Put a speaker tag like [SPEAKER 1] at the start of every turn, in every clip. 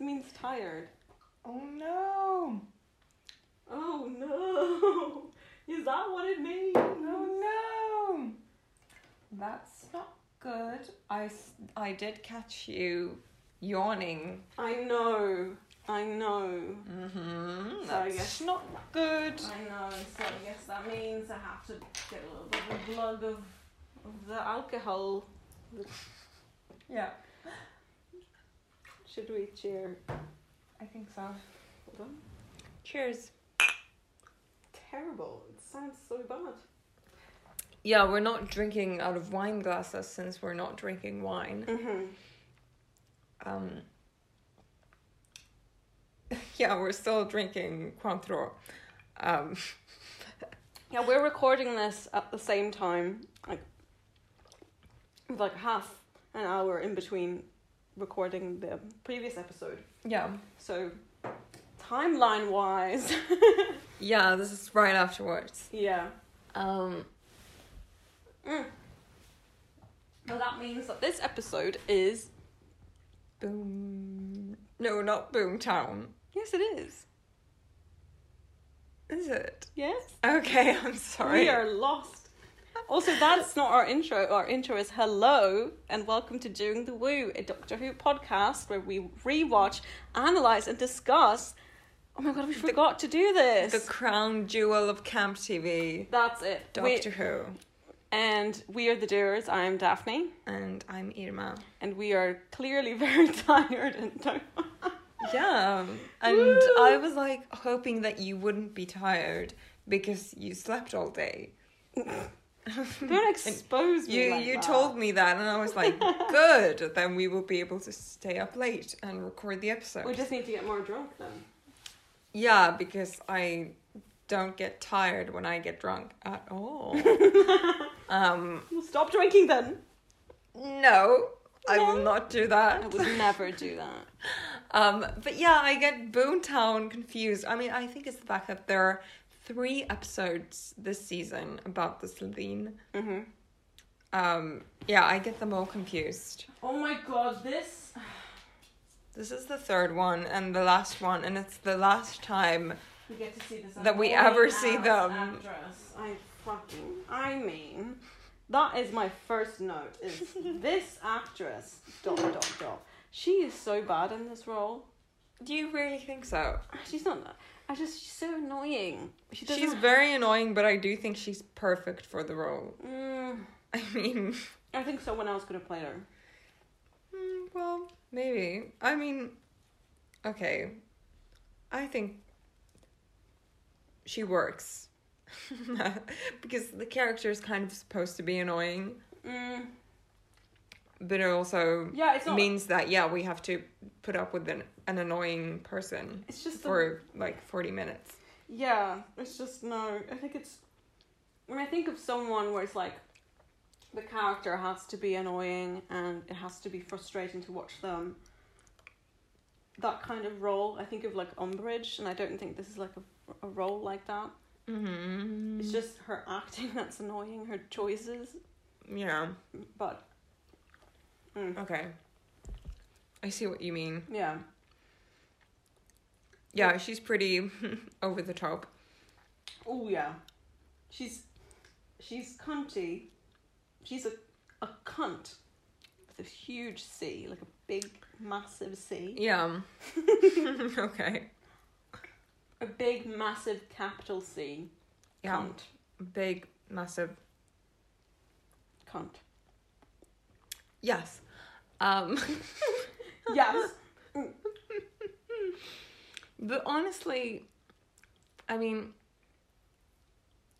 [SPEAKER 1] means tired.
[SPEAKER 2] Oh no.
[SPEAKER 1] Oh no. Is that what it means?
[SPEAKER 2] Oh no. That's not good. I, s- I did catch you yawning.
[SPEAKER 1] I know. I know.
[SPEAKER 2] Mm-hmm.
[SPEAKER 1] So I
[SPEAKER 2] That's
[SPEAKER 1] guess-
[SPEAKER 2] not good.
[SPEAKER 1] I know. So I guess that means I have to get a little bit of a glug of, of the alcohol.
[SPEAKER 2] Yeah.
[SPEAKER 1] Should we cheer?
[SPEAKER 2] I think so.
[SPEAKER 1] Hold on.
[SPEAKER 2] Cheers.
[SPEAKER 1] Terrible. It sounds so bad.
[SPEAKER 2] Yeah, we're not drinking out of wine glasses since we're not drinking wine.
[SPEAKER 1] Mm-hmm.
[SPEAKER 2] Um, yeah, we're still drinking Cointreau. Um,
[SPEAKER 1] Yeah, we're recording this at the same time, like with like half an hour in between recording the previous episode.
[SPEAKER 2] yeah,
[SPEAKER 1] So timeline wise,
[SPEAKER 2] yeah, this is right afterwards.
[SPEAKER 1] yeah.
[SPEAKER 2] Um,
[SPEAKER 1] Well, that means that this episode is
[SPEAKER 2] boom. No, not Boomtown.
[SPEAKER 1] yes, it is.
[SPEAKER 2] Is it?
[SPEAKER 1] Yes,
[SPEAKER 2] Okay, I'm sorry.
[SPEAKER 1] we are lost. Also, that's not our intro. Our intro is hello and welcome to Doing the Woo, a Doctor Who podcast where we rewatch, analyze, and discuss. Oh my god, we forgot to do this.
[SPEAKER 2] the crown jewel of camp TV,
[SPEAKER 1] That's it. We,
[SPEAKER 2] Doctor Who,
[SPEAKER 1] and we are the doers. I'm Daphne,
[SPEAKER 2] and I'm Irma.
[SPEAKER 1] and we are clearly very tired and don't.
[SPEAKER 2] Hmm. Yeah, um, and
[SPEAKER 1] Woo.
[SPEAKER 2] I was like hoping that you wouldn't be tired because you slept all day.
[SPEAKER 1] Don't expose me.
[SPEAKER 2] You
[SPEAKER 1] like
[SPEAKER 2] you
[SPEAKER 1] that.
[SPEAKER 2] told me that, and I was like, good. Then we will be able to stay up late and record the episode.
[SPEAKER 1] We just need to get more drunk then.
[SPEAKER 2] yeah, because I don't get tired when I get drunk at all. um,
[SPEAKER 1] We'll stop drinking then.
[SPEAKER 2] no, I will
[SPEAKER 1] No.
[SPEAKER 2] not do that.
[SPEAKER 1] I would never do that.
[SPEAKER 2] Um, but yeah, I get Boomtown confused. I mean, I think it's the fact that there are three episodes this season about the Slovene.
[SPEAKER 1] Mm-hmm.
[SPEAKER 2] Um, yeah, I get them all confused.
[SPEAKER 1] Oh my god, this.
[SPEAKER 2] This is the third one and the last one, and it's the last time.
[SPEAKER 1] We get to see this.
[SPEAKER 2] That we ever annoying see ass them.
[SPEAKER 1] Actress. I fucking. I mean, that is my first note. Is this actress? Dot dot dot. She is so bad in this role.
[SPEAKER 2] Do you really think so?
[SPEAKER 1] She's not that. I just she's so annoying. She doesn't.
[SPEAKER 2] She's very annoying, but I do think she's perfect for the role.
[SPEAKER 1] Mm,
[SPEAKER 2] I mean,
[SPEAKER 1] I think someone else could have played her.
[SPEAKER 2] mm, well, maybe. I mean, okay. I think she works. because the character is kind of supposed to be annoying,
[SPEAKER 1] Mm,
[SPEAKER 2] but it also
[SPEAKER 1] yeah, it's not.
[SPEAKER 2] means that, yeah, we have to put up with an, an annoying person
[SPEAKER 1] it's just the-
[SPEAKER 2] for like 40 minutes.
[SPEAKER 1] yeah. It's just no. I think it's when I think of someone where it's like the character has to be annoying and it has to be frustrating to watch them. That kind of role, I think of like Umbridge, and I don't think this is like a, a role like that.
[SPEAKER 2] Mm-hmm.
[SPEAKER 1] It's just her acting that's annoying, her choices,
[SPEAKER 2] Yeah,
[SPEAKER 1] but mm,
[SPEAKER 2] okay. I see what you mean.
[SPEAKER 1] yeah.
[SPEAKER 2] Yeah, she's pretty over the top.
[SPEAKER 1] Oh yeah, she's she's cunty. She's a a cunt with a huge C, like a big, massive C,
[SPEAKER 2] Yeah. okay.
[SPEAKER 1] a big, massive capital C.
[SPEAKER 2] Yeah.
[SPEAKER 1] Cunt,
[SPEAKER 2] Big, massive.
[SPEAKER 1] cunt.
[SPEAKER 2] Yes. Um,
[SPEAKER 1] Yes.
[SPEAKER 2] but honestly, I mean,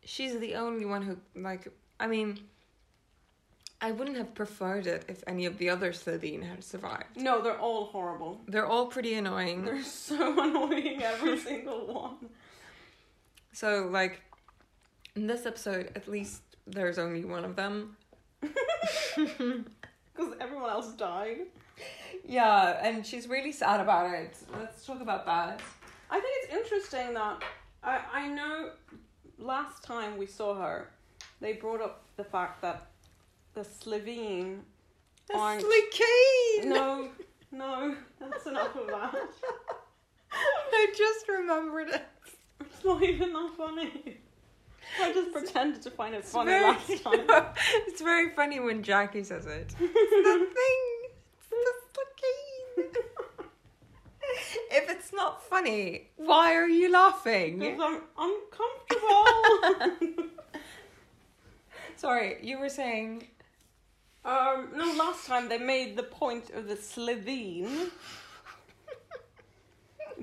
[SPEAKER 2] she's the only one who, like, I mean, I wouldn't have preferred it if any of the other Slovene had survived.
[SPEAKER 1] No, they're all horrible.
[SPEAKER 2] They're all pretty annoying.
[SPEAKER 1] They're so annoying, every single one.
[SPEAKER 2] So, like, in this episode, at least there's only one of them.
[SPEAKER 1] Because everyone else died.
[SPEAKER 2] Yeah, and she's really sad about it. Let's talk about that.
[SPEAKER 1] I think it's interesting that I, I know last time we saw her, they brought up the fact that the Slovene
[SPEAKER 2] That's
[SPEAKER 1] Aren't-
[SPEAKER 2] Kane!
[SPEAKER 1] No, No, that's enough of that.
[SPEAKER 2] I just remembered it.
[SPEAKER 1] It's not even that funny. I just pretended to find it
[SPEAKER 2] It's
[SPEAKER 1] funny
[SPEAKER 2] very-
[SPEAKER 1] last time.
[SPEAKER 2] it's very funny when Jackie says it. the thing. It's the game. if it's not funny, why are you laughing?
[SPEAKER 1] 'Cause I'm uncomfortable.
[SPEAKER 2] Sorry, you were saying.
[SPEAKER 1] um, no, last time they made the point of the Slovene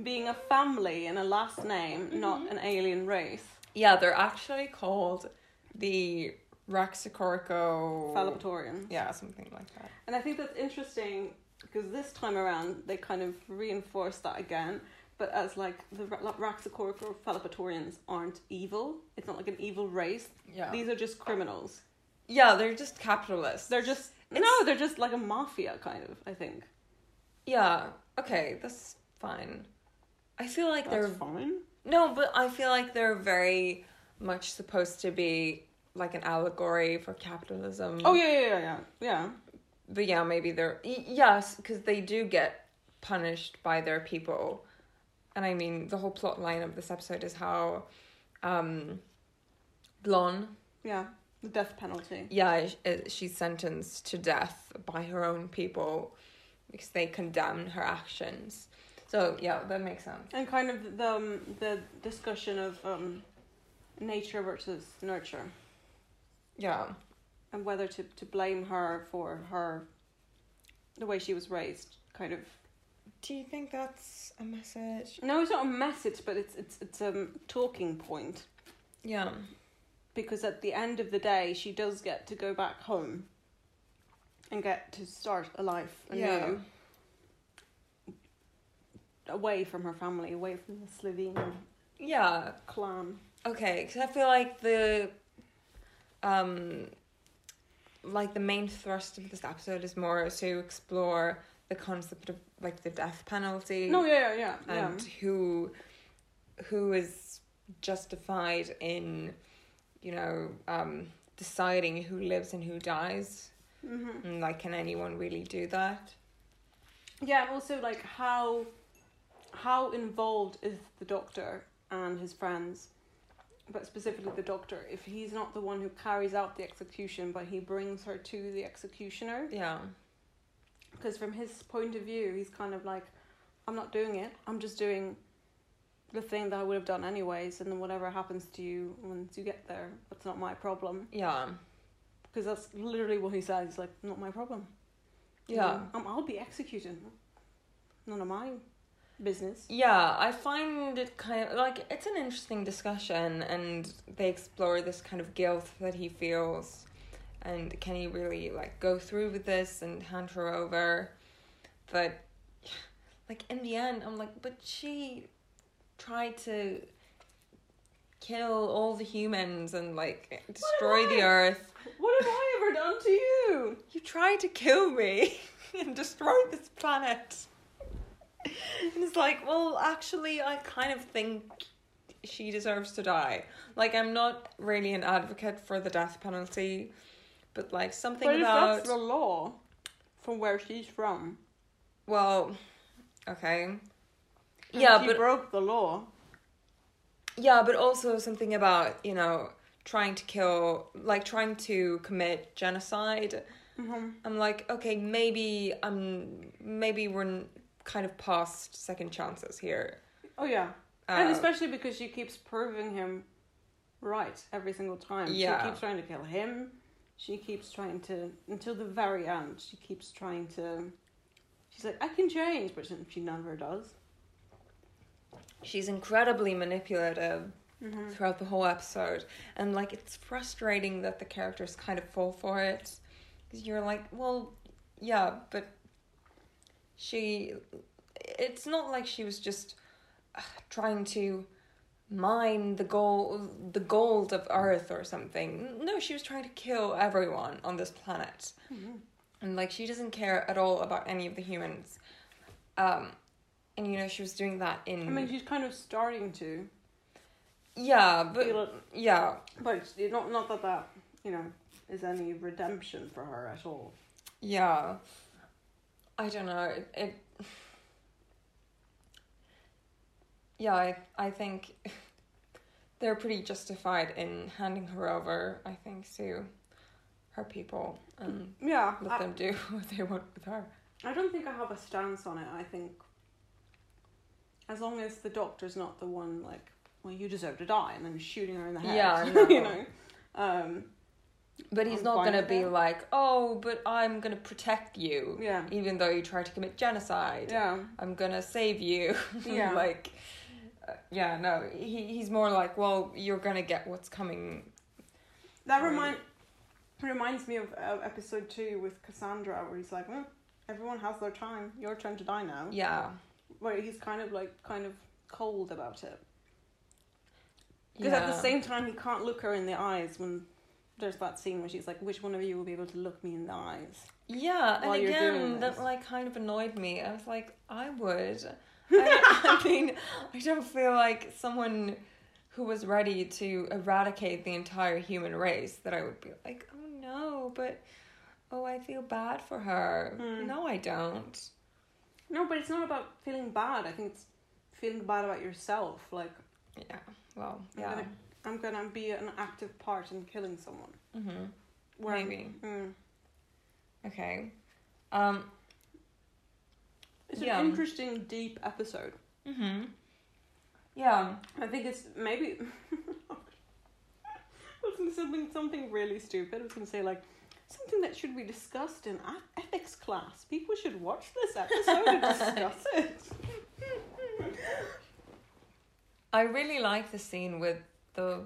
[SPEAKER 1] being a family and a last name,
[SPEAKER 2] Mm-hmm.
[SPEAKER 1] not an alien race.
[SPEAKER 2] Yeah, they're actually called the Raxicorico.
[SPEAKER 1] Falapatorian.
[SPEAKER 2] Yeah, something like that.
[SPEAKER 1] And I think that's interesting because this time around they kind of reinforced that again, but as like the Ra- Ra- Raxacorico Falapatorians aren't evil. It's not like an evil race.
[SPEAKER 2] Yeah.
[SPEAKER 1] These are just criminals.
[SPEAKER 2] yeah, they're just capitalists.
[SPEAKER 1] They're just no,
[SPEAKER 2] It's-
[SPEAKER 1] they're just like a mafia kind of. I think
[SPEAKER 2] Yeah. Okay, that's fine. I feel like
[SPEAKER 1] that's
[SPEAKER 2] they're
[SPEAKER 1] fine.
[SPEAKER 2] No, but I feel like they're very much supposed to be like an allegory for capitalism.
[SPEAKER 1] Oh yeah, yeah, yeah, yeah, yeah.
[SPEAKER 2] But yeah, maybe they're y- yes, because they do get punished by their people, and I mean the whole plot line of this episode is how, um, Blonde,
[SPEAKER 1] Yeah, the death penalty.
[SPEAKER 2] yeah, sh- uh, she's sentenced to death by her own people, because they condemn her actions. So yeah, that makes sense.
[SPEAKER 1] And kind of the um, the discussion of um, nature versus nurture
[SPEAKER 2] Yeah,
[SPEAKER 1] and whether to, to blame her for her the way she was raised. Kind of
[SPEAKER 2] do you think that's a message?
[SPEAKER 1] no, it's not a message, but it's it's it's a talking point
[SPEAKER 2] Yeah.
[SPEAKER 1] because at the end of the day, she does get to go back home and get to start a life anew.
[SPEAKER 2] Yeah.
[SPEAKER 1] away from her family, away from the Slovene
[SPEAKER 2] Yeah.
[SPEAKER 1] clan.
[SPEAKER 2] Okay, because I feel like the, um, like the main thrust of this episode is more to explore the concept of like the death penalty
[SPEAKER 1] No, yeah, yeah, yeah.
[SPEAKER 2] and who, who is justified in, you know, um, deciding who lives and who dies,
[SPEAKER 1] yeah. hmm
[SPEAKER 2] and like, can anyone really do that?
[SPEAKER 1] yeah, and also like how how involved is the doctor and his friends, but specifically the doctor, if he's not the one who carries out the execution, but he brings her to the executioner.
[SPEAKER 2] Yeah,
[SPEAKER 1] Because from his point of view, he's kind of like, I'm not doing it. I'm just doing the thing that I would have done anyways, and then whatever happens to you once you get there, that's not my problem.
[SPEAKER 2] yeah,
[SPEAKER 1] Because that's literally what he says. He's like, not my problem.
[SPEAKER 2] yeah.
[SPEAKER 1] Um, I'll be executed. None of my business.
[SPEAKER 2] Yeah, I find it kind of like it's an interesting discussion, and they explore this kind of guilt that he feels, and can he really like go through with this and hand her over? But like in the end, I'm like, but she tried to kill all the humans and like destroy the
[SPEAKER 1] I?
[SPEAKER 2] earth.
[SPEAKER 1] What have I ever done to you?
[SPEAKER 2] You tried to kill me and destroy this planet. And it's like, well, actually, I kind of think she deserves to die. Like, I'm not really an advocate for the death penalty, but like something
[SPEAKER 1] but if
[SPEAKER 2] about
[SPEAKER 1] that's the law from where she's from,
[SPEAKER 2] well, okay,
[SPEAKER 1] and
[SPEAKER 2] yeah,
[SPEAKER 1] she
[SPEAKER 2] but
[SPEAKER 1] broke the law.
[SPEAKER 2] yeah, but also something about you know trying to kill, like trying to commit genocide.
[SPEAKER 1] hmm
[SPEAKER 2] I'm like, okay, maybe um, maybe we're n- kind of past second chances here.
[SPEAKER 1] Oh yeah.
[SPEAKER 2] Uh,
[SPEAKER 1] and especially because she keeps proving him right every single time.
[SPEAKER 2] Yeah.
[SPEAKER 1] She keeps trying to kill him. She keeps trying to until the very end. She keeps trying to. She's like, I can change, but she never does.
[SPEAKER 2] she's incredibly manipulative
[SPEAKER 1] Mm-hmm.
[SPEAKER 2] throughout the whole episode, and like it's frustrating that the characters kind of fall for it. Because you're like, well, yeah, but she, it's not like she was just uh, trying to mine the gold, the gold of Earth or something. No, she was trying to kill everyone on this planet. and like she doesn't care at all about any of the humans um and you know she was doing that in
[SPEAKER 1] I mean, she's kind of starting to,
[SPEAKER 2] yeah but
[SPEAKER 1] feel it,
[SPEAKER 2] yeah
[SPEAKER 1] but it's not not that that you know is any redemption for her at all.
[SPEAKER 2] yeah i don't know it, it yeah, I I think they're pretty justified in handing her over. I think to her people and
[SPEAKER 1] Yeah,
[SPEAKER 2] let
[SPEAKER 1] I,
[SPEAKER 2] them do what they want with her.
[SPEAKER 1] I don't think I have a stance on it. I think as long as the doctor's not the one like, well, you deserve to die, and then shooting her in the head.
[SPEAKER 2] Yeah, I
[SPEAKER 1] you
[SPEAKER 2] know.
[SPEAKER 1] know. Um,
[SPEAKER 2] But he's
[SPEAKER 1] I'm
[SPEAKER 2] not
[SPEAKER 1] fine
[SPEAKER 2] gonna
[SPEAKER 1] with
[SPEAKER 2] be
[SPEAKER 1] that.
[SPEAKER 2] like, oh, but I'm gonna protect you,
[SPEAKER 1] yeah,
[SPEAKER 2] even though you tried to commit genocide.
[SPEAKER 1] yeah,
[SPEAKER 2] I'm gonna save you.
[SPEAKER 1] Yeah.
[SPEAKER 2] like, uh, yeah, no, he he's more like, well, you're gonna get what's coming.
[SPEAKER 1] that
[SPEAKER 2] Or-
[SPEAKER 1] remind reminds me of uh, episode two with Cassandra, where he's like, "Mm, everyone has their time. Your turn to die now.
[SPEAKER 2] Yeah,
[SPEAKER 1] Where he's kind of like, kind of cold about it. Because
[SPEAKER 2] yeah.
[SPEAKER 1] at the same time, he can't look her in the eyes when there's that scene where she's like, "Which one of you will be able to look me in the eyes?"
[SPEAKER 2] Yeah, and
[SPEAKER 1] while you're
[SPEAKER 2] again,
[SPEAKER 1] doing
[SPEAKER 2] that
[SPEAKER 1] this.
[SPEAKER 2] like kind of annoyed me. I was like, I would. I, I mean, I don't feel like someone who was ready to eradicate the entire human race that I would be like, oh no, but oh, I feel bad for her.
[SPEAKER 1] Hmm.
[SPEAKER 2] No, I don't.
[SPEAKER 1] No, but it's not about feeling bad. I think it's feeling bad about yourself. Like
[SPEAKER 2] Yeah. Well,
[SPEAKER 1] I'm
[SPEAKER 2] yeah.
[SPEAKER 1] gonna, I'm gonna be an active part in killing someone.
[SPEAKER 2] Mm-hmm.
[SPEAKER 1] Where I'm-
[SPEAKER 2] Maybe.
[SPEAKER 1] Mm.
[SPEAKER 2] Okay. Um.
[SPEAKER 1] It's
[SPEAKER 2] Yeah.
[SPEAKER 1] an interesting, deep episode.
[SPEAKER 2] hmm Yeah.
[SPEAKER 1] I think it's maybe. I was gonna say something, something really stupid. I was gonna say like something that should be discussed in a- ethics class. People should watch this episode and discuss it.
[SPEAKER 2] I really like the scene with the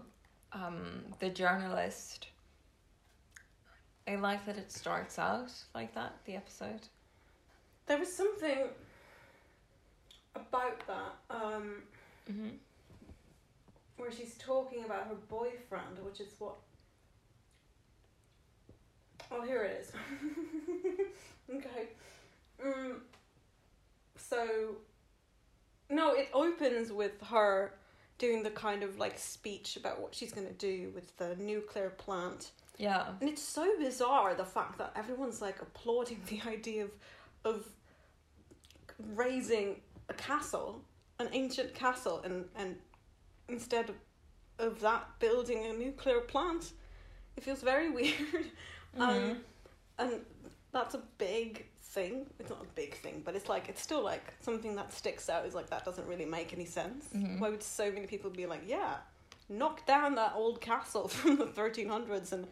[SPEAKER 2] um the journalist. I like that it starts out like that, the episode.
[SPEAKER 1] There was something about that um,
[SPEAKER 2] Mm-hmm.
[SPEAKER 1] where she's talking about her boyfriend, which is what. Oh, here it is. okay. Um, so, no, it opens with her doing the kind of like speech about what she's going to do with the nuclear plant
[SPEAKER 2] Yeah.
[SPEAKER 1] and it's so bizarre the fact that everyone's like applauding the idea of of raising a castle, an ancient castle, and and instead of, of that building a nuclear plant. It feels very weird.
[SPEAKER 2] Mhm.
[SPEAKER 1] Um, and that's a big thing. It's not a big thing, but it's like it's still like something that sticks out. Is like that doesn't really make any sense.
[SPEAKER 2] Mhm.
[SPEAKER 1] Why would so many people be like, yeah, knock down that old castle from the thirteen hundreds and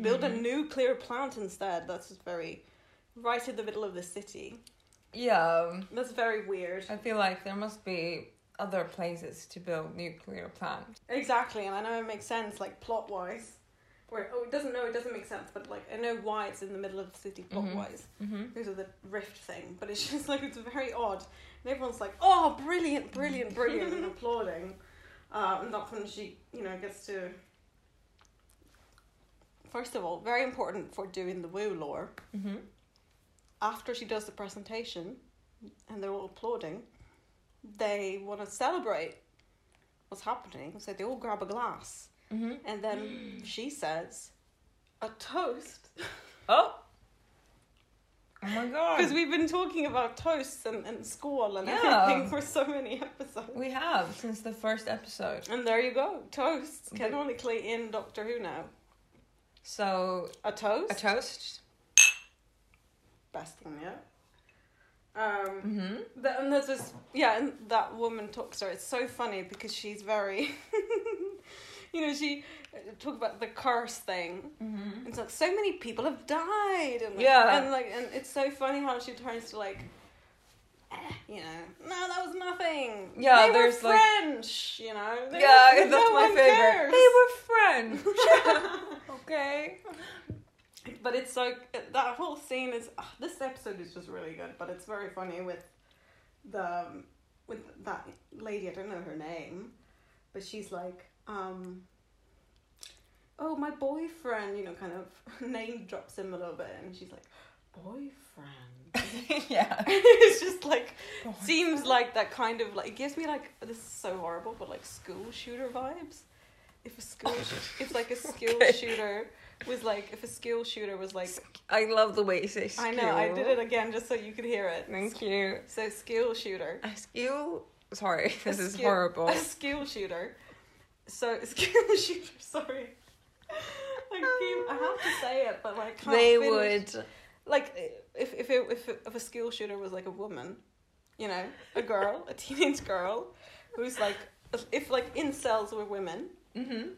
[SPEAKER 1] build a
[SPEAKER 2] Mhm.
[SPEAKER 1] nuclear plant instead? That's just very right in the middle of the city.
[SPEAKER 2] Yeah.
[SPEAKER 1] That's very weird.
[SPEAKER 2] I feel like there must be other places to build nuclear plants.
[SPEAKER 1] Exactly, and I know it makes sense, like plot wise. Where oh, it doesn't know it doesn't make sense, but like I know why it's in the middle of the city plot
[SPEAKER 2] Mhm.
[SPEAKER 1] wise.
[SPEAKER 2] Mm-hmm.
[SPEAKER 1] because of the rift thing, but it's just like it's very odd. And everyone's like, "Oh, brilliant, brilliant, brilliant," and applauding. Uh, and that's when she, you know, gets to. First of all, very important for doing the woo lore.
[SPEAKER 2] Mm-hmm.
[SPEAKER 1] After she does the presentation, and they're all applauding, they want to celebrate what's happening, so they all grab a glass,
[SPEAKER 2] Mm-hmm.
[SPEAKER 1] and then she says, "A toast."
[SPEAKER 2] Oh. Oh my god.
[SPEAKER 1] Because we've been talking about toasts and, and squall and
[SPEAKER 2] Yeah.
[SPEAKER 1] everything for so many episodes.
[SPEAKER 2] we have since the first episode.
[SPEAKER 1] And there you go. Toasts.
[SPEAKER 2] But-
[SPEAKER 1] Canonically in Doctor Who now.
[SPEAKER 2] So
[SPEAKER 1] A toast?
[SPEAKER 2] a toast.
[SPEAKER 1] Best thing yet. Um,
[SPEAKER 2] Mm-hmm.
[SPEAKER 1] th- and there's this, yeah, and that woman talks to her. It's so funny because she's very, you know, she uh, talk about the curse thing.
[SPEAKER 2] Mm-hmm.
[SPEAKER 1] It's like so many people have died, and like,
[SPEAKER 2] Yeah.
[SPEAKER 1] and like, and it's so funny how she turns to like, "Eh," you know, no, that was nothing.
[SPEAKER 2] Yeah,
[SPEAKER 1] they
[SPEAKER 2] there's,
[SPEAKER 1] were
[SPEAKER 2] like-
[SPEAKER 1] French, you know. They-
[SPEAKER 2] Yeah,
[SPEAKER 1] no
[SPEAKER 2] that's my
[SPEAKER 1] one cares.
[SPEAKER 2] favorite. They were friends. okay.
[SPEAKER 1] But it's so that whole scene is ah, this episode is just really good, but it's very funny with the um, with that lady. I don't know her name, but she's like, um, oh my boyfriend, you know, kind of name drops him a little bit, and she's like, boyfriend.
[SPEAKER 2] yeah.
[SPEAKER 1] it's just like
[SPEAKER 2] Oh
[SPEAKER 1] seems like that kind of like it gives me like this is so horrible, but like school shooter vibes. If a school, sh- if like a school
[SPEAKER 2] Okay.
[SPEAKER 1] shooter was like if a skill shooter was like
[SPEAKER 2] I love the way you say skill.
[SPEAKER 1] I know I did it again just so you could hear it.
[SPEAKER 2] Thank you.
[SPEAKER 1] So skill shooter.
[SPEAKER 2] A skill. Sorry, this
[SPEAKER 1] A
[SPEAKER 2] is
[SPEAKER 1] skill-
[SPEAKER 2] horrible.
[SPEAKER 1] A skill shooter. So skill shooter. Sorry. I keep. I have to say it, but like I can't
[SPEAKER 2] They
[SPEAKER 1] finish.
[SPEAKER 2] would.
[SPEAKER 1] like if if it, if if a skill shooter was like a woman, you know, a girl, a teenage girl, who's like if like incels were women,
[SPEAKER 2] hmm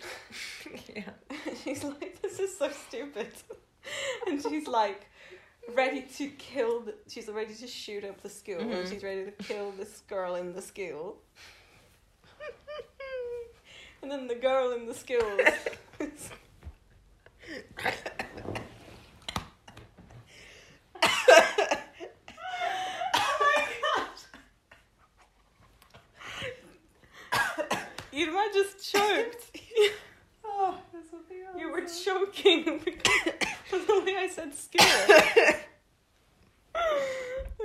[SPEAKER 2] yeah.
[SPEAKER 1] she's like this is so stupid, and she's like ready to kill. The, she's ready to shoot up the school, and
[SPEAKER 2] Mhm.
[SPEAKER 1] she's ready to kill this girl in the school, and then the girl in the school. is- oh my god! Irma just choked.
[SPEAKER 2] oh, there's something else.
[SPEAKER 1] you were choking because of the way I said skill.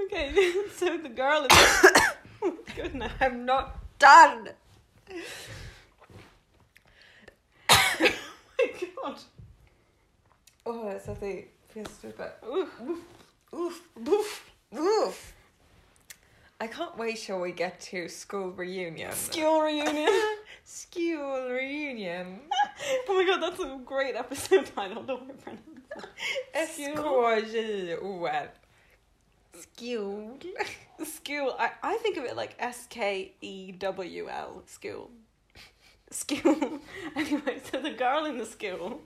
[SPEAKER 1] okay, so the girl in the. Oh my goodness.
[SPEAKER 2] I'm not done.
[SPEAKER 1] Oh my god.
[SPEAKER 2] Oh, it's something feels stupid.
[SPEAKER 1] Ooh.
[SPEAKER 2] Oof, boof, oof. I can't wait till we get to school reunion.
[SPEAKER 1] Skill reunion.
[SPEAKER 2] School reunion.
[SPEAKER 1] Oh my god, that's a great episode title. Don't worry, Brennan.
[SPEAKER 2] S-K-J-O-L. School.
[SPEAKER 1] School. I, I think of it like S K E W L. School. School. anyway, so the girl in the school,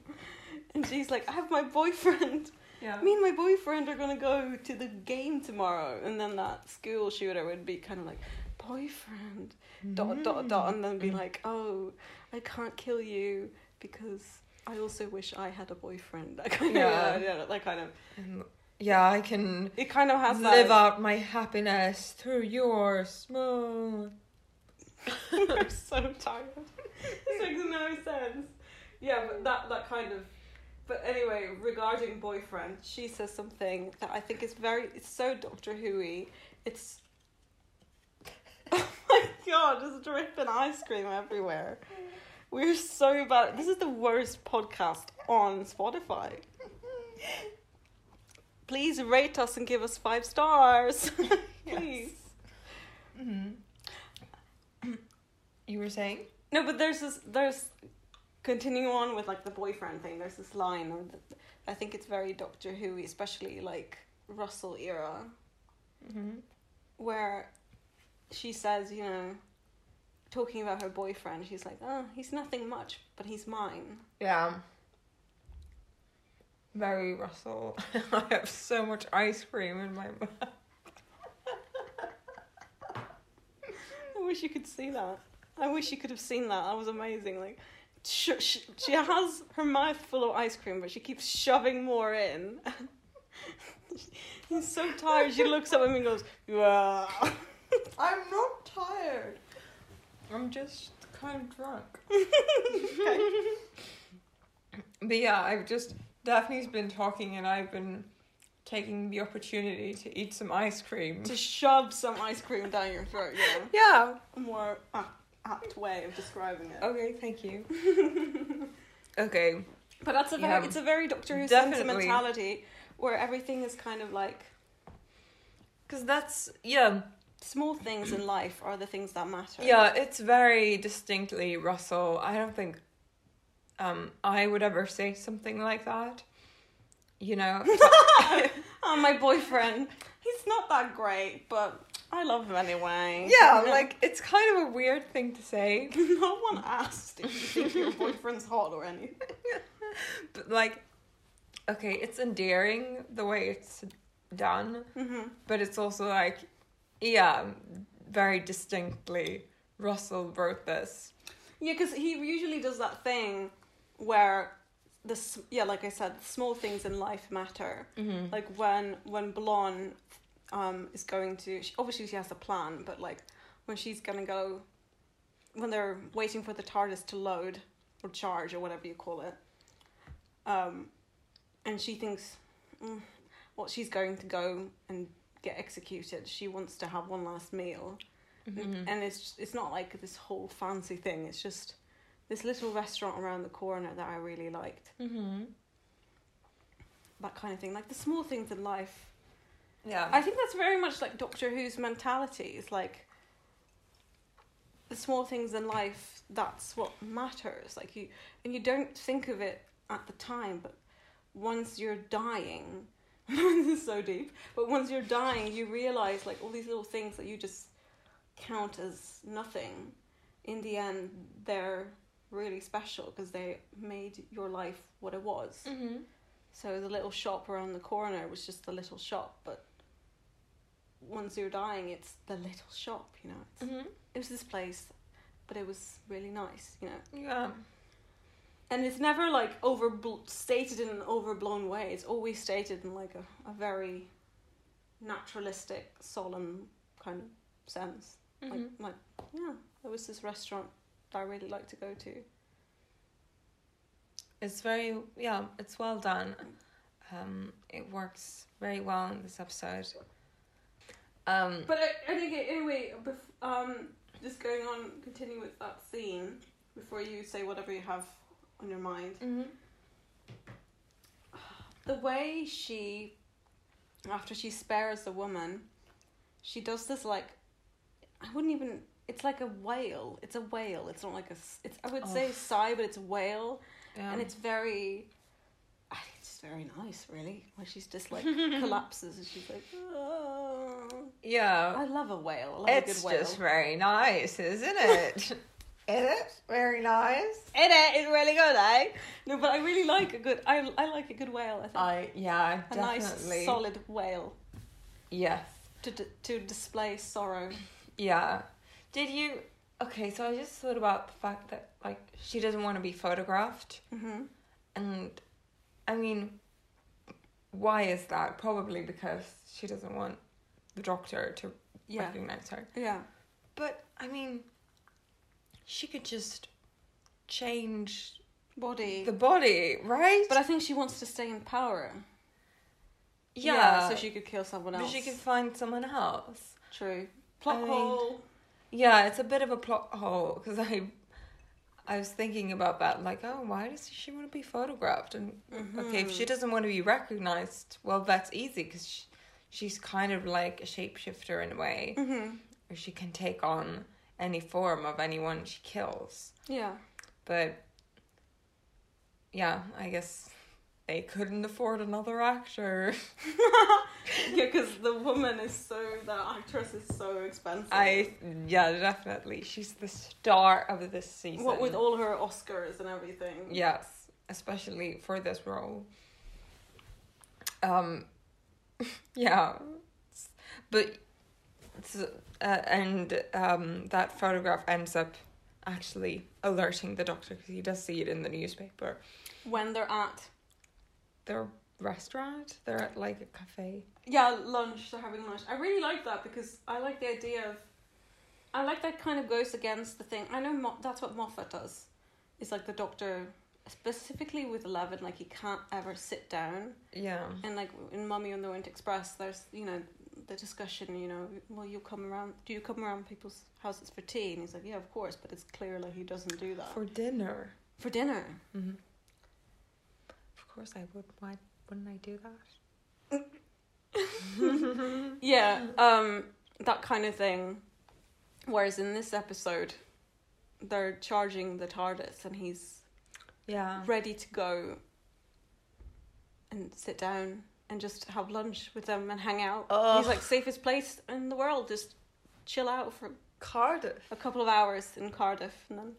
[SPEAKER 1] and she's like, I have my boyfriend.
[SPEAKER 2] Yeah.
[SPEAKER 1] Me and my boyfriend are gonna go to the game tomorrow, and then that school shooter would be kind of like, boyfriend, dot dot dot, and then be
[SPEAKER 2] Mm.
[SPEAKER 1] like, oh, I can't kill you because I also wish I had a boyfriend. That kind
[SPEAKER 2] Yeah.
[SPEAKER 1] of, yeah, that kind of.
[SPEAKER 2] And- yeah, Mm. I can
[SPEAKER 1] It kind of has that.
[SPEAKER 2] live out my happiness through your small.
[SPEAKER 1] I'm so tired. This makes no sense. Yeah, but that that kind of. But anyway, regarding boyfriend, she says something that I think is very. It's so Doctor Who-y. It's. Oh my god! There's dripping ice cream everywhere. We're so bad. This is the worst podcast on Spotify. Please rate us and give us five stars. Please.
[SPEAKER 2] Mhm. You were saying?
[SPEAKER 1] No, but there's this there's continuing on with like the boyfriend thing. There's this line, of the- I think it's very Doctor Who, especially like Russell era,
[SPEAKER 2] Mm-hmm.
[SPEAKER 1] where she says, you know, talking about her boyfriend, she's like, oh, he's nothing much, but he's mine.
[SPEAKER 2] Yeah. Very Russell. I have so much ice cream in my mouth.
[SPEAKER 1] I wish you could see that. I wish you could have seen that. That was amazing. Like, sh- sh- she has her mouth full of ice cream, but she keeps shoving more in. She's so tired. She looks at him and goes, "Yeah."
[SPEAKER 2] I'm not tired. I'm just kind of drunk. But yeah, I've just Daphne's been talking and I've been taking the opportunity to eat some ice cream.
[SPEAKER 1] to shove some ice cream down your throat. Yeah,
[SPEAKER 2] Yeah.
[SPEAKER 1] a more uh, apt way of describing it.
[SPEAKER 2] Okay, thank you. okay.
[SPEAKER 1] But that's a very,
[SPEAKER 2] Yeah.
[SPEAKER 1] it's a very Doctor Who
[SPEAKER 2] Definitely.
[SPEAKER 1] sentimentality where everything is kind of like
[SPEAKER 2] Cuz that's yeah,
[SPEAKER 1] small things in life are the things that matter.
[SPEAKER 2] yeah, it's very distinctly Russell. I don't think um I would ever say something like that. You know.
[SPEAKER 1] Oh, my boyfriend. He's not that great, but I love him anyway.
[SPEAKER 2] yeah, like it's kind of a weird thing to say.
[SPEAKER 1] no one asked if you think your boyfriend's hot or anything.
[SPEAKER 2] But like okay, it's endearing the way it's done.
[SPEAKER 1] Mm-hmm.
[SPEAKER 2] but it's also like yeah very distinctly russell wrote this
[SPEAKER 1] Yeah, because he usually does that thing where the s- yeah, like I said, small things in life matter.
[SPEAKER 2] mm-hmm.
[SPEAKER 1] Like when when Blonde um is going to she, obviously she has a plan, but like when she's gonna go when they're waiting for the TARDIS to load or charge or whatever you call it, um, and she thinks, mm, well, she's going to go and get executed. She wants to have one last meal
[SPEAKER 2] Mm-hmm.
[SPEAKER 1] and it's it's not like this whole fancy thing. It's just this little restaurant around the corner that I really liked,
[SPEAKER 2] Mm-hmm.
[SPEAKER 1] that kind of thing, like the small things in life.
[SPEAKER 2] Yeah.
[SPEAKER 1] I think that's very much like Doctor Who's mentality. It's like the small things in life. That's what matters. Like you, and you don't think of it at the time, but once you're dying, this is so deep. But once you're dying, you realize like all these little things that you just count as nothing. In the end, they're really special because they made your life what it was.
[SPEAKER 2] mm-hmm.
[SPEAKER 1] So the little shop around the corner was just the little shop, but once you're dying, it's the little shop, you know. It's,
[SPEAKER 2] Mm-hmm.
[SPEAKER 1] It was this place, but it was really nice, you know.
[SPEAKER 2] Yeah.
[SPEAKER 1] And it's never like over stated in an overblown way. It's always stated in like a, a very naturalistic, solemn kind of sense.
[SPEAKER 2] Mm-hmm.
[SPEAKER 1] Like, like, yeah, there was this restaurant that I really like to go to.
[SPEAKER 2] it's very yeah. It's well done. Um, it works very well in this episode. Um.
[SPEAKER 1] But I, I think it, anyway, bef- um, just going on, continue with that scene before you say whatever you have on your mind.
[SPEAKER 2] hmm
[SPEAKER 1] The way she, after she spares the woman, she does this like, I wouldn't even. It's like a whale. It's a whale. It's not like a. s- It's I would say
[SPEAKER 2] Oh.
[SPEAKER 1] sigh, but it's a whale,
[SPEAKER 2] Yeah.
[SPEAKER 1] and it's very. I think it's just very nice, really. Where she's just like collapses and she's like, oh.
[SPEAKER 2] yeah.
[SPEAKER 1] I love a whale. I love a
[SPEAKER 2] it's
[SPEAKER 1] good whale.
[SPEAKER 2] just very nice, isn't it? Is it very nice?
[SPEAKER 1] in it is really good, eh? No, but I really like a good. I I like a good whale. I think
[SPEAKER 2] I yeah,
[SPEAKER 1] a
[SPEAKER 2] definitely.
[SPEAKER 1] nice solid whale
[SPEAKER 2] yes.
[SPEAKER 1] to d- to display sorrow.
[SPEAKER 2] Yeah. Did you Okay, so I just thought about the fact that like she doesn't want to be photographed
[SPEAKER 1] Mm-hmm.
[SPEAKER 2] and I mean why is that? Probably because she doesn't want the doctor to
[SPEAKER 1] Yeah,
[SPEAKER 2] recognize her.
[SPEAKER 1] yeah,
[SPEAKER 2] But I mean she could just change
[SPEAKER 1] body.
[SPEAKER 2] the body, right?
[SPEAKER 1] but I think she wants to stay in power.
[SPEAKER 2] yeah,
[SPEAKER 1] so she could kill someone
[SPEAKER 2] but
[SPEAKER 1] else.
[SPEAKER 2] she could find someone else.
[SPEAKER 1] True. Plot
[SPEAKER 2] I mean-
[SPEAKER 1] hole.
[SPEAKER 2] Yeah, it's a bit of a plot hole because I, I was thinking about that. Like, oh, why does she want to be photographed? And okay,
[SPEAKER 1] Mm-hmm. Hmm.
[SPEAKER 2] if she doesn't want to be recognized, well, that's easy because she, she's kind of like a shapeshifter in a way,
[SPEAKER 1] Mm-hmm.
[SPEAKER 2] where she can take on any form of anyone she kills.
[SPEAKER 1] Yeah.
[SPEAKER 2] But yeah, I guess they couldn't afford another actor.
[SPEAKER 1] Yeah, because the woman is so. The actress is so expensive.
[SPEAKER 2] I yeah, definitely. She's the star of this season.
[SPEAKER 1] What with all her Oscars and everything.
[SPEAKER 2] Yes, especially for this role. Um, yeah, It's- but it's, uh, and um, that photograph ends up actually alerting the doctor because he does see it in the newspaper.
[SPEAKER 1] When they're at
[SPEAKER 2] Their restaurant, they're at like a cafe.
[SPEAKER 1] Yeah, lunch. They're having lunch. I really like that because I like the idea of. I like that kind of goes against the thing. I know Mo- that's what Moffat does. It's like the doctor, specifically with Eleven, like he can't ever sit down.
[SPEAKER 2] Yeah,
[SPEAKER 1] And like in Mummy on the Orient Express, there's you know the discussion. You know, well, you come around. Do you come around people's houses for tea? And he's like, yeah, of course. But it's clear like he doesn't do that for,
[SPEAKER 2] for dinner.
[SPEAKER 1] dinner.
[SPEAKER 2] Mm-hmm. Of course, I would. Why wouldn't I do that?
[SPEAKER 1] Yeah, um, that kind of thing. Whereas in this episode, they're charging the TARDIS and he's
[SPEAKER 2] Yeah.
[SPEAKER 1] ready to go and sit down and just have lunch with them and hang out.
[SPEAKER 2] Ugh.
[SPEAKER 1] He's like safest place in the world. Just chill out for
[SPEAKER 2] Cardiff.
[SPEAKER 1] a couple of hours in Cardiff and then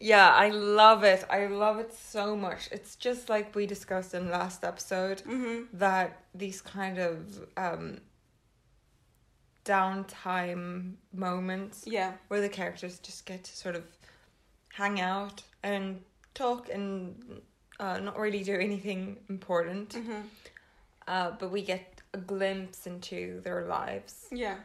[SPEAKER 2] Yeah, I love it. I love it so much. It's just like we discussed in last episode
[SPEAKER 1] mm-hmm.
[SPEAKER 2] that these kind of um downtime moments
[SPEAKER 1] yeah,
[SPEAKER 2] where the characters just get to sort of hang out and talk and uh, not really do anything important,
[SPEAKER 1] mm-hmm.
[SPEAKER 2] uh, but we get a glimpse into their lives.
[SPEAKER 1] yeah,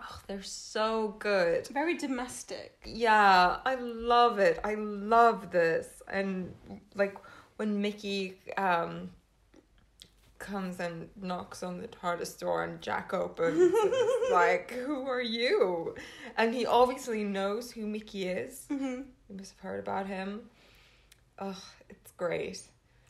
[SPEAKER 2] Oh, they're so good.
[SPEAKER 1] very domestic.
[SPEAKER 2] Yeah, I love it. I love this. And like when Mickey um comes and knocks on the TARDIS door and Jack opens and is like, Who are you? And he obviously knows who Mickey is.
[SPEAKER 1] Mm-hmm.
[SPEAKER 2] You must have heard about him. Ugh, it's great.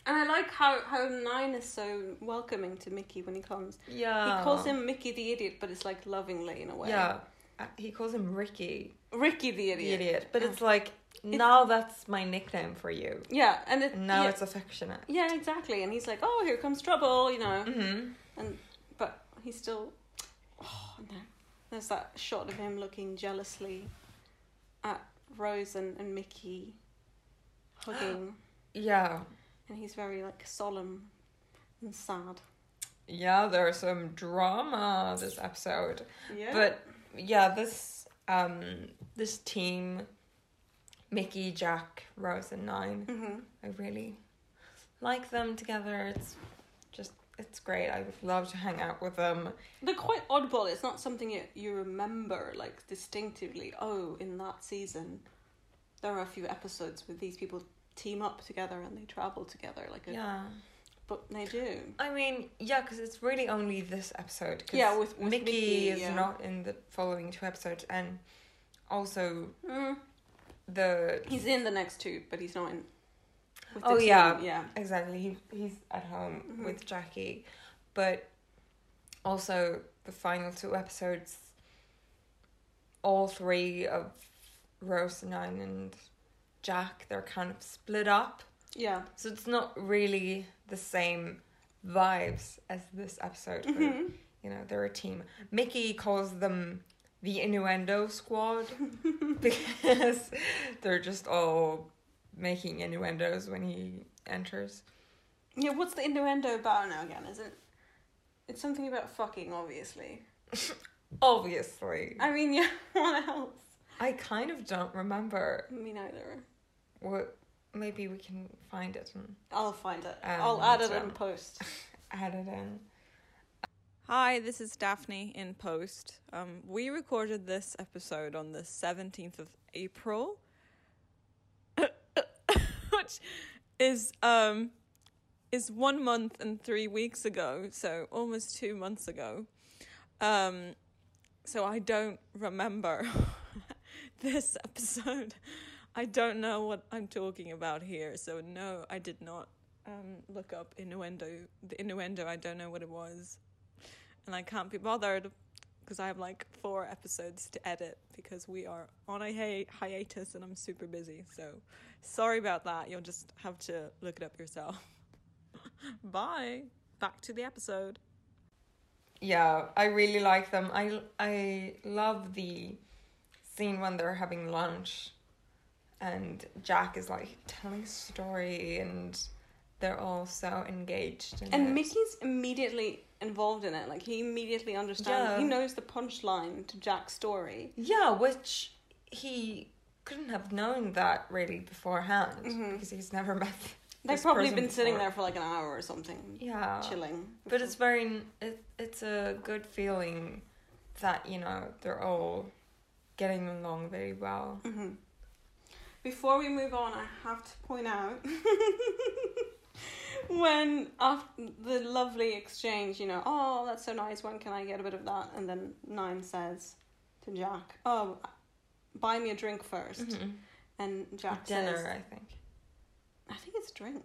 [SPEAKER 1] And I like how, how Nine is so welcoming to Mickey when he comes.
[SPEAKER 2] Yeah.
[SPEAKER 1] He calls him Mickey the idiot, but it's like lovingly in a way.
[SPEAKER 2] Oh. Yeah. Uh, He calls him Ricky,
[SPEAKER 1] Ricky the
[SPEAKER 2] the
[SPEAKER 1] idiot.
[SPEAKER 2] idiot. But it's like now that's my nickname for you.
[SPEAKER 1] Yeah, and it,
[SPEAKER 2] And now
[SPEAKER 1] yeah,
[SPEAKER 2] it's affectionate.
[SPEAKER 1] yeah, exactly. And he's like, oh, here comes trouble, you know.
[SPEAKER 2] Mm-hmm.
[SPEAKER 1] And but he's still. Oh no! There's that shot of him looking jealously at Rose and, and Mickey hugging,
[SPEAKER 2] Yeah.
[SPEAKER 1] and he's very like solemn and sad.
[SPEAKER 2] Yeah, there's some drama this episode.
[SPEAKER 1] Yeah.
[SPEAKER 2] But yeah, this um this team Mickey, Jack, Rose and Nine,
[SPEAKER 1] hmm
[SPEAKER 2] I really like them together. It's just it's great. I would love to hang out with them.
[SPEAKER 1] They're quite oddball. It's not something you, you remember like distinctively. Oh, in that season, there are a few episodes where these people team up together and they travel together. Like, a,
[SPEAKER 2] Yeah.
[SPEAKER 1] but they do.
[SPEAKER 2] I mean, yeah, because it's really only this episode. 'cause
[SPEAKER 1] Yeah, with- with
[SPEAKER 2] Mickey,
[SPEAKER 1] Mickey,
[SPEAKER 2] is
[SPEAKER 1] yeah.
[SPEAKER 2] not in the following two episodes, and also
[SPEAKER 1] Mm.
[SPEAKER 2] the
[SPEAKER 1] He's in the next two, but he's not in. with the
[SPEAKER 2] Oh,
[SPEAKER 1] team,
[SPEAKER 2] yeah.
[SPEAKER 1] yeah.
[SPEAKER 2] exactly he, he's at home
[SPEAKER 1] Mhm.
[SPEAKER 2] with Jackie, but also the final two episodes, all three of Rose Nine and Jack, they're kind of split up,
[SPEAKER 1] Yeah.
[SPEAKER 2] so it's not really the same vibes as this episode. where
[SPEAKER 1] hmm
[SPEAKER 2] you know, they're a team. Mickey calls them the innuendo squad because they're just all making innuendos when he enters.
[SPEAKER 1] Yeah, what's the innuendo about now again? Is it? It's something about fucking, obviously.
[SPEAKER 2] Obviously.
[SPEAKER 1] I mean, yeah, what else?
[SPEAKER 2] I kind of don't remember
[SPEAKER 1] Me neither.
[SPEAKER 2] what maybe we can find it and
[SPEAKER 1] I'll find it.
[SPEAKER 2] Um,
[SPEAKER 1] I'll add it
[SPEAKER 2] so-
[SPEAKER 1] in post.
[SPEAKER 2] add it in.
[SPEAKER 3] Hi, this is Daphne in post. Um, we recorded this episode on the 17th of April, which is um, is one month and three weeks ago, so almost two months ago. Um, so I don't remember this episode. I don't know what I'm talking about here, so no, I did not um, look up innuendo. The innuendo, I don't know what it was and I can't be bothered because I have like four episodes to edit because we are on a hi- hiatus and I'm super busy. So sorry about that. You'll just have to look it up yourself. Bye. Back to the episode.
[SPEAKER 2] Yeah, I really like them. I I love the scene when they're having lunch and Jack is like telling a story and they're all so engaged in it.
[SPEAKER 1] And Mickey's immediately involved in it. Like he immediately understands.
[SPEAKER 2] Yeah.
[SPEAKER 1] He knows the punchline to Jack's story.
[SPEAKER 2] Yeah, which he couldn't have known that really beforehand
[SPEAKER 1] Mhm.
[SPEAKER 2] because he's never met.
[SPEAKER 1] They've
[SPEAKER 2] this
[SPEAKER 1] probably
[SPEAKER 2] person
[SPEAKER 1] been sitting
[SPEAKER 2] before.
[SPEAKER 1] there for like an hour or something,
[SPEAKER 2] Yeah,
[SPEAKER 1] chilling.
[SPEAKER 2] but it's very it, it's a good feeling that you know they're all getting along very well.
[SPEAKER 1] hmm Before we move on, I have to point out when after the lovely exchange, you know, oh, that's so nice. When can I get a bit of that? And then Nine says to Jack, "Oh, buy me a drink 1st
[SPEAKER 2] Mhm.
[SPEAKER 1] And Jack
[SPEAKER 2] Dinner,
[SPEAKER 1] says,
[SPEAKER 2] I think.
[SPEAKER 1] "I think it's drink."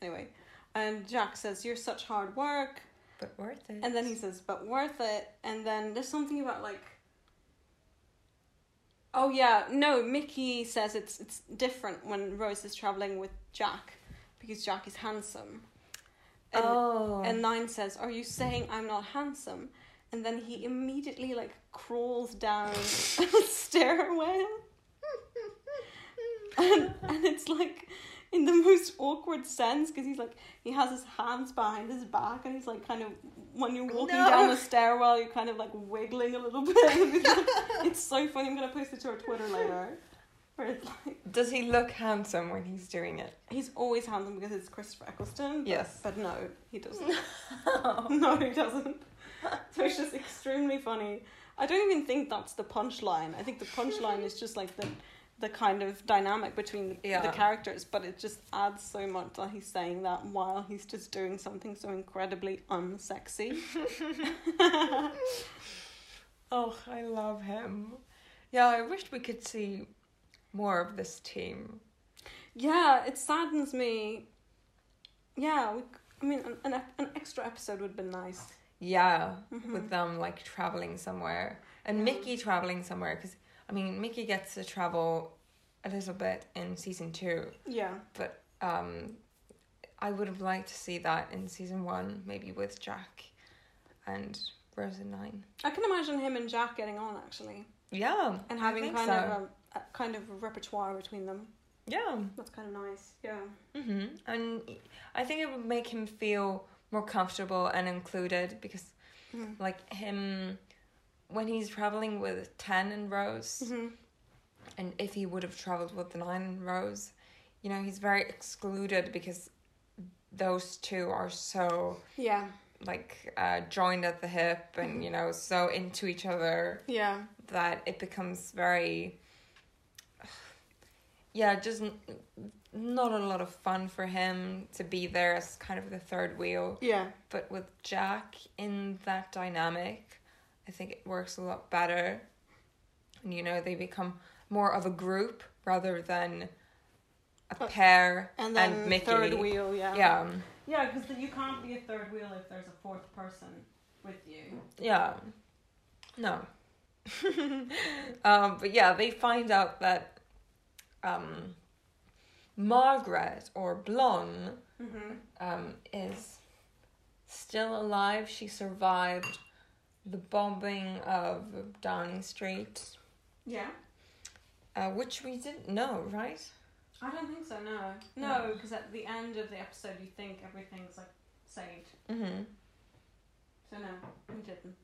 [SPEAKER 1] Anyway, and Jack says, "You're such hard work."
[SPEAKER 2] But worth it.
[SPEAKER 1] And then he says, but worth it. And then there's something about like, oh yeah, no, Mickey says it's it's different when Rose is traveling with Jack because Jack is handsome. And,
[SPEAKER 2] oh,
[SPEAKER 1] and Nine says, are you saying I'm not handsome? And then he immediately like crawls down a stairwell. And, and it's like in the most awkward sense because he's like he has his hands behind his back and he's like kind of when you're walking
[SPEAKER 2] No.
[SPEAKER 1] down the stairwell you're kind of like wiggling a little bit. it's so funny. I'm gonna post it to our Twitter later. Where it's like
[SPEAKER 2] does he look handsome when he's doing it?
[SPEAKER 1] he's always handsome because it's Christopher Eccleston. but-
[SPEAKER 2] Yes.
[SPEAKER 1] but no, he doesn't. no, he doesn't. So it's just extremely funny. I don't even think that's the punchline. I think the punchline is just like the the kind of dynamic between the,
[SPEAKER 2] Yeah.
[SPEAKER 1] the characters, but it just adds so much that he's saying that while he's just doing something so incredibly unsexy.
[SPEAKER 2] Oh, I love him. Yeah, I wished we could see more of this team.
[SPEAKER 1] Yeah, it saddens me yeah, we, c- I mean, an, an, ep- an extra episode would have been nice.
[SPEAKER 2] Yeah,
[SPEAKER 1] Mhm.
[SPEAKER 2] with them like traveling somewhere and
[SPEAKER 1] Yeah.
[SPEAKER 2] Mickey traveling somewhere because I mean Mickey gets to travel a little bit in season two.
[SPEAKER 1] Yeah,
[SPEAKER 2] Um, I would have liked to see that in season one, maybe with Jack and Rosa Nine.
[SPEAKER 1] I can imagine him and Jack getting on actually,
[SPEAKER 2] Yeah,
[SPEAKER 1] and
[SPEAKER 2] I
[SPEAKER 1] having
[SPEAKER 2] think
[SPEAKER 1] kind
[SPEAKER 2] so.
[SPEAKER 1] of a, a kind of a repertoire between them.
[SPEAKER 2] yeah.
[SPEAKER 1] That's kind of nice. Yeah.
[SPEAKER 2] hmm And I think it would make him feel more comfortable and included because,
[SPEAKER 1] Mhm.
[SPEAKER 2] like, him when he's traveling with Ten and Rose,
[SPEAKER 1] Mhm.
[SPEAKER 2] and if he would have traveled with the Nine and Rose, you know, he's very excluded because those two are so
[SPEAKER 1] Yeah.
[SPEAKER 2] like uh, joined at the hip and you know so into each other
[SPEAKER 1] Yeah.
[SPEAKER 2] that it becomes very yeah just n- not a lot of fun for him to be there as kind of the third wheel
[SPEAKER 1] Yeah.
[SPEAKER 2] but with jack in that dynamic i think it works a lot better and you know they become more of a group rather than a
[SPEAKER 1] Uh,
[SPEAKER 2] pair
[SPEAKER 1] And then
[SPEAKER 2] Mickey.
[SPEAKER 1] third wheel. Yeah.
[SPEAKER 2] yeah
[SPEAKER 1] Yeah, because you can't be a third wheel if there's a fourth person with you.
[SPEAKER 2] Yeah. No. um, but yeah, they find out that um, Margaret or Blonde
[SPEAKER 1] Mm-hmm.
[SPEAKER 2] um, is still alive. She survived the bombing of Downing Street,
[SPEAKER 1] Yeah.
[SPEAKER 2] uh, which we didn't know, right?
[SPEAKER 1] I don't think so. No. No, because at the end of the episode, you think everything's like saved.
[SPEAKER 2] Mm-hmm.
[SPEAKER 1] So no, we didn't.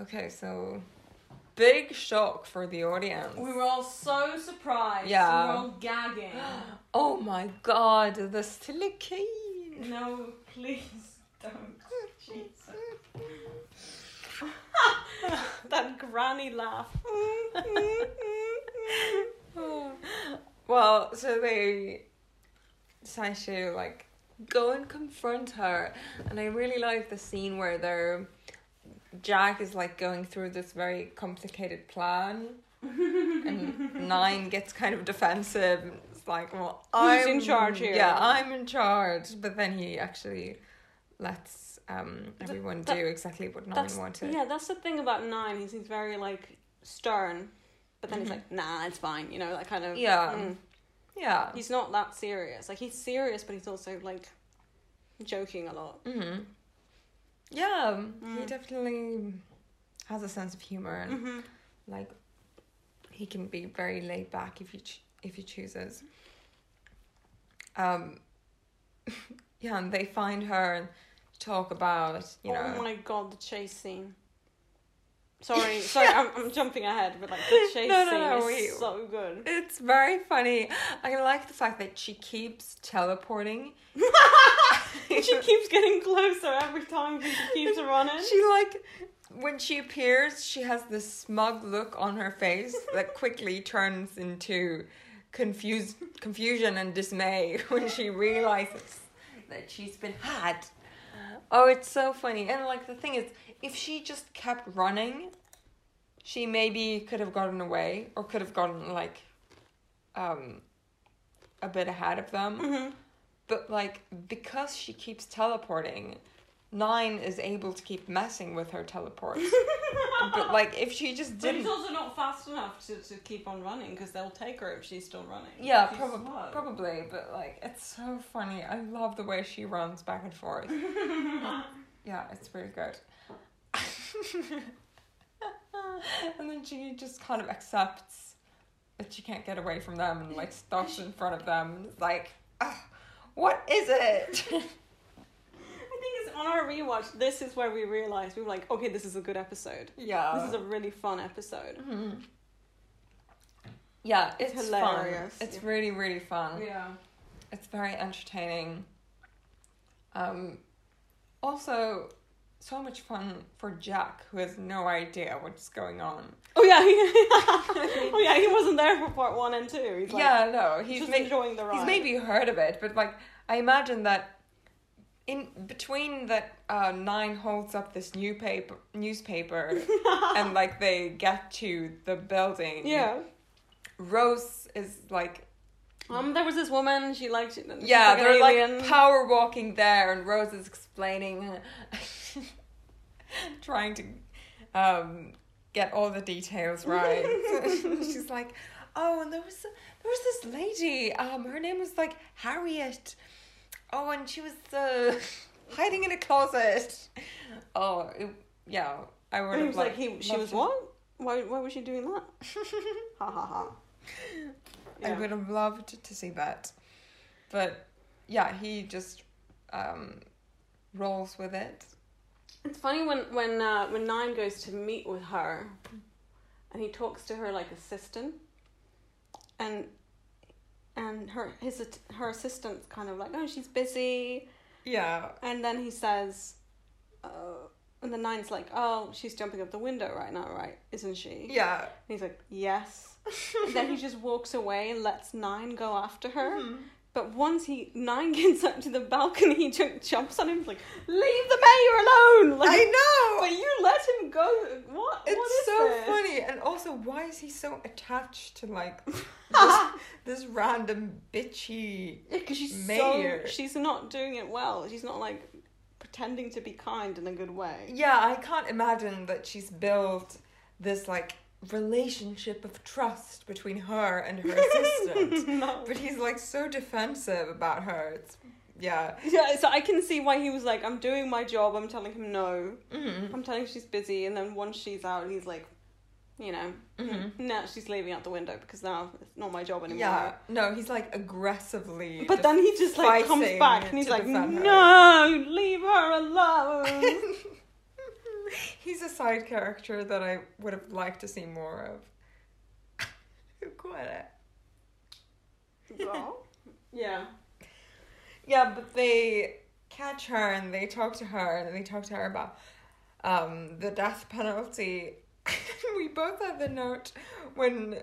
[SPEAKER 2] Okay, so big shock for the audience.
[SPEAKER 1] We were all so surprised.
[SPEAKER 2] Yeah.
[SPEAKER 1] We were all gagging.
[SPEAKER 2] oh my god, the silicone!
[SPEAKER 1] no, please don't. Jesus. that granny laugh. Mm-hmm. Oh.
[SPEAKER 2] well, so they decide to like go and confront her, and I really like the scene where they're Jack is like going through this very complicated plan, and Nine gets kind of defensive. and It's like, well, I'm
[SPEAKER 1] Who's in charge here?
[SPEAKER 2] Yeah, I'm in charge, but then he actually lets um
[SPEAKER 1] Th-
[SPEAKER 2] everyone
[SPEAKER 1] that-
[SPEAKER 2] do exactly what Nine
[SPEAKER 1] that's-
[SPEAKER 2] wanted.
[SPEAKER 1] Yeah, that's the thing about Nine. He's, he's very like stern, but then he's
[SPEAKER 2] Mhm.
[SPEAKER 1] like, nah, it's fine. You know, that kind of.
[SPEAKER 2] Yeah.
[SPEAKER 1] mm.
[SPEAKER 2] yeah.
[SPEAKER 1] He's not that serious. Like he's serious, but he's also like joking a lot.
[SPEAKER 2] hmm Yeah, he
[SPEAKER 1] Mm.
[SPEAKER 2] definitely has a sense of humor and
[SPEAKER 1] Mm-hmm.
[SPEAKER 2] like he can be very laid back if you ch- if he chooses. Um, yeah, and they find her and talk about you know
[SPEAKER 1] Oh my god, the chase scene. Sorry, sorry, I'm, I'm jumping ahead, but like the chase
[SPEAKER 2] No, no,
[SPEAKER 1] scene
[SPEAKER 2] no,
[SPEAKER 1] is
[SPEAKER 2] we-
[SPEAKER 1] so good.
[SPEAKER 2] it's very funny. I like the fact that she keeps teleporting.
[SPEAKER 1] she keeps getting closer every time she keeps running.
[SPEAKER 2] She like when she appears, she has this smug look on her face that quickly turns into confused confusion and dismay when she realizes that she's been had. Oh, it's so funny. And like the thing is, if she just kept running, she maybe could have gotten away or could have gotten like um a bit ahead of them.
[SPEAKER 1] hmm
[SPEAKER 2] But like because she keeps teleporting, Nine is able to keep messing with her teleports. but like if she just
[SPEAKER 1] But he's
[SPEAKER 2] didn't,
[SPEAKER 1] also not fast enough to, to keep on running because they'll take her if she's still running.
[SPEAKER 2] yeah,
[SPEAKER 1] She's
[SPEAKER 2] probably,
[SPEAKER 1] slow.
[SPEAKER 2] probably. But like it's so funny. I love the way she runs back and forth. yeah, it's really good. and then she just kind of accepts that she can't get away from them and like stops in front of them and is like, "Ugh, what is it?
[SPEAKER 1] I think it's on our rewatch. This is where we realized we were like, okay, this is a good episode.
[SPEAKER 2] yeah.
[SPEAKER 1] This is a really fun episode.
[SPEAKER 2] Mhm. Yeah, it's
[SPEAKER 1] Hilarious.
[SPEAKER 2] fun. It's
[SPEAKER 1] Yeah.
[SPEAKER 2] really, really fun.
[SPEAKER 1] Yeah.
[SPEAKER 2] It's very entertaining. Um, also, so much fun for Jack, who has no idea what's going on.
[SPEAKER 1] Oh yeah. He, oh yeah. He wasn't there for part one and two. He's like,
[SPEAKER 2] yeah, no,
[SPEAKER 1] He's
[SPEAKER 2] he's
[SPEAKER 1] just
[SPEAKER 2] ma-
[SPEAKER 1] enjoying the ride.
[SPEAKER 2] he's maybe heard of it, but like I imagine that in between that uh, nine holds up this new paper newspaper, and like they get to the building.
[SPEAKER 1] Yeah.
[SPEAKER 2] Rose is like
[SPEAKER 1] Um, there was this woman. She liked. She,
[SPEAKER 2] yeah,
[SPEAKER 1] like an
[SPEAKER 2] they're
[SPEAKER 1] alien.
[SPEAKER 2] like power walking there, and Rose is explaining, trying to um, get all the details right. She's like, oh, and there was there was this lady. Um, her name was like Harriet. Oh, and she was uh, hiding in a closet. Oh, it, yeah, I would
[SPEAKER 1] And he
[SPEAKER 2] have
[SPEAKER 1] was like,
[SPEAKER 2] like
[SPEAKER 1] he, she
[SPEAKER 2] loved
[SPEAKER 1] was
[SPEAKER 2] to-
[SPEAKER 1] what? Why, why was she doing that? ha ha ha.
[SPEAKER 2] I would have loved to see that. But yeah, he just um, rolls with it.
[SPEAKER 1] It's funny when when uh, when Nine goes to meet with her, and he talks to her like assistant, and and her his at- her assistant's kind of like oh she's busy,
[SPEAKER 2] Yeah.
[SPEAKER 1] and then he says, uh, and the Nine's like oh she's jumping up the window right now right isn't she?
[SPEAKER 2] Yeah.
[SPEAKER 1] And he's like yes, and then he just walks away and lets Nine go after her.
[SPEAKER 2] Mm-hmm.
[SPEAKER 1] But once he Nine gets up to the balcony, he ju- jumps on him like leave the mayor alone. Like,
[SPEAKER 2] I know!
[SPEAKER 1] but Oh, you let him go. What? what is
[SPEAKER 2] It's so
[SPEAKER 1] this?
[SPEAKER 2] funny. And also, why is he so attached to like this, this random bitchy.
[SPEAKER 1] Yeah, because she's
[SPEAKER 2] Mayor.
[SPEAKER 1] so she's not doing it well. She's not like pretending to be kind in a good way.
[SPEAKER 2] Yeah, I can't imagine that she's built this like relationship of trust between her and her assistant.
[SPEAKER 1] no.
[SPEAKER 2] but he's like so defensive about her. It's. Yeah.
[SPEAKER 1] Yeah, so I can see why he was like, "I'm doing my job. I'm telling him no.
[SPEAKER 2] Mm.
[SPEAKER 1] I'm telling she's busy." And then once she's out, he's like, "You know,
[SPEAKER 2] Mhm.
[SPEAKER 1] now she's leaving out the window because now it's not my job anymore."
[SPEAKER 2] Yeah, no, he's like aggressively.
[SPEAKER 1] But then he just like comes
[SPEAKER 2] fighting
[SPEAKER 1] back and he's
[SPEAKER 2] to
[SPEAKER 1] like,
[SPEAKER 2] defend her.
[SPEAKER 1] "No, leave her alone."
[SPEAKER 2] he's a side character that I would have liked to see more of. Quite a-
[SPEAKER 1] So, yeah.
[SPEAKER 2] yeah, but they catch her and they talk to her and they talk to her about um, the death penalty. we both have the note when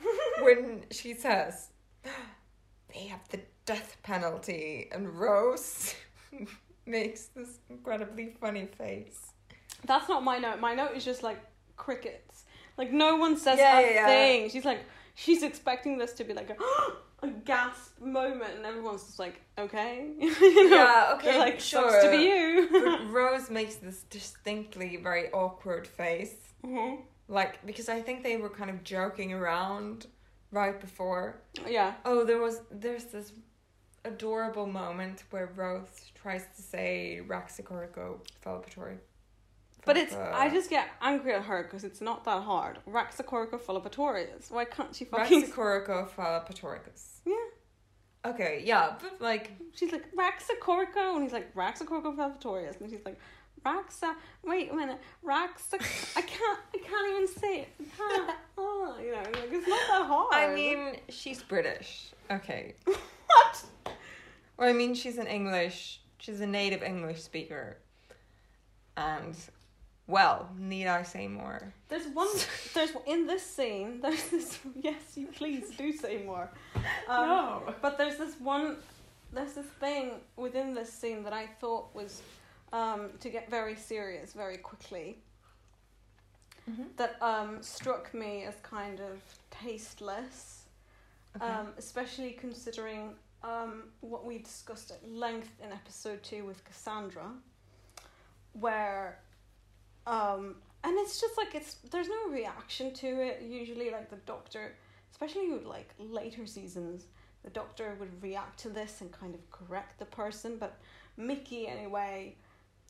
[SPEAKER 2] when she says they have the death penalty and Rose makes this incredibly funny face.
[SPEAKER 1] That's not my note. My note is just like crickets. Like no one says
[SPEAKER 2] Yeah,
[SPEAKER 1] a
[SPEAKER 2] yeah, yeah.
[SPEAKER 1] thing. She's like she's expecting this to be like a, a gasp moment, and everyone's just like, okay, You know?
[SPEAKER 2] Yeah,
[SPEAKER 1] They're
[SPEAKER 2] okay,
[SPEAKER 1] like
[SPEAKER 2] sure.
[SPEAKER 1] sucks to be you.
[SPEAKER 2] but Rose makes this distinctly very awkward face.
[SPEAKER 1] Mhm.
[SPEAKER 2] Like, because I think they were kind of joking around right before.
[SPEAKER 1] Yeah,
[SPEAKER 2] Oh, there was, there's this adorable moment where Rose tries to say Raxicorico Falpatory.
[SPEAKER 1] but it's
[SPEAKER 2] Uh.
[SPEAKER 1] I just get angry at her because it's not that hard. Raxacorica philippatorius. Why can't she fucking?
[SPEAKER 2] Raxicorico Falpatoricus.
[SPEAKER 1] yeah,
[SPEAKER 2] Okay, yeah, but like,
[SPEAKER 1] she's like Raxacorico, and he's like Raxacorico philippatorius, and she's like. Raxa, wait a minute, Raxa, I can't, I can't even say it. I can't. Oh, you know, like it's not that hard.
[SPEAKER 2] I mean, she's British. Okay.
[SPEAKER 1] what?
[SPEAKER 2] Or I mean, she's an English, she's a native English speaker. And, well, need I say more?
[SPEAKER 1] There's one. There's in this scene. There's this. Yes, you please do say more. Um,
[SPEAKER 2] No.
[SPEAKER 1] But there's this one. There's this thing within this scene that I thought was um, to get very serious very quickly.
[SPEAKER 2] Mhm.
[SPEAKER 1] That um, struck me as kind of tasteless, um, especially considering um, what we discussed at length in episode two with Cassandra, where um, and it's just like it's there's no reaction to it usually like the doctor especially with like later seasons the doctor would react to this and kind of correct the person but mickey anyway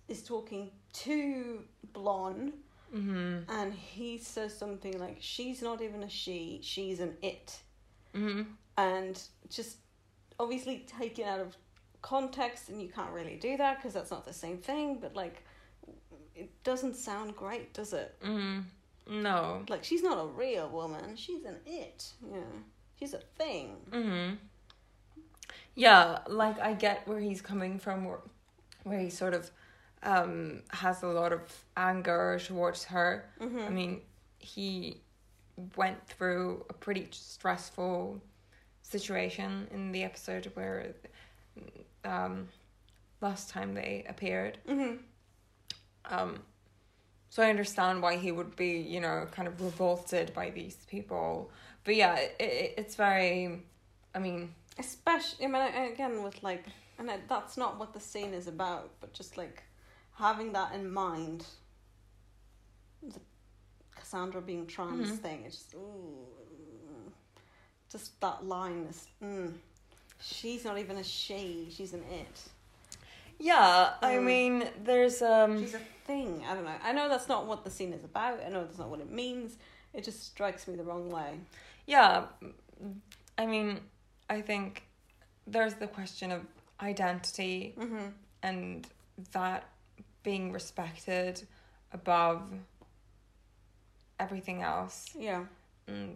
[SPEAKER 1] is talking to blonde
[SPEAKER 2] Mm
[SPEAKER 1] and he says something like she's not even a she she's an it
[SPEAKER 2] hmm. Mm hmm.
[SPEAKER 1] and just obviously taken out of context and you can't really do that because that's not the same thing but like it doesn't sound great does it
[SPEAKER 2] Mm No.
[SPEAKER 1] like she's not a real woman she's an it yeah she's a thing
[SPEAKER 2] Mm hmm. Yeah, like I get where he's coming from, where, where he sort of um, has a lot of anger towards her.
[SPEAKER 1] Mm-hmm.
[SPEAKER 2] I mean, he went through a pretty stressful situation in the episode where um, last time they appeared.
[SPEAKER 1] mm-hmm.
[SPEAKER 2] Um, so I understand why he would be, you know, kind of revolted by these people. But yeah, it, it, it's very I mean,
[SPEAKER 1] Especially, I mean, I- again, with like, and I- that's not what the scene is about, but just like having that in mind, the Cassandra being trans
[SPEAKER 2] Mhm.
[SPEAKER 1] thing, it's just, ooh, just that line is, mm, she's not even a she, she's an it.
[SPEAKER 2] yeah, I
[SPEAKER 1] Mm.
[SPEAKER 2] mean, there's um,
[SPEAKER 1] She's a thing. I don't know. I know that's not what the scene is about, I know that's not what it means. It just strikes me the wrong way.
[SPEAKER 2] yeah, I mean, I think there's the question of identity
[SPEAKER 1] Mm-hmm.
[SPEAKER 2] and that being respected above everything else.
[SPEAKER 1] Yeah.
[SPEAKER 2] Mm,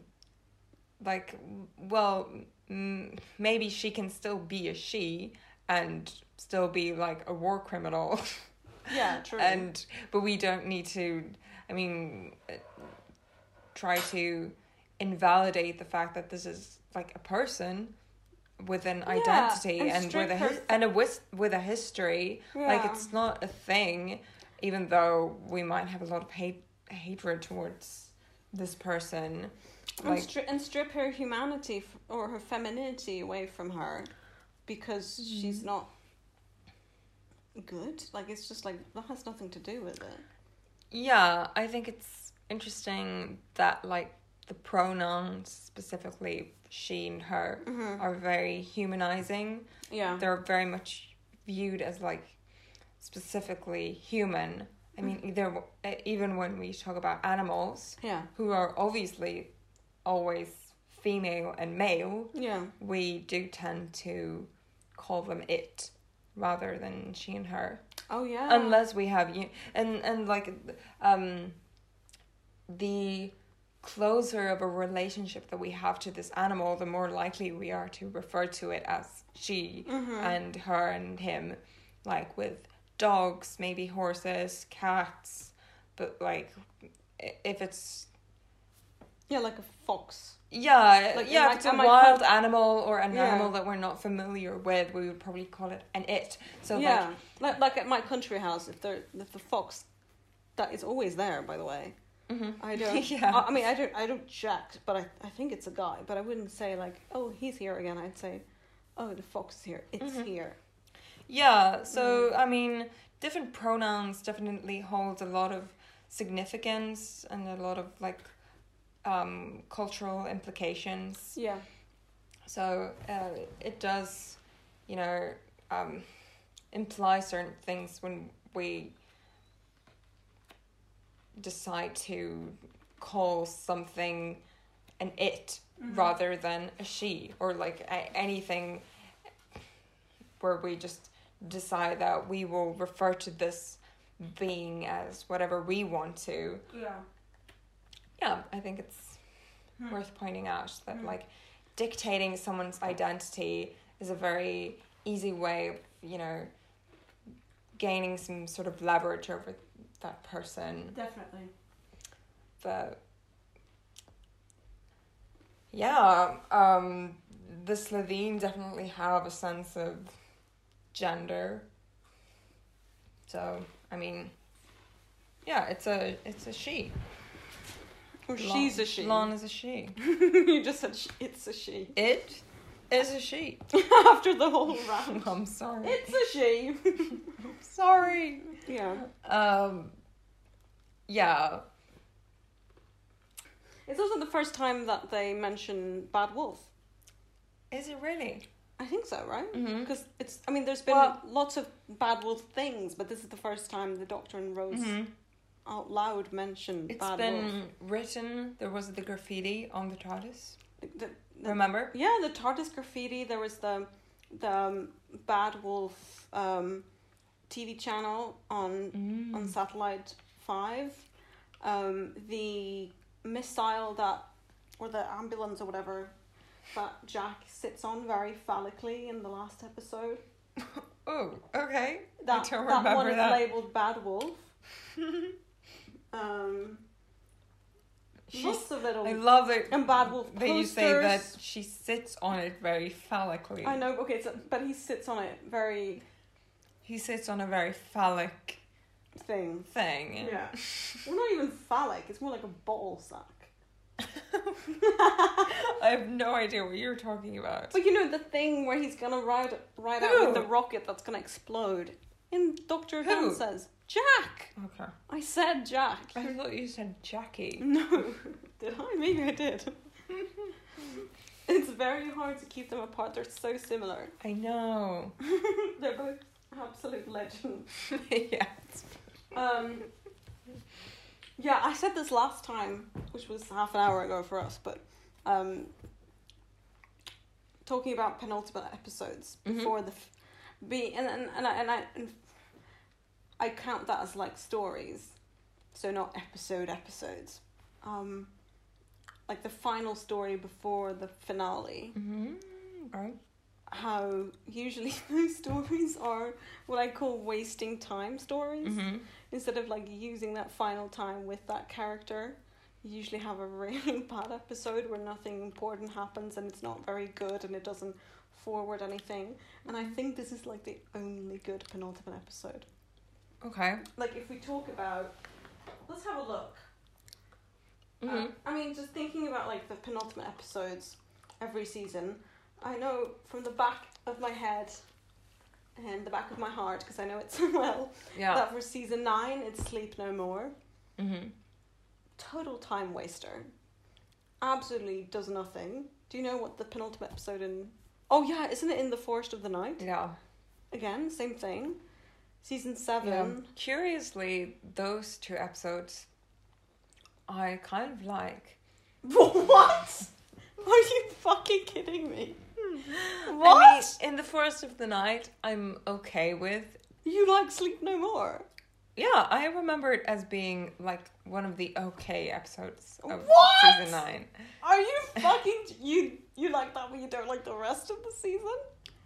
[SPEAKER 2] like, well, m- maybe she can still be a she and still be like a war criminal.
[SPEAKER 1] Yeah, true.
[SPEAKER 2] and but we don't need to i mean uh, try to invalidate the fact that this is like a person with an
[SPEAKER 1] Yeah,
[SPEAKER 2] identity
[SPEAKER 1] and
[SPEAKER 2] and, with
[SPEAKER 1] strip
[SPEAKER 2] a his-
[SPEAKER 1] her-
[SPEAKER 2] and a wis- with a history like
[SPEAKER 1] Yeah.
[SPEAKER 2] it's not a thing even though we might have a lot of hate hatred towards this person
[SPEAKER 1] and,
[SPEAKER 2] like
[SPEAKER 1] stri- and strip her humanity f- or her femininity away from her because
[SPEAKER 2] Mm-hmm.
[SPEAKER 1] she's not good like it's just like that has nothing to do with it
[SPEAKER 2] yeah i think it's interesting that like the pronouns specifically she and her
[SPEAKER 1] mm-hmm.
[SPEAKER 2] are very humanizing
[SPEAKER 1] yeah
[SPEAKER 2] they're very much viewed as like specifically human. I mean,
[SPEAKER 1] Mm-hmm.
[SPEAKER 2] either eh, even when we talk about animals,
[SPEAKER 1] yeah
[SPEAKER 2] who are obviously always female and male,
[SPEAKER 1] yeah
[SPEAKER 2] we do tend to call them it rather than she and her,
[SPEAKER 1] oh yeah
[SPEAKER 2] unless we have you and and like um the closer of a relationship that we have to this animal, the more likely we are to refer to it as she
[SPEAKER 1] hmm
[SPEAKER 2] and her and him, like with dogs, maybe horses, cats, but like i- if it's
[SPEAKER 1] yeah like a fox
[SPEAKER 2] yeah,
[SPEAKER 1] Like,
[SPEAKER 2] yeah,
[SPEAKER 1] am I-
[SPEAKER 2] if it's a
[SPEAKER 1] am I
[SPEAKER 2] wild animal or an
[SPEAKER 1] Yeah.
[SPEAKER 2] animal that we're not familiar with, we would probably call it an it. So
[SPEAKER 1] yeah like, like at my country house if there if the fox that is always there by the way
[SPEAKER 2] like, hmm
[SPEAKER 1] I don't.
[SPEAKER 2] Yeah.
[SPEAKER 1] I, I mean, I don't. I don't jack, but I, I think it's a guy. But I wouldn't say like, oh, he's here again. I'd say, oh, the fox is here. It's
[SPEAKER 2] Mhm.
[SPEAKER 1] here.
[SPEAKER 2] yeah. So
[SPEAKER 1] Mm-hmm.
[SPEAKER 2] I mean, different pronouns definitely hold a lot of significance and a lot of like um, cultural implications.
[SPEAKER 1] Yeah.
[SPEAKER 2] So uh, it does, you know, um, imply certain things when we decide to call something an it rather than a she or like a- anything where we just decide that we will refer to this being as whatever we want to.
[SPEAKER 1] Yeah.
[SPEAKER 2] Yeah, I think it's
[SPEAKER 1] Hmm.
[SPEAKER 2] worth pointing out that
[SPEAKER 1] Hmm.
[SPEAKER 2] like dictating someone's identity is a very easy way of, you know, gaining some sort of leverage over that person.
[SPEAKER 1] Definitely.
[SPEAKER 2] But yeah, um the Slovene definitely have a sense of gender. So, I mean, yeah, it's a it's a she.
[SPEAKER 1] Or
[SPEAKER 2] Lon-
[SPEAKER 1] she's a she.
[SPEAKER 2] Lon is a she.
[SPEAKER 1] you just said she, it's a she.
[SPEAKER 2] It is a she.
[SPEAKER 1] After the whole round.
[SPEAKER 2] I'm sorry.
[SPEAKER 1] It's a she.
[SPEAKER 2] sorry.
[SPEAKER 1] yeah.
[SPEAKER 2] Um. Yeah.
[SPEAKER 1] It's also the first time that they mention Bad Wolf.
[SPEAKER 2] Is it really?
[SPEAKER 1] I think so, right?
[SPEAKER 2] Mm-hmm.
[SPEAKER 1] Because it's, I mean, there's been
[SPEAKER 2] Well-
[SPEAKER 1] lots of Bad Wolf things, but this is the first time the Doctor and Rose out loud mentioned
[SPEAKER 2] Mm-hmm. It's
[SPEAKER 1] Mm-hmm. Bad
[SPEAKER 2] been
[SPEAKER 1] Wolf.
[SPEAKER 2] written. There was the graffiti on the TARDIS.
[SPEAKER 1] The- the-
[SPEAKER 2] Remember?
[SPEAKER 1] yeah, the TARDIS graffiti, there was the, the um, Bad Wolf um, TV channel on
[SPEAKER 2] Mm.
[SPEAKER 1] on satellite 5 um, the missile that or the ambulance or whatever that jack sits on very phallically in the last episode
[SPEAKER 2] Oh, okay.
[SPEAKER 1] that,
[SPEAKER 2] don't
[SPEAKER 1] that one
[SPEAKER 2] remember
[SPEAKER 1] is
[SPEAKER 2] that.
[SPEAKER 1] labeled bad wolf um,
[SPEAKER 2] She's,
[SPEAKER 1] lots of little
[SPEAKER 2] I love it
[SPEAKER 1] and bad wolf
[SPEAKER 2] that you say that
[SPEAKER 1] posters.
[SPEAKER 2] she sits on it very phallically.
[SPEAKER 1] i know okay so, but he sits on it very
[SPEAKER 2] He sits on a very phallic
[SPEAKER 1] thing
[SPEAKER 2] thing.
[SPEAKER 1] well not even phallic it's more like a ball sack
[SPEAKER 2] I have no idea what you're talking about.
[SPEAKER 1] But you know the thing where he's gonna ride ride out
[SPEAKER 2] Who?
[SPEAKER 1] with the rocket that's gonna explode. In Doctor
[SPEAKER 2] Who?
[SPEAKER 1] Who says Jack.
[SPEAKER 2] Okay.
[SPEAKER 1] I said Jack.
[SPEAKER 2] I thought you said Jackie.
[SPEAKER 1] No, did I? Maybe I did. it's very hard to keep them apart. They're so similar.
[SPEAKER 2] I know.
[SPEAKER 1] They're both absolute legends.
[SPEAKER 2] yeah.
[SPEAKER 1] Um, yeah, I said this last time, which was half an hour ago for us, but um, talking about penultimate episodes
[SPEAKER 2] Mhm.
[SPEAKER 1] before the f- be and and and I and I, and I count that as like stories, so not episode episodes. Um, like the final story before the finale
[SPEAKER 2] Mm-hmm. Right.
[SPEAKER 1] how usually those stories are what I call wasting time stories.
[SPEAKER 2] Mm-hmm.
[SPEAKER 1] Instead of like using that final time with that character, you usually have a really bad episode where nothing important happens and it's not very good and it doesn't forward anything. And
[SPEAKER 2] Mm-hmm.
[SPEAKER 1] I think this is like the only good penultimate episode.
[SPEAKER 2] Okay.
[SPEAKER 1] Like if we talk about, let's have a look.
[SPEAKER 2] Mm-hmm.
[SPEAKER 1] Uh, I mean, just thinking about like the penultimate episodes every season, I know from the back of my head and the back of my heart because I know it so well
[SPEAKER 2] yeah.
[SPEAKER 1] that for season nine it's Sleep No More.
[SPEAKER 2] Mm-hmm.
[SPEAKER 1] Total time waster. Absolutely does nothing. Do you know what the penultimate episode in? Oh yeah, isn't it in the Forest of the Night?
[SPEAKER 2] Yeah.
[SPEAKER 1] Again, same thing. Season
[SPEAKER 2] Yeah.
[SPEAKER 1] seven.
[SPEAKER 2] Curiously, those two episodes, I kind of like.
[SPEAKER 1] What? Are you fucking kidding me? What?
[SPEAKER 2] I mean, in the Forest of the Night, I'm okay with.
[SPEAKER 1] you like Sleep No More?
[SPEAKER 2] Yeah, I remember it as being like one of the okay episodes of
[SPEAKER 1] What?
[SPEAKER 2] season nine.
[SPEAKER 1] Are you fucking you? You like that, but you don't like the rest of the season?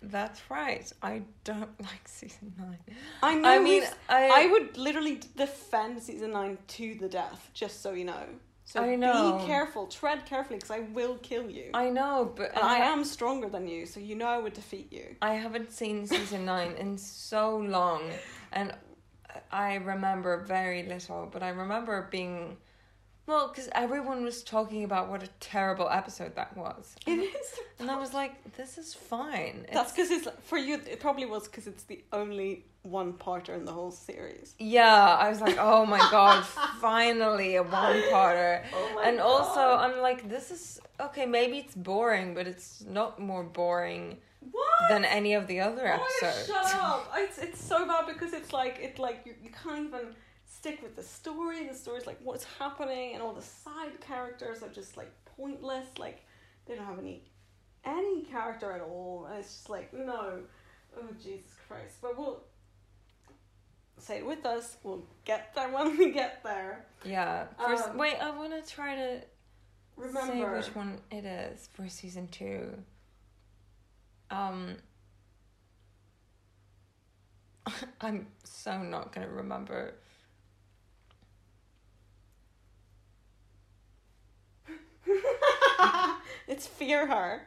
[SPEAKER 2] That's right. I don't like season nine.
[SPEAKER 1] I know.
[SPEAKER 2] I mean,
[SPEAKER 1] we've- I
[SPEAKER 2] I,
[SPEAKER 1] would literally defend season nine to the death, just so you know. So
[SPEAKER 2] I know.
[SPEAKER 1] be careful, tread carefully, because I will kill you,
[SPEAKER 2] I know, but
[SPEAKER 1] and I am stronger than you, so you know I would defeat you.
[SPEAKER 2] I haven't seen season nine in so long, and I remember very little. But I remember being, well, because everyone was talking about what a terrible episode that was,
[SPEAKER 1] It is.
[SPEAKER 2] and I was like, "This is fine."
[SPEAKER 1] That's because it's like- for you. It probably was because it's the only one parter in the whole series.
[SPEAKER 2] yeah, I was like, "Oh my god, finally a one-parter."
[SPEAKER 1] Oh
[SPEAKER 2] and also, I'm like, "This is okay. Maybe it's boring, but it's not more boring
[SPEAKER 1] what?
[SPEAKER 2] than any of the other
[SPEAKER 1] Oh my God,
[SPEAKER 2] episodes."
[SPEAKER 1] shut up! It's it's so bad because it's like it like you, you can't even stick with the story. The story's like what's happening, and all the side characters are just like pointless. Like they don't have any any character at all, and it's just like no, oh Jesus Christ! But we'll say it with us. We'll get there when we get there.
[SPEAKER 2] Yeah. First,
[SPEAKER 1] Um,
[SPEAKER 2] wait, I want to try to
[SPEAKER 1] Remember,
[SPEAKER 2] Say which one it is for season two. Um, I'm so not gonna remember.
[SPEAKER 1] it's fear her.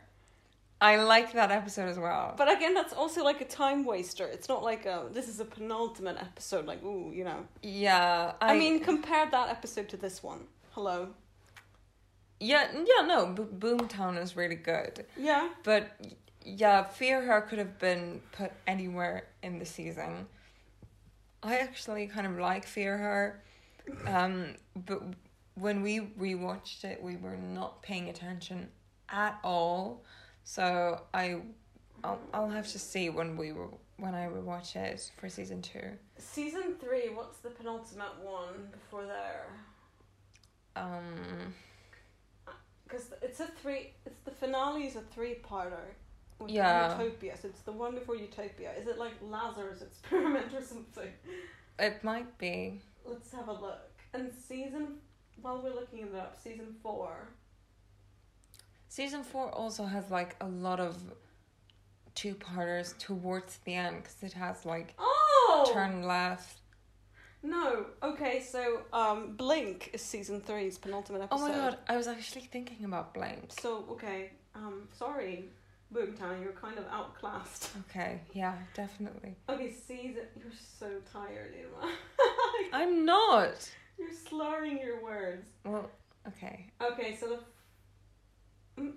[SPEAKER 2] I like that episode as well.
[SPEAKER 1] But again, that's also like a time waster. It's not like a this is a penultimate episode. Like ooh, you know.
[SPEAKER 2] yeah, I,
[SPEAKER 1] I, mean, compare that episode to this one. Hello.
[SPEAKER 2] yeah, yeah, no, B- Boomtown is really good,
[SPEAKER 1] Yeah.
[SPEAKER 2] but y- yeah, Fear Her could have been put anywhere in the season. I actually kind of like Fear Her, um, but when we rewatched it, we were not paying attention at all. So I, I'll, I'll have to see when we were when I rewatch it for season two.
[SPEAKER 1] Season three. What's the penultimate one before there?
[SPEAKER 2] Um,
[SPEAKER 1] Because it's a three. It's the finale is a three-parter. With
[SPEAKER 2] Yeah.
[SPEAKER 1] Utopia. So it's the one before Utopia. Is it like Lazarus Experiment or something?
[SPEAKER 2] it might be.
[SPEAKER 1] Let's have a look. And season. While we're looking it up, season four.
[SPEAKER 2] Season four also has like a lot of two parters towards the end because it has like
[SPEAKER 1] Oh.
[SPEAKER 2] turn left.
[SPEAKER 1] No. Okay. So um, Blink is season three's penultimate
[SPEAKER 2] Oh
[SPEAKER 1] episode.
[SPEAKER 2] my god, I was actually thinking about Blink.
[SPEAKER 1] So okay, um, sorry, Boomtown, you're kind of outclassed.
[SPEAKER 2] Okay, yeah, definitely.
[SPEAKER 1] Okay, season, you're so tired, Irma.
[SPEAKER 2] I'm not.
[SPEAKER 1] you're slurring your words.
[SPEAKER 2] Well, okay.
[SPEAKER 1] Okay, so the mm,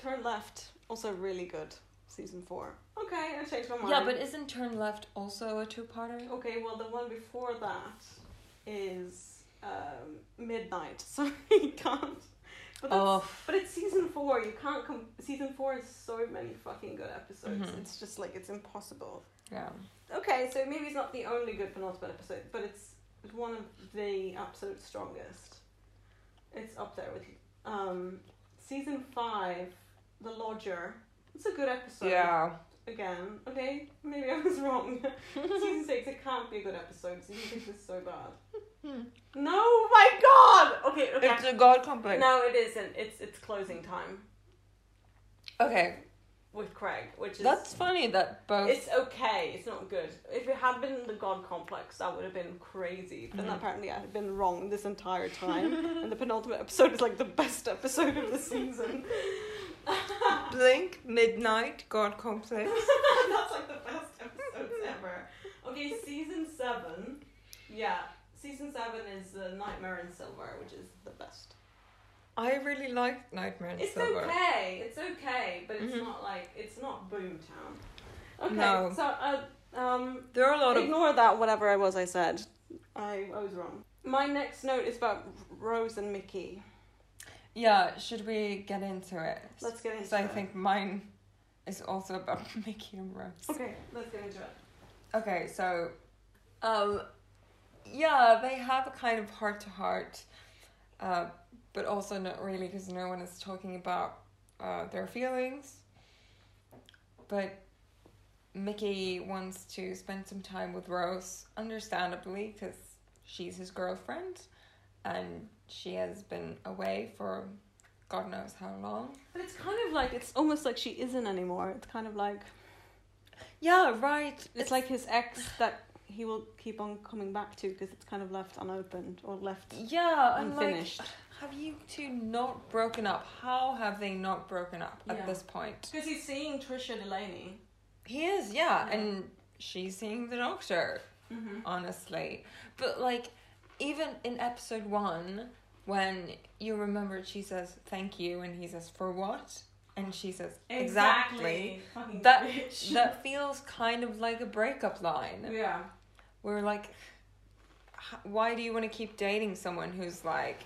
[SPEAKER 1] Turn Left also really good. Season four. Okay, I changed my mind.
[SPEAKER 2] Yeah, but isn't Turn Left also a two-parter?
[SPEAKER 1] okay. Well, the one before that is um, Midnight, so you can't. But that's
[SPEAKER 2] Oh,
[SPEAKER 1] But it's season four. You can't come. Season four is so many fucking good episodes.
[SPEAKER 2] Mhm.
[SPEAKER 1] It's just like it's impossible.
[SPEAKER 2] yeah.
[SPEAKER 1] Okay, so maybe it's not the only good penultimate episode, but it's it's one of the absolute strongest. It's up there with um, season five, The Lodger. It's a good episode.
[SPEAKER 2] yeah.
[SPEAKER 1] Again, okay, maybe I was wrong. season six, it can't be a good episode. Season six is so bad.
[SPEAKER 2] hmm,
[SPEAKER 1] No, my God. Okay, okay.
[SPEAKER 2] It's a god complex.
[SPEAKER 1] no, it isn't. It's it's closing time
[SPEAKER 2] Okay,
[SPEAKER 1] with Craig, which is
[SPEAKER 2] that's funny that both.
[SPEAKER 1] it's okay. It's not good. If it had been the God complex, that would have been crazy. Mm-hmm. But then
[SPEAKER 2] Mhm.
[SPEAKER 1] apparently, I had been wrong this entire time, and the penultimate episode is like the best episode of the season.
[SPEAKER 2] Blink, Midnight, God Complex.
[SPEAKER 1] That's like the best episodes ever. Okay, season seven. Yeah, season seven is uh, Nightmare in Silver, which is the best.
[SPEAKER 2] I really like Nightmare in
[SPEAKER 1] It's
[SPEAKER 2] Silver.
[SPEAKER 1] okay. It's okay, but it's
[SPEAKER 2] Mhm.
[SPEAKER 1] not like it's not Boomtown. Okay,
[SPEAKER 2] No.
[SPEAKER 1] so uh, um,
[SPEAKER 2] There are a lot of.
[SPEAKER 1] Ignore that, whatever it was I said. I, I was wrong. My next note is about Rose and Mickey.
[SPEAKER 2] Yeah, should we get into it?
[SPEAKER 1] Let's get into
[SPEAKER 2] So I
[SPEAKER 1] it.
[SPEAKER 2] think mine is also about Mickey and Rose.
[SPEAKER 1] Okay, let's get into it.
[SPEAKER 2] Okay, so, um, yeah, they have a kind of heart to heart, uh, but also not really because no one is talking about uh, their feelings. But Mickey wants to spend some time with Rose, understandably, because she's his girlfriend, and she has been away for God knows how long.
[SPEAKER 1] But it's kind of like, it's almost like she isn't anymore. It's kind of like,
[SPEAKER 2] Yeah, right.
[SPEAKER 1] it's like his ex that he will keep on coming back to because it's kind of left unopened or left
[SPEAKER 2] yeah, I'm like,
[SPEAKER 1] unfinished.
[SPEAKER 2] Have you two not broken up? How have they not broken up
[SPEAKER 1] Yeah.
[SPEAKER 2] at this point?
[SPEAKER 1] Because he's seeing Trisha Delaney.
[SPEAKER 2] He is, yeah,
[SPEAKER 1] Yeah.
[SPEAKER 2] and she's seeing the doctor,
[SPEAKER 1] Mm-hmm.
[SPEAKER 2] honestly. But like, even in episode one, when you remember she says thank you, and he says for what, and she says exactly.
[SPEAKER 1] Fucking
[SPEAKER 2] That-
[SPEAKER 1] bitch.
[SPEAKER 2] That feels kind of like a breakup line.
[SPEAKER 1] yeah.
[SPEAKER 2] We're like, h- why do you want to keep dating someone who's like,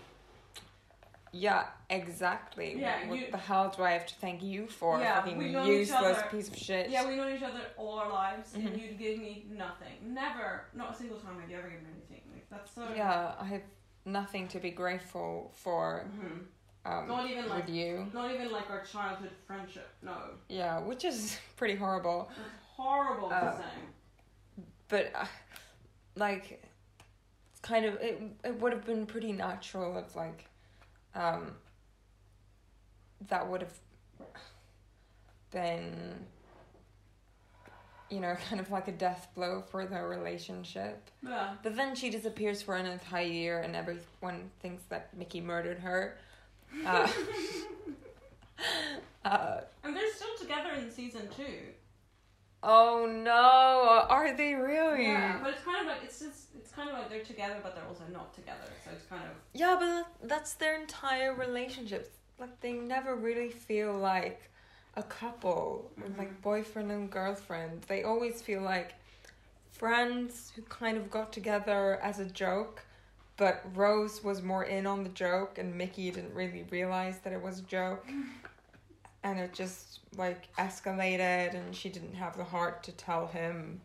[SPEAKER 2] yeah, exactly.
[SPEAKER 1] Yeah,
[SPEAKER 2] what
[SPEAKER 1] you-
[SPEAKER 2] the hell do I have to thank you for?
[SPEAKER 1] Yeah,
[SPEAKER 2] fucking
[SPEAKER 1] we've known each
[SPEAKER 2] useless
[SPEAKER 1] other.
[SPEAKER 2] piece of shit.
[SPEAKER 1] Yeah, we know each other all our lives, and
[SPEAKER 2] Mhm.
[SPEAKER 1] you give me nothing. Never, not a single time have you ever given me anything. Like that's so.
[SPEAKER 2] Yeah, I have nothing to be grateful for.
[SPEAKER 1] Mhm.
[SPEAKER 2] Um,
[SPEAKER 1] Not even,
[SPEAKER 2] with
[SPEAKER 1] like-
[SPEAKER 2] you.
[SPEAKER 1] Not even like our childhood friendship. No,
[SPEAKER 2] Yeah, which is pretty horrible.
[SPEAKER 1] it's horrible to
[SPEAKER 2] Oh.
[SPEAKER 1] say.
[SPEAKER 2] But uh, like, it's kind of it. It would have been pretty natural if like, um. That would have been. You know, kind of like a death blow for their relationship.
[SPEAKER 1] Yeah.
[SPEAKER 2] But then she disappears for an entire year, and everyone thinks that Mickey murdered her. Uh, uh,
[SPEAKER 1] And they're still together in season two.
[SPEAKER 2] oh no, are they really?
[SPEAKER 1] Oh, Yeah, but it's kind of like it's just it's kind of like they're together, but they're also not together. So it's kind of
[SPEAKER 2] Yeah, but that- that's their entire relationship. Like, they never really feel like a couple, or like boyfriend and girlfriend. They always feel like friends who kind of got together as a joke, but Rose was more in on the joke, and Mickey didn't really realize that it was a joke. And it just like escalated, and she didn't have the heart to tell him.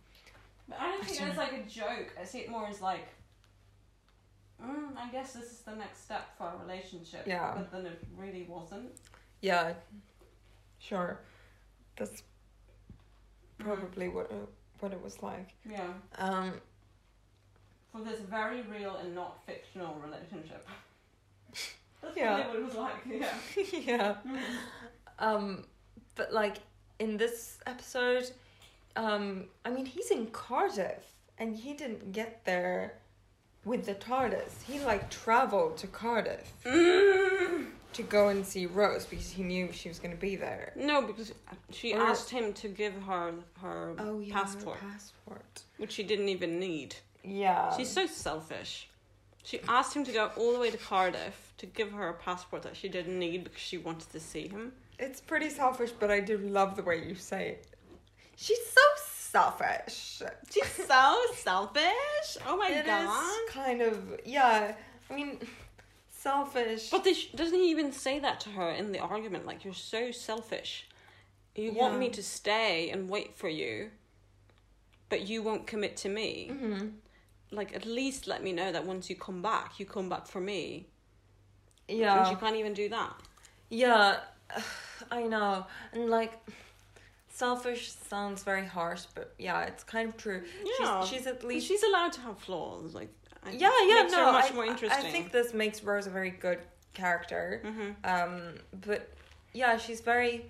[SPEAKER 1] But I don't
[SPEAKER 2] I
[SPEAKER 1] think
[SPEAKER 2] don't
[SPEAKER 1] that's like a joke. I see it more as like, mm, I guess this is the next step for our relationship.
[SPEAKER 2] Yeah.
[SPEAKER 1] But then it really wasn't.
[SPEAKER 2] Yeah, sure. That's
[SPEAKER 1] Mm-hmm.
[SPEAKER 2] probably what it, what it was like.
[SPEAKER 1] Yeah.
[SPEAKER 2] Um,
[SPEAKER 1] For this very real and not fictional relationship. That's
[SPEAKER 2] Yeah.
[SPEAKER 1] really what it was like. Yeah.
[SPEAKER 2] yeah. Um, but like in this episode, um, I mean he's in Cardiff and he didn't get there with the TARDIS. He like traveled to Cardiff to go and see Rose because he knew she was gonna be there.
[SPEAKER 1] No, because she
[SPEAKER 2] Or-
[SPEAKER 1] asked him to give her her
[SPEAKER 2] her
[SPEAKER 1] passport,
[SPEAKER 2] passport.
[SPEAKER 1] which she didn't even need.
[SPEAKER 2] Yeah.
[SPEAKER 1] She's so selfish. She asked him to go all the way to Cardiff to give her a passport that she didn't need because she wanted to see him.
[SPEAKER 2] It's pretty selfish, but I do love the way you say it. She's so selfish.
[SPEAKER 1] She's so selfish. Oh my
[SPEAKER 2] It is
[SPEAKER 1] god.
[SPEAKER 2] kind of yeah. I mean, selfish.
[SPEAKER 1] But they sh- doesn't he even say that to her in the argument? Like you're so selfish. You want
[SPEAKER 2] Yeah.
[SPEAKER 1] me to stay and wait for you, but you won't commit to me.
[SPEAKER 2] Mhm.
[SPEAKER 1] Like at least let me know that once you come back, you come back for me. And
[SPEAKER 2] Yeah.
[SPEAKER 1] she can't even do that.
[SPEAKER 2] Yeah, I know. And like, selfish sounds very harsh, but yeah, it's kind of true.
[SPEAKER 1] Yeah.
[SPEAKER 2] She's, she's at
[SPEAKER 1] But
[SPEAKER 2] least.
[SPEAKER 1] she's allowed to have flaws. Like I-
[SPEAKER 2] yeah, yeah,
[SPEAKER 1] makes
[SPEAKER 2] no.
[SPEAKER 1] her much
[SPEAKER 2] I,
[SPEAKER 1] more
[SPEAKER 2] I-
[SPEAKER 1] interesting.
[SPEAKER 2] I think this makes Rose a very good character.
[SPEAKER 1] hmm
[SPEAKER 2] Um, but yeah, she's very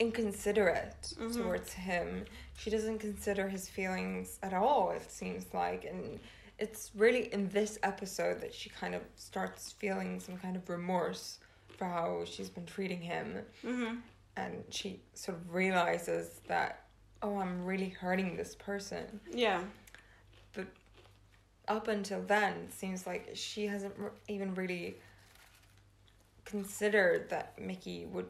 [SPEAKER 2] inconsiderate
[SPEAKER 1] Mhm.
[SPEAKER 2] towards him. She doesn't consider his feelings at all, it seems like. And it's really in this episode that she kind of starts feeling some kind of remorse for how she's been treating him
[SPEAKER 1] hmm
[SPEAKER 2] and she sort of realizes that oh i'm really hurting this person
[SPEAKER 1] Yeah.
[SPEAKER 2] up until then it seems like she hasn't r even really considered that mickey would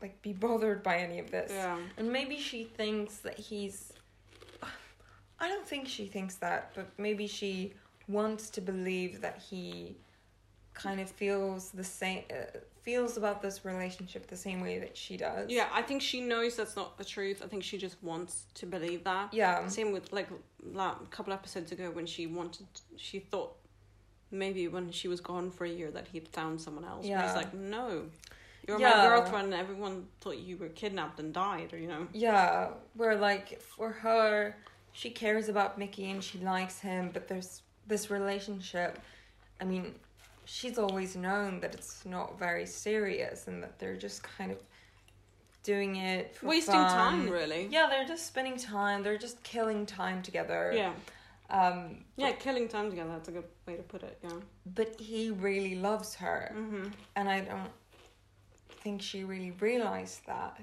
[SPEAKER 2] like be bothered by any of this
[SPEAKER 1] Yeah.
[SPEAKER 2] and maybe she thinks that he's i don't think she thinks that but maybe she wants to believe that he kind of feels the same uh, feels about this relationship the same way that she does
[SPEAKER 1] Yeah. I think she knows that's not the truth. I think she just wants to believe that.
[SPEAKER 2] yeah
[SPEAKER 1] Same with like la a couple episodes ago when she wanted, she thought maybe when she was gone for a year that he'd found someone else. But
[SPEAKER 2] Yeah.
[SPEAKER 1] he's like, no, you're my
[SPEAKER 2] Yeah.
[SPEAKER 1] girlfriend. and Everyone thought you were kidnapped and died, or you know.
[SPEAKER 2] Yeah, where like for her, she cares about Mickey and she likes him, but there's this relationship. I mean, she's always known that it's not very serious and that they're just kind of doing it for
[SPEAKER 1] Wasting
[SPEAKER 2] fun.
[SPEAKER 1] time, really.
[SPEAKER 2] Yeah, they're just spending time. They're just killing time together.
[SPEAKER 1] Yeah.
[SPEAKER 2] Um.
[SPEAKER 1] Yeah, killing time together. That's a good way to put it. Yeah.
[SPEAKER 2] But he really loves her,
[SPEAKER 1] hmm
[SPEAKER 2] and I don't think she really realized that,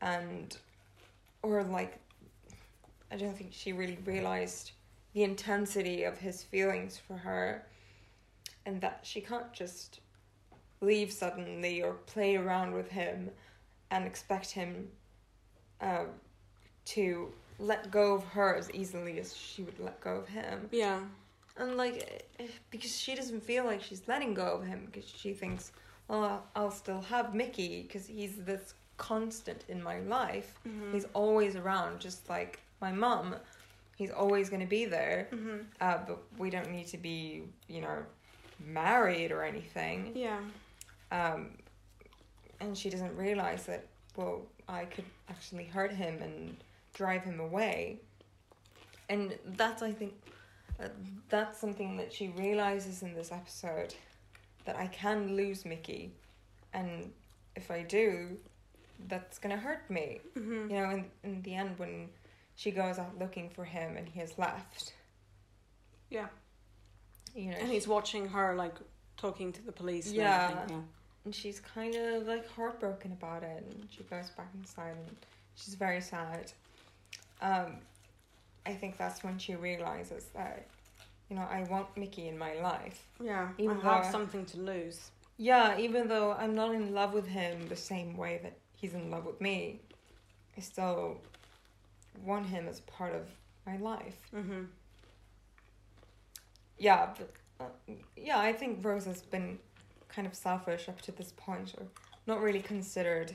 [SPEAKER 2] and or like I don't think she really realized the intensity of his feelings for her, and that she can't just leave suddenly or play around with him and expect him uh, to let go of her as easily as she would let go of him.
[SPEAKER 1] Yeah.
[SPEAKER 2] And like, eh, because she doesn't feel like she's letting go of him, because she thinks, well, I'll still have Mickey, because he's this constant in my life.
[SPEAKER 1] hmm
[SPEAKER 2] He's always around, just like my mum. He's always going to be there,
[SPEAKER 1] hmm
[SPEAKER 2] uh, but we don't need to be, you know, married or anything.
[SPEAKER 1] Yeah.
[SPEAKER 2] Um, and she doesn't realize that, well, I could actually hurt him and drive him away. And that's, I think, uh, that's something that she realizes in this episode that I can lose Mickey. And if I do, that's going to hurt me.
[SPEAKER 1] hmm
[SPEAKER 2] You know, in, in the end, when she goes out looking for him and he has left.
[SPEAKER 1] Yeah.
[SPEAKER 2] You know,
[SPEAKER 1] And he's watching her like talking to the police. and
[SPEAKER 2] Yeah.
[SPEAKER 1] everything,
[SPEAKER 2] and she's kind of like heartbroken about it and she goes back inside and she's very sad um i think that's when she realizes that you know i want mickey in my life
[SPEAKER 1] Yeah. yeah.
[SPEAKER 2] Even
[SPEAKER 1] I have
[SPEAKER 2] though-
[SPEAKER 1] something to lose.
[SPEAKER 2] yeah even though i'm not in love with him the same way that he's in love with me i still want him as part of my life
[SPEAKER 1] hmm
[SPEAKER 2] yeah but uh, yeah i think rose has been kind of selfish up to this point or not really considered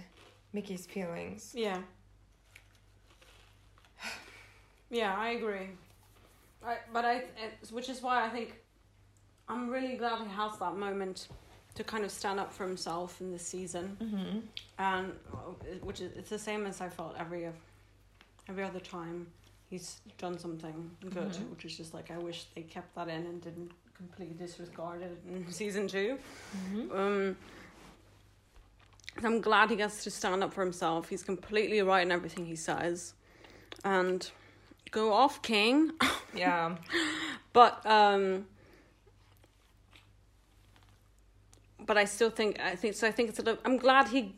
[SPEAKER 2] mickey's feelings
[SPEAKER 1] Yeah. Yeah, I agree. I, but I, it's, which is why I think I'm really glad he has that moment to kind of stand up for himself in this season,
[SPEAKER 2] Mm-hmm.
[SPEAKER 1] and uh, which is it's the same as I felt every of every other time he's done something good,
[SPEAKER 2] Mhm.
[SPEAKER 1] which is just like I wish they kept that in and didn't completely disregard it in season two. Um, I'm glad he gets to stand up for himself. He's completely right in everything he says, and go off, King.
[SPEAKER 2] Yeah.
[SPEAKER 1] Mm-hmm. But um, but I still think I think so. I think it's a little. I'm glad he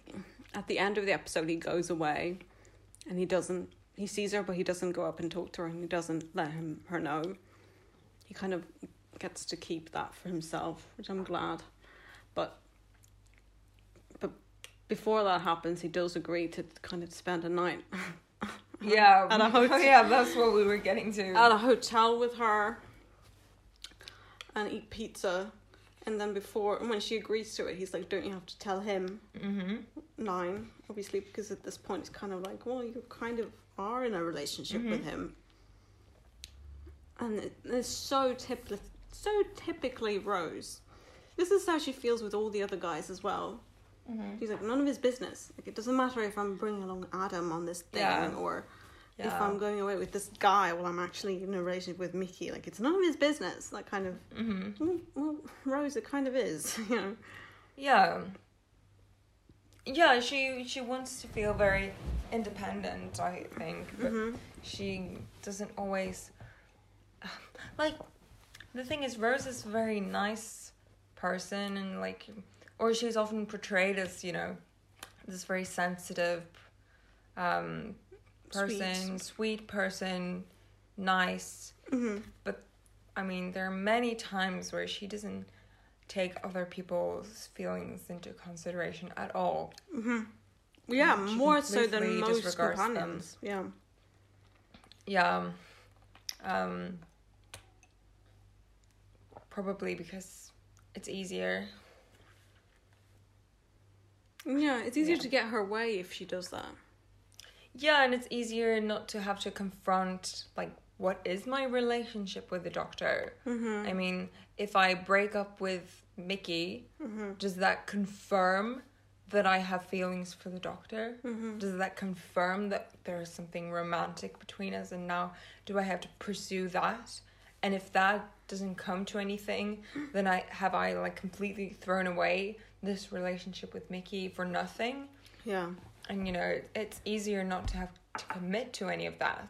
[SPEAKER 1] at the end of the episode he goes away, and he doesn't. He sees her, but he doesn't go up and talk to her, and he doesn't let him her know. He kind of gets to keep that for himself, which I'm glad. But but before that happens, he does agree to kind of spend a night
[SPEAKER 2] Yeah.
[SPEAKER 1] And a
[SPEAKER 2] Oh
[SPEAKER 1] hotel.
[SPEAKER 2] yeah, that's what we were getting to.
[SPEAKER 1] at a hotel with her and eat pizza. And then before, and when she agrees to it, he's like, "Don't you have to tell him?"
[SPEAKER 2] mm-hmm.
[SPEAKER 1] Nine, obviously, because at this point it's kind of like, well, you kind of are in a relationship
[SPEAKER 2] Mm-hmm.
[SPEAKER 1] with him, and it, it's so typically, so typically Rose. This is how she feels with all the other guys as well.
[SPEAKER 2] Mm-hmm.
[SPEAKER 1] She's like, none of his business. Like, it doesn't matter if I'm bringing along Adam on this thing
[SPEAKER 2] Yeah.
[SPEAKER 1] or
[SPEAKER 2] Yeah.
[SPEAKER 1] if I'm going away with this guy while I'm actually in a relationship with Mickey. Like, it's none of his business. That kind of,
[SPEAKER 2] Mm-hmm.
[SPEAKER 1] well, well Rose, it kind of is, you know.
[SPEAKER 2] Yeah. Yeah, she she wants to feel very independent, I think, but she doesn't always like the thing is Rose is a very nice person and like or she's often portrayed as, you know, this very sensitive um person, sweet, person, nice.
[SPEAKER 1] hmm
[SPEAKER 2] But I mean, there are many times where she doesn't take other people's feelings into consideration at all.
[SPEAKER 1] Mm-hmm. Yeah,
[SPEAKER 2] She
[SPEAKER 1] more so than
[SPEAKER 2] completely
[SPEAKER 1] most
[SPEAKER 2] disregards them.
[SPEAKER 1] companions. Yeah.
[SPEAKER 2] Yeah. Um probably because it's easier.
[SPEAKER 1] Yeah, it's easier
[SPEAKER 2] Yeah.
[SPEAKER 1] to get her way if she does that.
[SPEAKER 2] Yeah, and it's easier not to have to confront like what is my relationship with the doctor?
[SPEAKER 1] Mm-hmm.
[SPEAKER 2] I mean, if I break up with Mickey, does that confirm that I have feelings for the doctor?
[SPEAKER 1] Mhm.
[SPEAKER 2] Does that confirm that there is something romantic between us and now do I have to pursue that? And if that doesn't come to anything, then I have I like completely thrown away this relationship with Mickey for nothing?
[SPEAKER 1] Yeah.
[SPEAKER 2] And you know, it's easier not to have to commit to any of that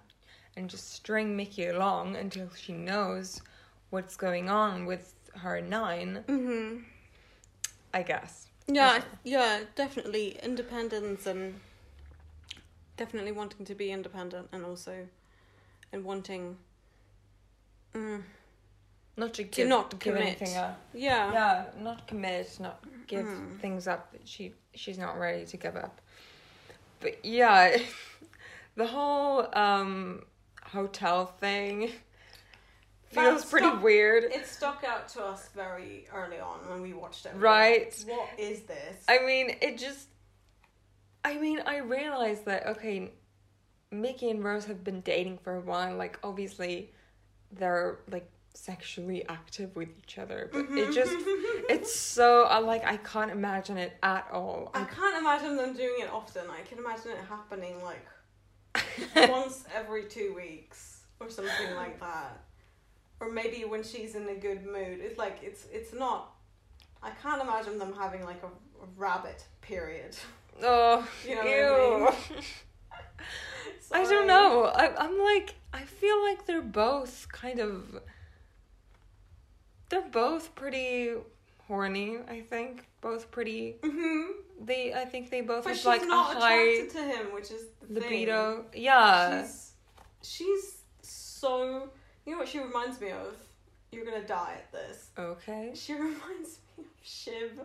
[SPEAKER 2] and just string Mickey along until she knows what's going on with her nine,
[SPEAKER 1] Mm-hmm.
[SPEAKER 2] I guess.
[SPEAKER 1] Yeah,
[SPEAKER 2] As
[SPEAKER 1] I- yeah, definitely independence and definitely wanting to be independent and also and wanting. Mm,
[SPEAKER 2] Not to,
[SPEAKER 1] To
[SPEAKER 2] give,
[SPEAKER 1] not
[SPEAKER 2] give
[SPEAKER 1] commit.
[SPEAKER 2] anything up.
[SPEAKER 1] yeah.
[SPEAKER 2] Yeah, not commit, not give
[SPEAKER 1] Mm.
[SPEAKER 2] things up that she she's not ready to give up. But yeah, the whole um hotel thing
[SPEAKER 1] That
[SPEAKER 2] feels pretty
[SPEAKER 1] stuff-
[SPEAKER 2] weird.
[SPEAKER 1] It stuck out to us very early on when we watched it.
[SPEAKER 2] Right.
[SPEAKER 1] What is this?
[SPEAKER 2] I mean, it just. I mean, I realized that, okay, Mickey and Rose have been dating for a while. Like, obviously, they're, like, sexually active with each other. But
[SPEAKER 1] Mm-hmm,
[SPEAKER 2] it just. It's so. I like, I can't imagine it at all.
[SPEAKER 1] I
[SPEAKER 2] I-
[SPEAKER 1] can't imagine them doing it often. I can imagine it happening like once every two weeks or something like that. Or maybe when she's in a good mood. It's like it's it's not I can't imagine them having like a, a rabbit period.
[SPEAKER 2] oh,
[SPEAKER 1] You know
[SPEAKER 2] ew.
[SPEAKER 1] what
[SPEAKER 2] I,
[SPEAKER 1] Sorry.
[SPEAKER 2] don't know. I, I'm like, I feel like they're both kind of. They're both pretty horny, I think. Both pretty
[SPEAKER 1] Mhm.
[SPEAKER 2] They, I think they both
[SPEAKER 1] But
[SPEAKER 2] have
[SPEAKER 1] she's
[SPEAKER 2] like a
[SPEAKER 1] not
[SPEAKER 2] high
[SPEAKER 1] attracted to him, which is the thing.
[SPEAKER 2] libido. Yeah.
[SPEAKER 1] She's she's so you know what she reminds me of? You're gonna die at this.
[SPEAKER 2] Okay.
[SPEAKER 1] She reminds me of Shiv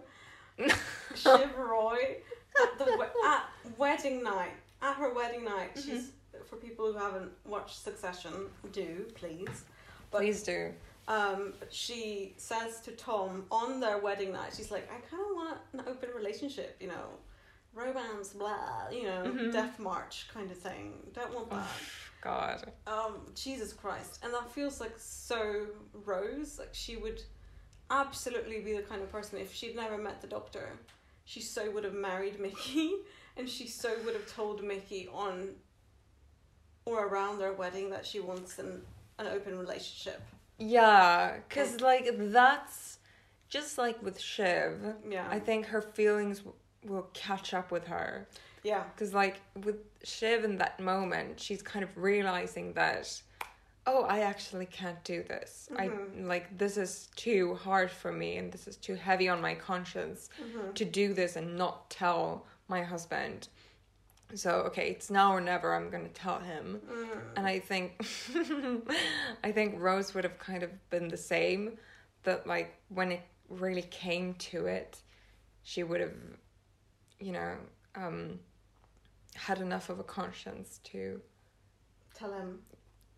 [SPEAKER 1] Shiv Roy at the we- at wedding night. At her wedding night, she's for people who haven't watched Succession, do please. But
[SPEAKER 2] Please do.
[SPEAKER 1] um, but she says to Tom on their wedding night, she's like, I kind of want an open relationship, you know, romance, blah, you know,
[SPEAKER 2] Mhm.
[SPEAKER 1] death march kind of thing. Don't want that.
[SPEAKER 2] God.
[SPEAKER 1] um jesus christ and that feels like so rose like she would absolutely be the kind of person if she'd never met the doctor she so would have married mickey and she so would have told mickey on or around their wedding that she wants an, an open relationship
[SPEAKER 2] Yeah, because like that's just like with Shiv.
[SPEAKER 1] yeah
[SPEAKER 2] I think her feelings w- will catch up with her.
[SPEAKER 1] yeah
[SPEAKER 2] Because like with Shiv in that moment, she's kind of realizing that, oh, I actually can't do this. I
[SPEAKER 1] Mhm.
[SPEAKER 2] like this is too hard for me, and this is too heavy on my conscience to do this and not tell my husband. So okay, it's now or never. I'm gonna tell him, and I think, I think Rose would have kind of been the same, that like when it really came to it, she would have, you know, um, had enough of a conscience to
[SPEAKER 1] Tell him.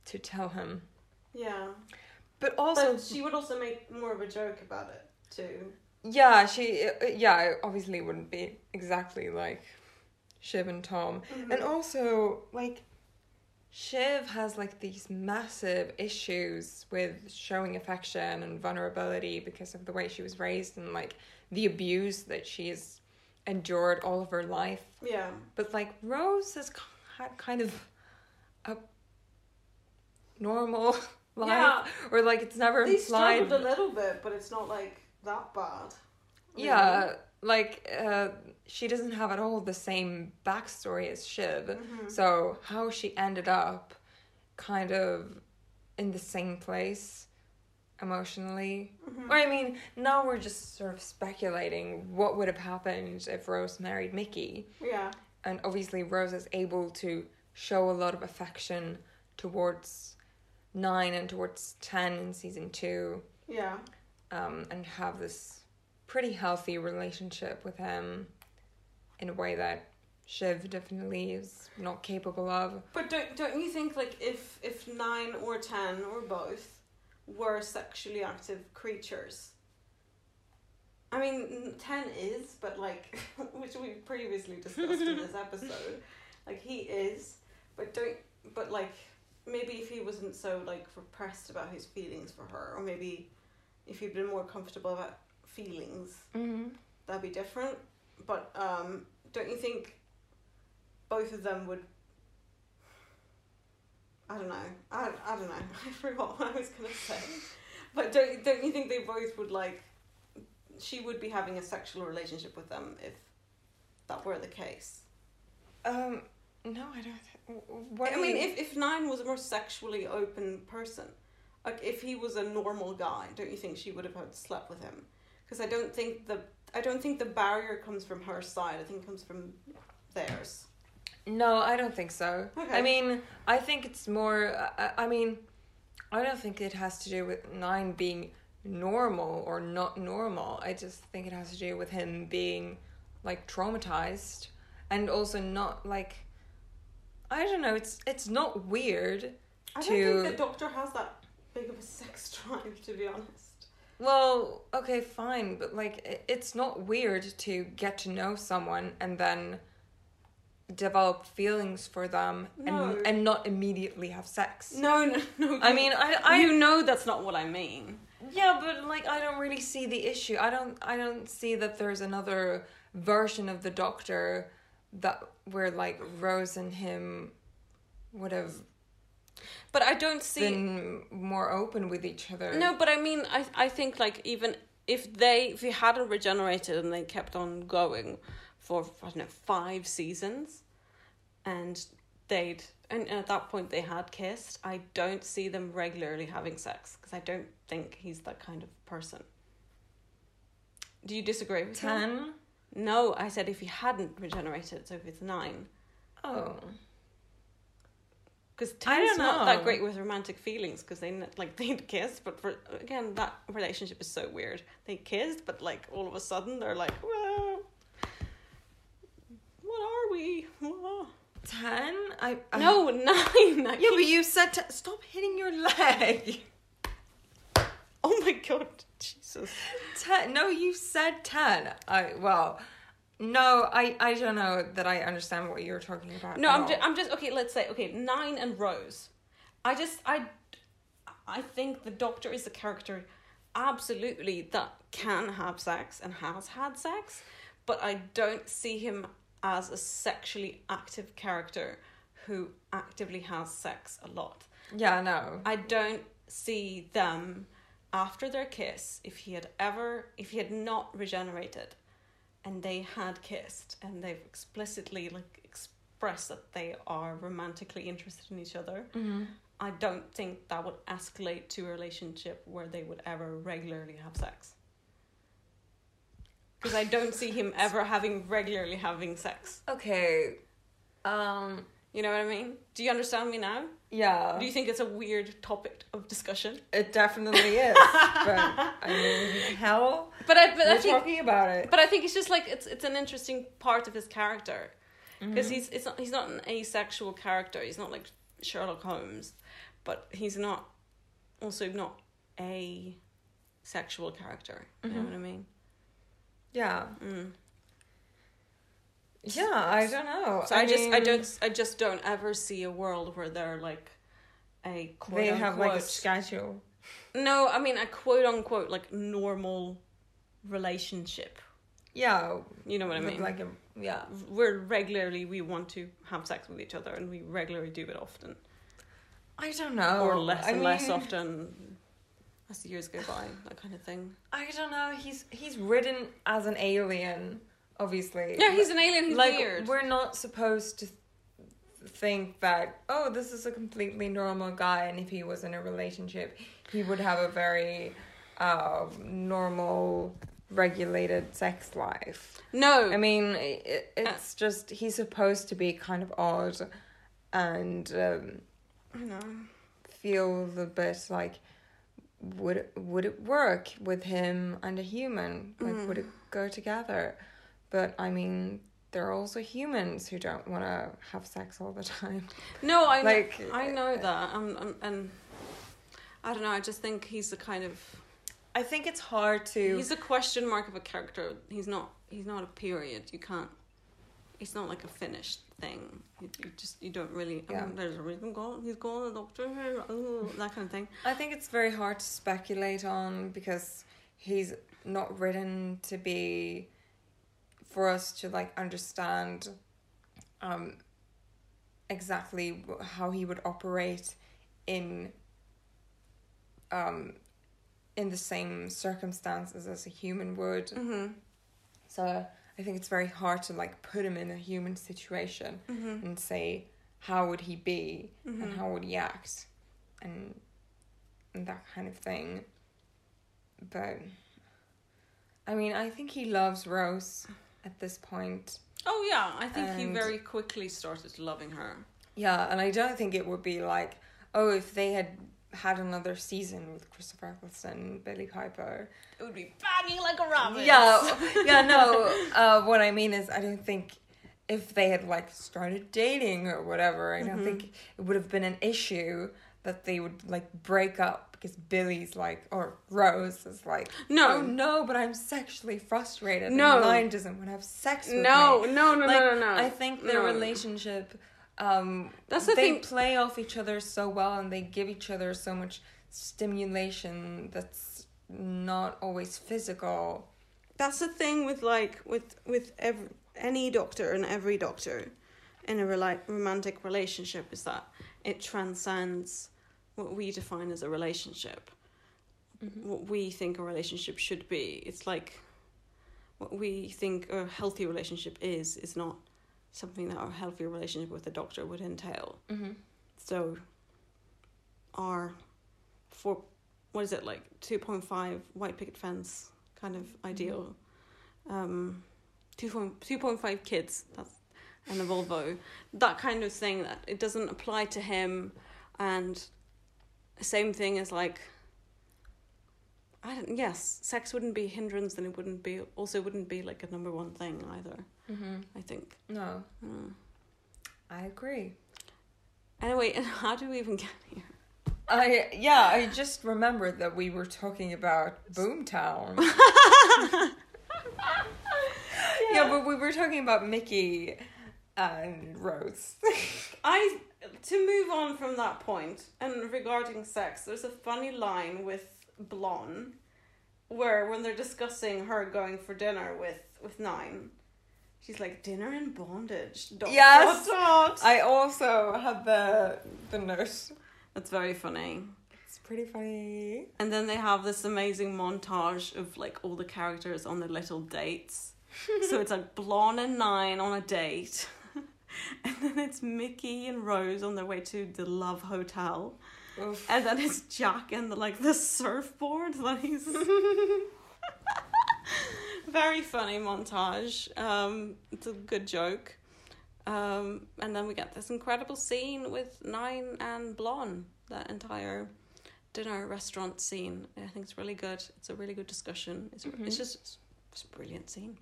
[SPEAKER 2] to tell him.
[SPEAKER 1] Yeah.
[SPEAKER 2] But also,
[SPEAKER 1] but she would also make more of a joke about it too.
[SPEAKER 2] yeah, she uh, yeah it obviously wouldn't be exactly like Shiv and Tom, and also like. Shiv has like these massive issues with showing affection and vulnerability because of the way she was raised and like the abuse that she's endured all of her life.
[SPEAKER 1] Mm-hmm. yeah.
[SPEAKER 2] But like Rose has k- had kind of a normal life,
[SPEAKER 1] Yeah.
[SPEAKER 2] or like it's never
[SPEAKER 1] They
[SPEAKER 2] implied.
[SPEAKER 1] struggled a little bit, but it's not like that bad. really.
[SPEAKER 2] Yeah, like uh, she doesn't have at all the same backstory as Shiv.
[SPEAKER 1] Mm-hmm.
[SPEAKER 2] So how she ended up, kind of, in the same place, emotionally. Or I mean, now we're just sort of speculating what would have happened if Rose married Mickey.
[SPEAKER 1] Yeah.
[SPEAKER 2] and obviously Rose is able to show a lot of affection towards nine and towards ten in season two,
[SPEAKER 1] Yeah.
[SPEAKER 2] um, and have this pretty healthy relationship with him in a way that Shiv definitely is not capable of.
[SPEAKER 1] But don't don't you think like if if nine or ten or both were sexually active creatures? I mean, n- ten is, but like, which we previously discussed in this episode, like he is, but don't, but like, maybe if he wasn't so like repressed about his feelings for her, or maybe if he'd been more comfortable about feelings,
[SPEAKER 2] Mm-hmm.
[SPEAKER 1] that'd be different. But um, don't you think both of them would? I don't know. I, I don't know. I forgot what I was gonna say. But don't don't you think they both would like? She would be having a sexual relationship with them if that were the case.
[SPEAKER 2] Um, no, I don't. w- w- What
[SPEAKER 1] I
[SPEAKER 2] do
[SPEAKER 1] mean,
[SPEAKER 2] you-
[SPEAKER 1] if if Nine was a more sexually open person, like if he was a normal guy, don't you think she would have had slept with him? Because I don't think the I don't think the barrier comes from her side. I think it comes from theirs.
[SPEAKER 2] No, I don't think so. I
[SPEAKER 1] Okay.
[SPEAKER 2] mean, I think it's more. I, I mean, I don't think it has to do with nine being normal or not normal. I just think it has to do with him being like traumatized and also not like. I don't know. It's it's not weird.
[SPEAKER 1] I
[SPEAKER 2] To-
[SPEAKER 1] don't think the doctor has that big of a sex drive, to be honest.
[SPEAKER 2] Well, okay, fine, but like i- it's not weird to get to know someone and then develop feelings for them
[SPEAKER 1] No.
[SPEAKER 2] and and not immediately have sex.
[SPEAKER 1] No, no, no.
[SPEAKER 2] I
[SPEAKER 1] you-
[SPEAKER 2] mean, I, I
[SPEAKER 1] you know that's not what I mean.
[SPEAKER 2] yeah, but like I don't really see the issue. I don't I don't see that there's another version of the Doctor that where like Rose and him would have
[SPEAKER 1] But I don't see.
[SPEAKER 2] been more open with each other.
[SPEAKER 1] No, but I mean, I I think like even if they if he hadn't regenerated and they kept on going for I don't know five seasons, and they'd and at that point they had kissed. I don't see them regularly having sex because I don't think he's that kind of person. Do you disagree with me?
[SPEAKER 2] ten.
[SPEAKER 1] No, I said if he hadn't regenerated, so if it's nine,
[SPEAKER 2] Oh,
[SPEAKER 1] because
[SPEAKER 2] I
[SPEAKER 1] ten's
[SPEAKER 2] don't
[SPEAKER 1] not that
[SPEAKER 2] know.
[SPEAKER 1] great with romantic feelings because they n- like they'd kiss, but for again that relationship is so weird. They kissed, but like all of a sudden they're like, well, what are we? Whoa."
[SPEAKER 2] ten. I, I
[SPEAKER 1] no, nine. I
[SPEAKER 2] Yeah,
[SPEAKER 1] keep-
[SPEAKER 2] but you said t- stop hitting your leg.
[SPEAKER 1] oh my god, Jesus.
[SPEAKER 2] Ten. No, you said ten. I well. No, I, I don't know that I understand what you're talking about.
[SPEAKER 1] No,
[SPEAKER 2] at
[SPEAKER 1] I'm
[SPEAKER 2] all.
[SPEAKER 1] just, I'm just okay. Let's say okay, nine and Rose. I just I, I think the Doctor is a character, absolutely that can have sex and has had sex, but I don't see him as a sexually active character who actively has sex a lot.
[SPEAKER 2] yeah, no.
[SPEAKER 1] I don't see them after their kiss if he had ever if he had not regenerated and they had kissed and they've explicitly like expressed that they are romantically interested in each other
[SPEAKER 2] Mm-hmm.
[SPEAKER 1] i don't think that would escalate to a relationship where they would ever regularly have sex because i don't see him ever having regularly having sex
[SPEAKER 2] Okay. Um
[SPEAKER 1] You know what I mean? Do you understand me now?
[SPEAKER 2] Yeah.
[SPEAKER 1] Do you think it's a weird topic of discussion?
[SPEAKER 2] It definitely is. but I mean, hell,
[SPEAKER 1] But I, but
[SPEAKER 2] we're
[SPEAKER 1] I think,
[SPEAKER 2] talking about it.
[SPEAKER 1] but I think it's just like it's it's an interesting part of his character
[SPEAKER 2] Mm-hmm.
[SPEAKER 1] because he's it's not, he's not an asexual character. He's not like Sherlock Holmes, but he's not also not a sexual character. You
[SPEAKER 2] Mm-hmm.
[SPEAKER 1] know what I mean?
[SPEAKER 2] Yeah.
[SPEAKER 1] Mm.
[SPEAKER 2] Yeah, I don't know.
[SPEAKER 1] So I, just I
[SPEAKER 2] mean,
[SPEAKER 1] don't I just don't ever see a world where they're like a quote
[SPEAKER 2] They
[SPEAKER 1] unquote,
[SPEAKER 2] have like a schedule.
[SPEAKER 1] no I mean a quote unquote like normal relationship.
[SPEAKER 2] Yeah.
[SPEAKER 1] You know what I
[SPEAKER 2] with,
[SPEAKER 1] mean?
[SPEAKER 2] Like a yeah.
[SPEAKER 1] we're regularly we want to have sex with each other and we regularly do it often
[SPEAKER 2] I don't know.
[SPEAKER 1] or less
[SPEAKER 2] I
[SPEAKER 1] and less
[SPEAKER 2] mean,
[SPEAKER 1] often Oh, as the years go by that kind of thing
[SPEAKER 2] I don't know. He's he's written as an alien, obviously.
[SPEAKER 1] yeah he's an alien he's
[SPEAKER 2] like
[SPEAKER 1] weird
[SPEAKER 2] we're not supposed to think that oh this is a completely normal guy and if he was in a relationship he would have a very uh, normal regulated sex life
[SPEAKER 1] no
[SPEAKER 2] i mean it, it's just he's supposed to be kind of odd and um,
[SPEAKER 1] no
[SPEAKER 2] feels a bit like would it- would it work with him and a human like would it go together but i mean there are also humans who don't want to have sex all the time
[SPEAKER 1] no i
[SPEAKER 2] like
[SPEAKER 1] know, i know that um, um, and i don't know i just think he's the kind of
[SPEAKER 2] i think it's hard to
[SPEAKER 1] he's a question mark of a character he's not he's not a period you can't it's not like a finished thing you, you just you don't really I
[SPEAKER 2] Yeah.
[SPEAKER 1] mean, there's a reason gone he's gone the doctor oh, that kind of thing
[SPEAKER 2] i think it's very hard to speculate on because he's not written to be for us to like understand um exactly wh- how he would operate in um in the same circumstances as a human would
[SPEAKER 1] mm-hmm.
[SPEAKER 2] so i think it's very hard to like put him in a human situation and say how would he be and how would he act and, and that kind of thing but i mean i think he loves rose at this point
[SPEAKER 1] Oh yeah, I think he
[SPEAKER 2] And-
[SPEAKER 1] very quickly started loving her.
[SPEAKER 2] yeah and i don't think it would be like oh if they had had another season with christopher eccleston and billy piper
[SPEAKER 1] It would be banging like a rabbit.
[SPEAKER 2] Yeah, yeah, no. Uh, what I mean is, I don't think if they had like started dating or whatever, I don't think
[SPEAKER 1] Mm-hmm.
[SPEAKER 2] it would have been an issue that they would like break up because Billy's like, or Rose is like,
[SPEAKER 1] No.
[SPEAKER 2] oh, no, but I'm sexually frustrated.
[SPEAKER 1] No.
[SPEAKER 2] and mine doesn't want to have sex. With
[SPEAKER 1] No,
[SPEAKER 2] me.
[SPEAKER 1] no, no,
[SPEAKER 2] Like,
[SPEAKER 1] no, no, no.
[SPEAKER 2] I think their
[SPEAKER 1] No.
[SPEAKER 2] relationship. Um,
[SPEAKER 1] That's the
[SPEAKER 2] they
[SPEAKER 1] thing-
[SPEAKER 2] play off each other so well, and they give each other so much stimulation that's not always physical.
[SPEAKER 1] That's the thing with like with with every, any doctor and every doctor in a rela- romantic relationship is that it transcends what we define as a relationship. What we think a relationship should be. It's like what we think a healthy relationship is is not something that a healthy relationship with a doctor would entail.
[SPEAKER 2] Mm-hmm.
[SPEAKER 1] So our four what is it like two point five white picket fence kind of ideal. Um two point two point five kids, that's and a Volvo. That kind of thing that it doesn't apply to him and same thing as like I don't yes, sex wouldn't be a hindrance and it wouldn't be also wouldn't be like a number one thing either,
[SPEAKER 2] Mm-hmm.
[SPEAKER 1] I think.
[SPEAKER 2] No,
[SPEAKER 1] Mm.
[SPEAKER 2] I agree.
[SPEAKER 1] Anyway, and how do we even get here?
[SPEAKER 2] I yeah, I just remembered that we were talking about Boomtown. yeah. but we were talking about Mickey and Rose.
[SPEAKER 1] I to move on from that point and regarding sex, there's a funny line with Blonde where when they're discussing her going for dinner with with Nine, she's like dinner in bondage. Dot,
[SPEAKER 2] Yes.
[SPEAKER 1] dot, dot."
[SPEAKER 2] I also had the the note.
[SPEAKER 1] That's very funny.
[SPEAKER 2] It's pretty funny.
[SPEAKER 1] And then they have this amazing montage of like all the characters on their little dates. so it's like Blonde and Nine on a date. and then it's Mickey and Rose on their way to the Love Hotel.
[SPEAKER 2] Oof.
[SPEAKER 1] And then it's Jack and the, like the surfboard that he's very funny montage. Um, it's a good joke. Um, and then we get this incredible scene with Nine and Blonde, that entire dinner restaurant scene. I think it's really good. It's a really good discussion. It's,
[SPEAKER 3] Mhm.
[SPEAKER 1] it's just it's, it's a brilliant scene.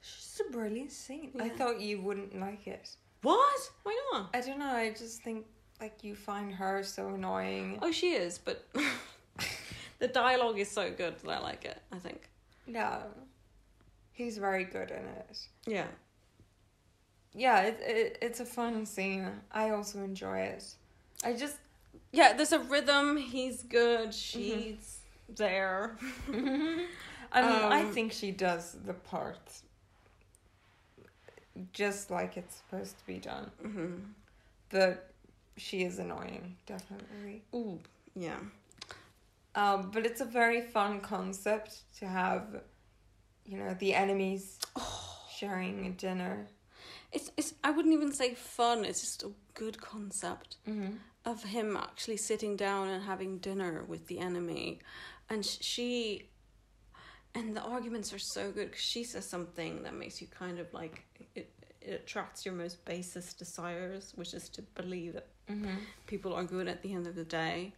[SPEAKER 2] It's just a brilliant scene. I
[SPEAKER 1] Yeah.
[SPEAKER 2] thought you wouldn't like it.
[SPEAKER 1] What? Why not?
[SPEAKER 2] I don't know. I just think like you find her so annoying.
[SPEAKER 1] Oh, she is, but the dialogue is so good that I like it, I think.
[SPEAKER 2] No, he's very good in it.
[SPEAKER 1] Yeah.
[SPEAKER 2] Yeah, it, it it's a fun scene. I also enjoy it. I just
[SPEAKER 1] Yeah, there's a rhythm. He's good. She's there.
[SPEAKER 2] I mean, I
[SPEAKER 1] Um,
[SPEAKER 2] think she does the part just like it's supposed to be done.
[SPEAKER 1] Mm-hmm.
[SPEAKER 2] But she is annoying, definitely.
[SPEAKER 1] Ooh. Yeah.
[SPEAKER 2] Um, but it's a very fun concept to have, you know, the enemies Oh. sharing a dinner.
[SPEAKER 1] It's, it's, I wouldn't even say fun. It's just a good concept
[SPEAKER 2] Mm-hmm.
[SPEAKER 1] of him actually sitting down and having dinner with the enemy. And sh- she. And the arguments are so good 'cause she says something that makes you kind of like. It, it attracts your most basest desires, which is to believe that
[SPEAKER 2] Mm-hmm.
[SPEAKER 1] people are good at the end of the day.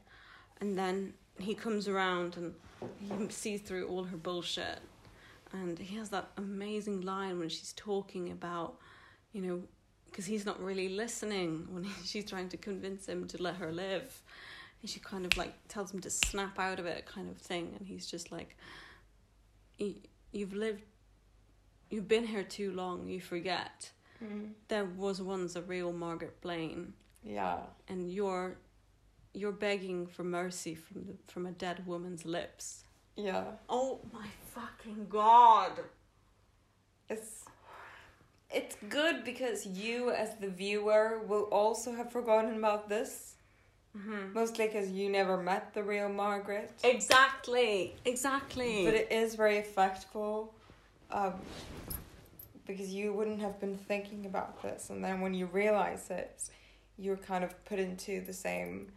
[SPEAKER 1] And then he comes around and he sees through all her bullshit. And he has that amazing line when she's talking about, you know, because he's not really listening when she's trying to convince him to let her live. And she kind of like tells him to snap out of it, kind of thing. And he's just like, "Y- You've lived, you've been here too long, you forget. There was once a real Margaret Blaine
[SPEAKER 2] Yeah.
[SPEAKER 1] and you're you're begging for mercy from the, from a dead woman's lips.
[SPEAKER 2] Yeah.
[SPEAKER 1] Oh my fucking god!
[SPEAKER 2] It's it's good because you as the viewer will also have forgotten about this. Mostly because you never met the real Margaret.
[SPEAKER 1] Exactly, exactly.
[SPEAKER 2] But it is very effectful. Um, because you wouldn't have been thinking about this, and then when you realize it, you're kind of put into the same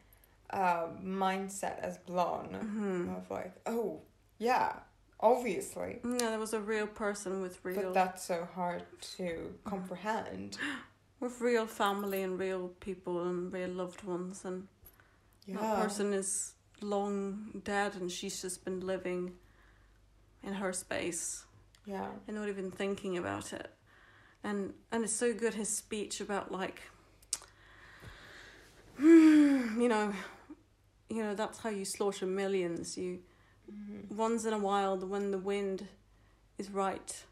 [SPEAKER 2] uh, mindset as Blonde
[SPEAKER 1] Mhm.
[SPEAKER 2] of like, oh yeah, obviously.
[SPEAKER 1] no, there was a real person with
[SPEAKER 2] But
[SPEAKER 1] real
[SPEAKER 2] that's so hard to comprehend.
[SPEAKER 1] with real family and real people and real loved ones, and that
[SPEAKER 2] Yeah.
[SPEAKER 1] person is long dead, and she's just been living in her space.
[SPEAKER 2] Yeah.
[SPEAKER 1] and not even thinking about it. And and it's so good his speech about like you know you know that's how you slaughter millions. You
[SPEAKER 2] Mm-hmm.
[SPEAKER 1] once in a while when the wind is right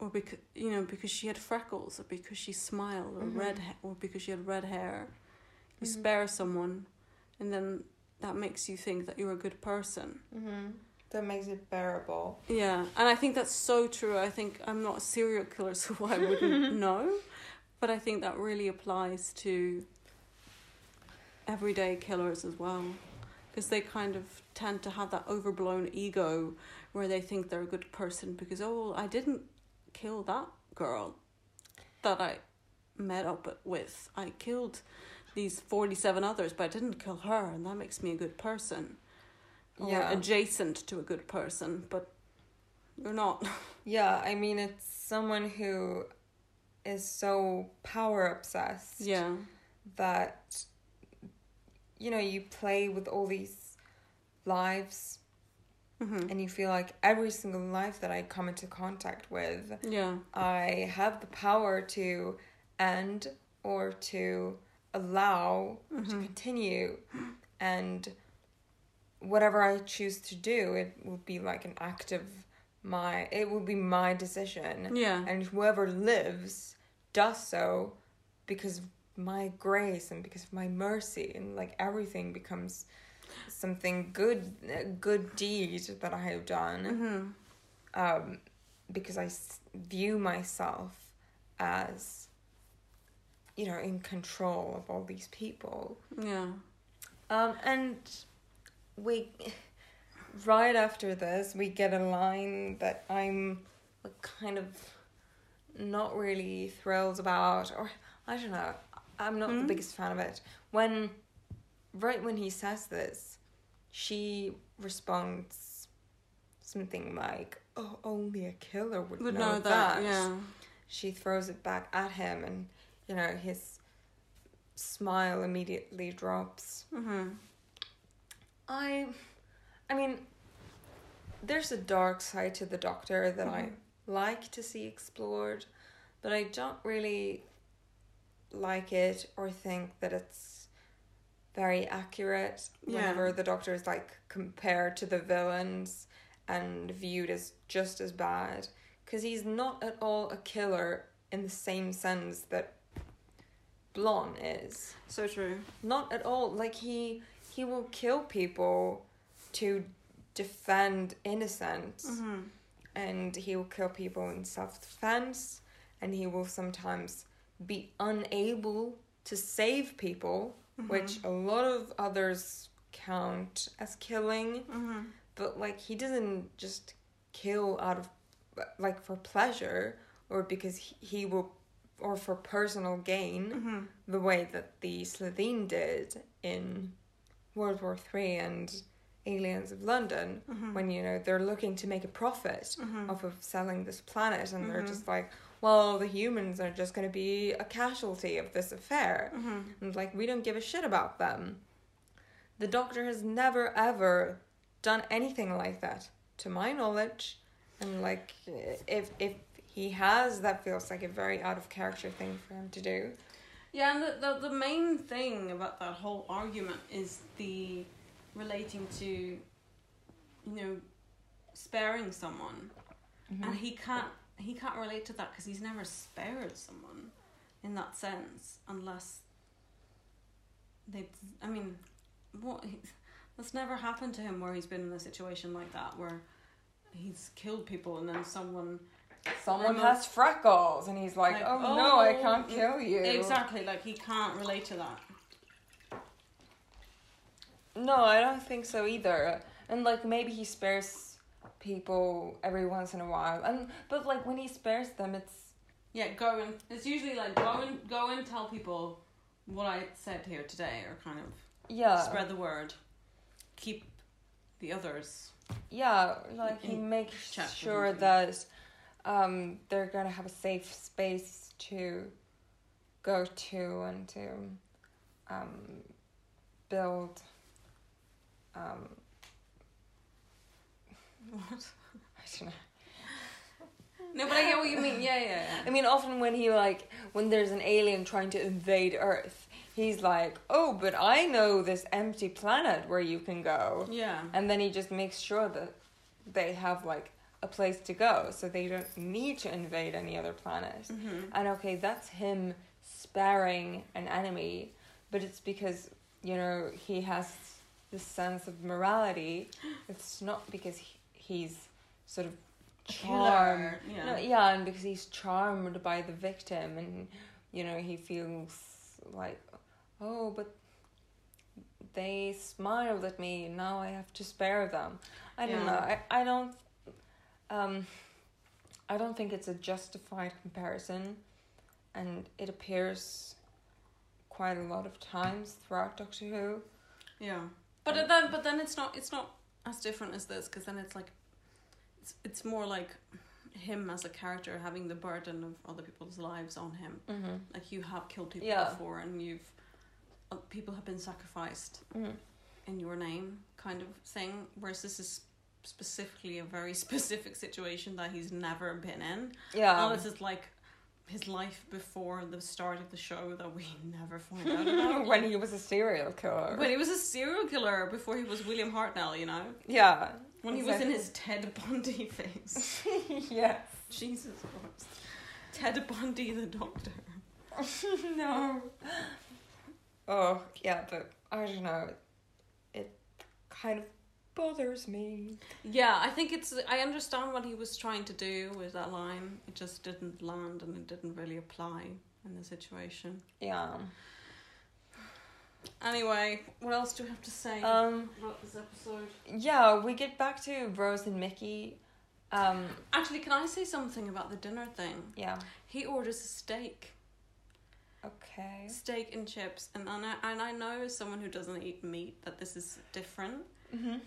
[SPEAKER 1] or because you know because she had freckles or because she smiled or
[SPEAKER 2] Mhm.
[SPEAKER 1] red ha- or because she had red hair you
[SPEAKER 2] Mhm.
[SPEAKER 1] spare someone and then that makes you think that you're a good person
[SPEAKER 2] Mm-hmm. That makes it bearable.
[SPEAKER 1] yeah, and I think that's so true. I think I'm not a serial killer, so I wouldn't know. But I think that really applies to everyday killers as well. Because they kind of tend to have that overblown ego where they think they're a good person because, oh, I didn't kill that girl that I met up with. I killed these 47 others, but I didn't kill her, and that makes me a good person. Or
[SPEAKER 2] Yeah.
[SPEAKER 1] adjacent to a good person, but you're not.
[SPEAKER 2] Yeah, I mean, it's someone who is so power obsessed
[SPEAKER 1] Yeah.
[SPEAKER 2] that, you know, you play with all these lives
[SPEAKER 1] hmm
[SPEAKER 2] and you feel like every single life that I come into contact with,
[SPEAKER 1] Yeah.
[SPEAKER 2] I have the power to end or to allow to
[SPEAKER 1] hmm
[SPEAKER 2] continue and whatever i choose to do it will be like an act of my it will be my decision
[SPEAKER 1] Yeah.
[SPEAKER 2] and whoever lives does so because of my grace and because of my mercy and like everything becomes something good a good deed that i have done
[SPEAKER 1] hmm
[SPEAKER 2] um because i s- view myself as you know in control of all these people
[SPEAKER 1] Yeah.
[SPEAKER 2] um, and we, right after this, we get a line that I'm like, kind of not really thrilled about, or I don't know. I'm not the
[SPEAKER 1] Hmm?
[SPEAKER 2] biggest fan of it. When, right when he says this, she responds something like, "Oh, only a killer would,
[SPEAKER 1] Would
[SPEAKER 2] know,
[SPEAKER 1] know that.
[SPEAKER 2] that."
[SPEAKER 1] Yeah.
[SPEAKER 2] she throws it back at him, and you know his smile immediately drops.
[SPEAKER 1] Mm-hmm.
[SPEAKER 2] I, I mean, there's a dark side to the Doctor that I like to see explored, but I don't really like it or think that it's very accurate
[SPEAKER 1] Yeah.
[SPEAKER 2] whenever the Doctor is like compared to the villains and viewed as just as bad because he's not at all a killer in the same sense that Blon is
[SPEAKER 1] So true.
[SPEAKER 2] not at all like he he will kill people to defend innocence
[SPEAKER 1] Mm-hmm.
[SPEAKER 2] and he will kill people in self-defense and he will sometimes be unable to save people
[SPEAKER 1] Mm-hmm.
[SPEAKER 2] which a lot of others count as killing
[SPEAKER 1] Mm-hmm.
[SPEAKER 2] but like he doesn't just kill out of like for pleasure or because he, he will or for personal gain
[SPEAKER 1] Mm-hmm.
[SPEAKER 2] the way that the Slovene did in World War Three and Aliens of London,
[SPEAKER 1] Mhm.
[SPEAKER 2] when you know they're looking to make a profit
[SPEAKER 1] Mhm.
[SPEAKER 2] off of selling this planet, and they're
[SPEAKER 1] Mhm.
[SPEAKER 2] just like, well, the humans are just going to be a casualty of this affair,
[SPEAKER 1] Mm-hmm.
[SPEAKER 2] and like we don't give a shit about them. The Doctor has never ever done anything like that, to my knowledge, and like if if he has, that feels like a very out of character thing for him to do.
[SPEAKER 1] Yeah, and the, the, the main thing about that whole argument is the relating to, you know, sparing someone, and he can't he can't relate to that because he's never spared someone, in that sense, unless. They, I mean, what that's never happened to him where he's been in a situation like that where he's killed people and then someone
[SPEAKER 2] Someone
[SPEAKER 1] Remote-
[SPEAKER 2] has freckles, and he's like,
[SPEAKER 1] Like,
[SPEAKER 2] "Oh, no, I
[SPEAKER 1] oh,
[SPEAKER 2] can't
[SPEAKER 1] mm,
[SPEAKER 2] kill you."
[SPEAKER 1] exactly like he can't relate to that.
[SPEAKER 2] No, I don't think so either. And like maybe he spares people every once in a while, and but like when he spares them, it's
[SPEAKER 1] Yeah, go and it's usually like go and go and tell people what I said here today, or kind of
[SPEAKER 2] yeah,
[SPEAKER 1] spread the word. Keep the others.
[SPEAKER 2] yeah. Like he
[SPEAKER 1] Mm,
[SPEAKER 2] makes
[SPEAKER 1] chat with
[SPEAKER 2] sure
[SPEAKER 1] him.
[SPEAKER 2] that um they're gonna have a safe space to go to and to um build um
[SPEAKER 1] What?
[SPEAKER 2] I don't know.
[SPEAKER 1] No, but I get what you mean. Yeah, yeah,
[SPEAKER 2] I
[SPEAKER 1] yeah.
[SPEAKER 2] mean, often when he like when there's an alien trying to invade Earth, he's like, "Oh, but I know this empty planet where you can go,"
[SPEAKER 1] Yeah,
[SPEAKER 2] and then he just makes sure that they have like a place to go, so they don't need to invade any other planet.
[SPEAKER 1] Mm-hmm.
[SPEAKER 2] And okay, that's him sparing an enemy, but it's because you know he has this sense of morality. It's not because he, he's sort of charmed
[SPEAKER 1] Killer, Yeah.
[SPEAKER 2] no, yeah, and because he's charmed by the victim, and you know he feels like, oh, but they smiled at me. Now I have to spare them. I don't
[SPEAKER 1] Yeah.
[SPEAKER 2] know. I, I don't. Um, I don't think it's a justified comparison, and it appears quite a lot of times throughout Doctor Who.
[SPEAKER 1] yeah. But then, but then it's not. It's not as different as this because then it's like, it's it's more like him as a character having the burden of other people's lives on him.
[SPEAKER 2] Mm-hmm.
[SPEAKER 1] Like you have killed people
[SPEAKER 2] Yeah.
[SPEAKER 1] before, and you've uh, people have been sacrificed.
[SPEAKER 2] mm
[SPEAKER 1] in your name kind of thing whereas this is specifically a very specific situation that he's never been in
[SPEAKER 2] Yeah.
[SPEAKER 1] oh this is like his life before the start of the show that we never find out about
[SPEAKER 2] when he was a serial killer.
[SPEAKER 1] when he was a serial killer before he was William Hartnell you know
[SPEAKER 2] yeah.
[SPEAKER 1] when he was in
[SPEAKER 2] Exactly.
[SPEAKER 1] his Ted Bundy phase
[SPEAKER 2] yes.
[SPEAKER 1] Jesus Christ Ted Bundy the doctor
[SPEAKER 2] no. Oh, yeah, but I don't know. It kind of bothers me.
[SPEAKER 1] yeah I think it's I understand what he was trying to do with that line it just didn't land and it didn't really apply in the situation
[SPEAKER 2] Yeah.
[SPEAKER 1] Anyway, what else do we have to say
[SPEAKER 2] Um
[SPEAKER 1] about this episode?
[SPEAKER 2] yeah, we get back to Rose and Mickey. Um
[SPEAKER 1] Actually, can I say something about the dinner thing?
[SPEAKER 2] yeah.
[SPEAKER 1] He orders a steak,
[SPEAKER 2] Okay.
[SPEAKER 1] steak and chips, and I know, and I know as someone who doesn't eat meat that this is different,
[SPEAKER 2] Mhm.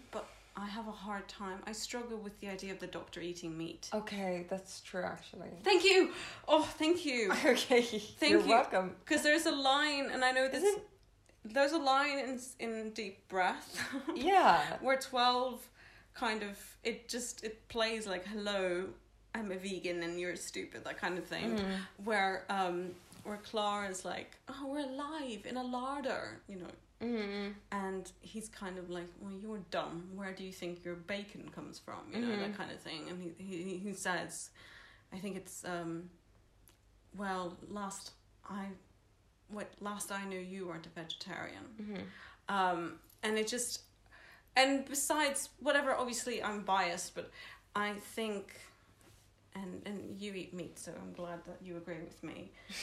[SPEAKER 1] I have a hard time. I struggle with the idea of the doctor eating meat.
[SPEAKER 2] Oh. Okay, that's true actually.
[SPEAKER 1] Thank you. Oh, thank you.
[SPEAKER 2] Okay,
[SPEAKER 1] Thank
[SPEAKER 2] you're
[SPEAKER 1] you.
[SPEAKER 2] welcome.
[SPEAKER 1] Because there's a line, and I know this.
[SPEAKER 2] Isn't-
[SPEAKER 1] There's a line in in Deep Breath.
[SPEAKER 2] Yeah.
[SPEAKER 1] where 12 kind of it just it plays like hello i'm a vegan and you're stupid that kind of thing
[SPEAKER 2] Mm.
[SPEAKER 1] where um where clara's like oh we're alive in a larder you know
[SPEAKER 2] Mm.
[SPEAKER 1] and he's kind of like well you're dumb where do you think your bacon comes from you know that
[SPEAKER 2] Mhm.
[SPEAKER 1] kind of thing and he, he he says i think it's um well last i what last i knew you weren't a vegetarian
[SPEAKER 2] Mhm.
[SPEAKER 1] um, and it just and besides whatever obviously i'm biased but i think and and you eat meat so i'm glad that you agree with me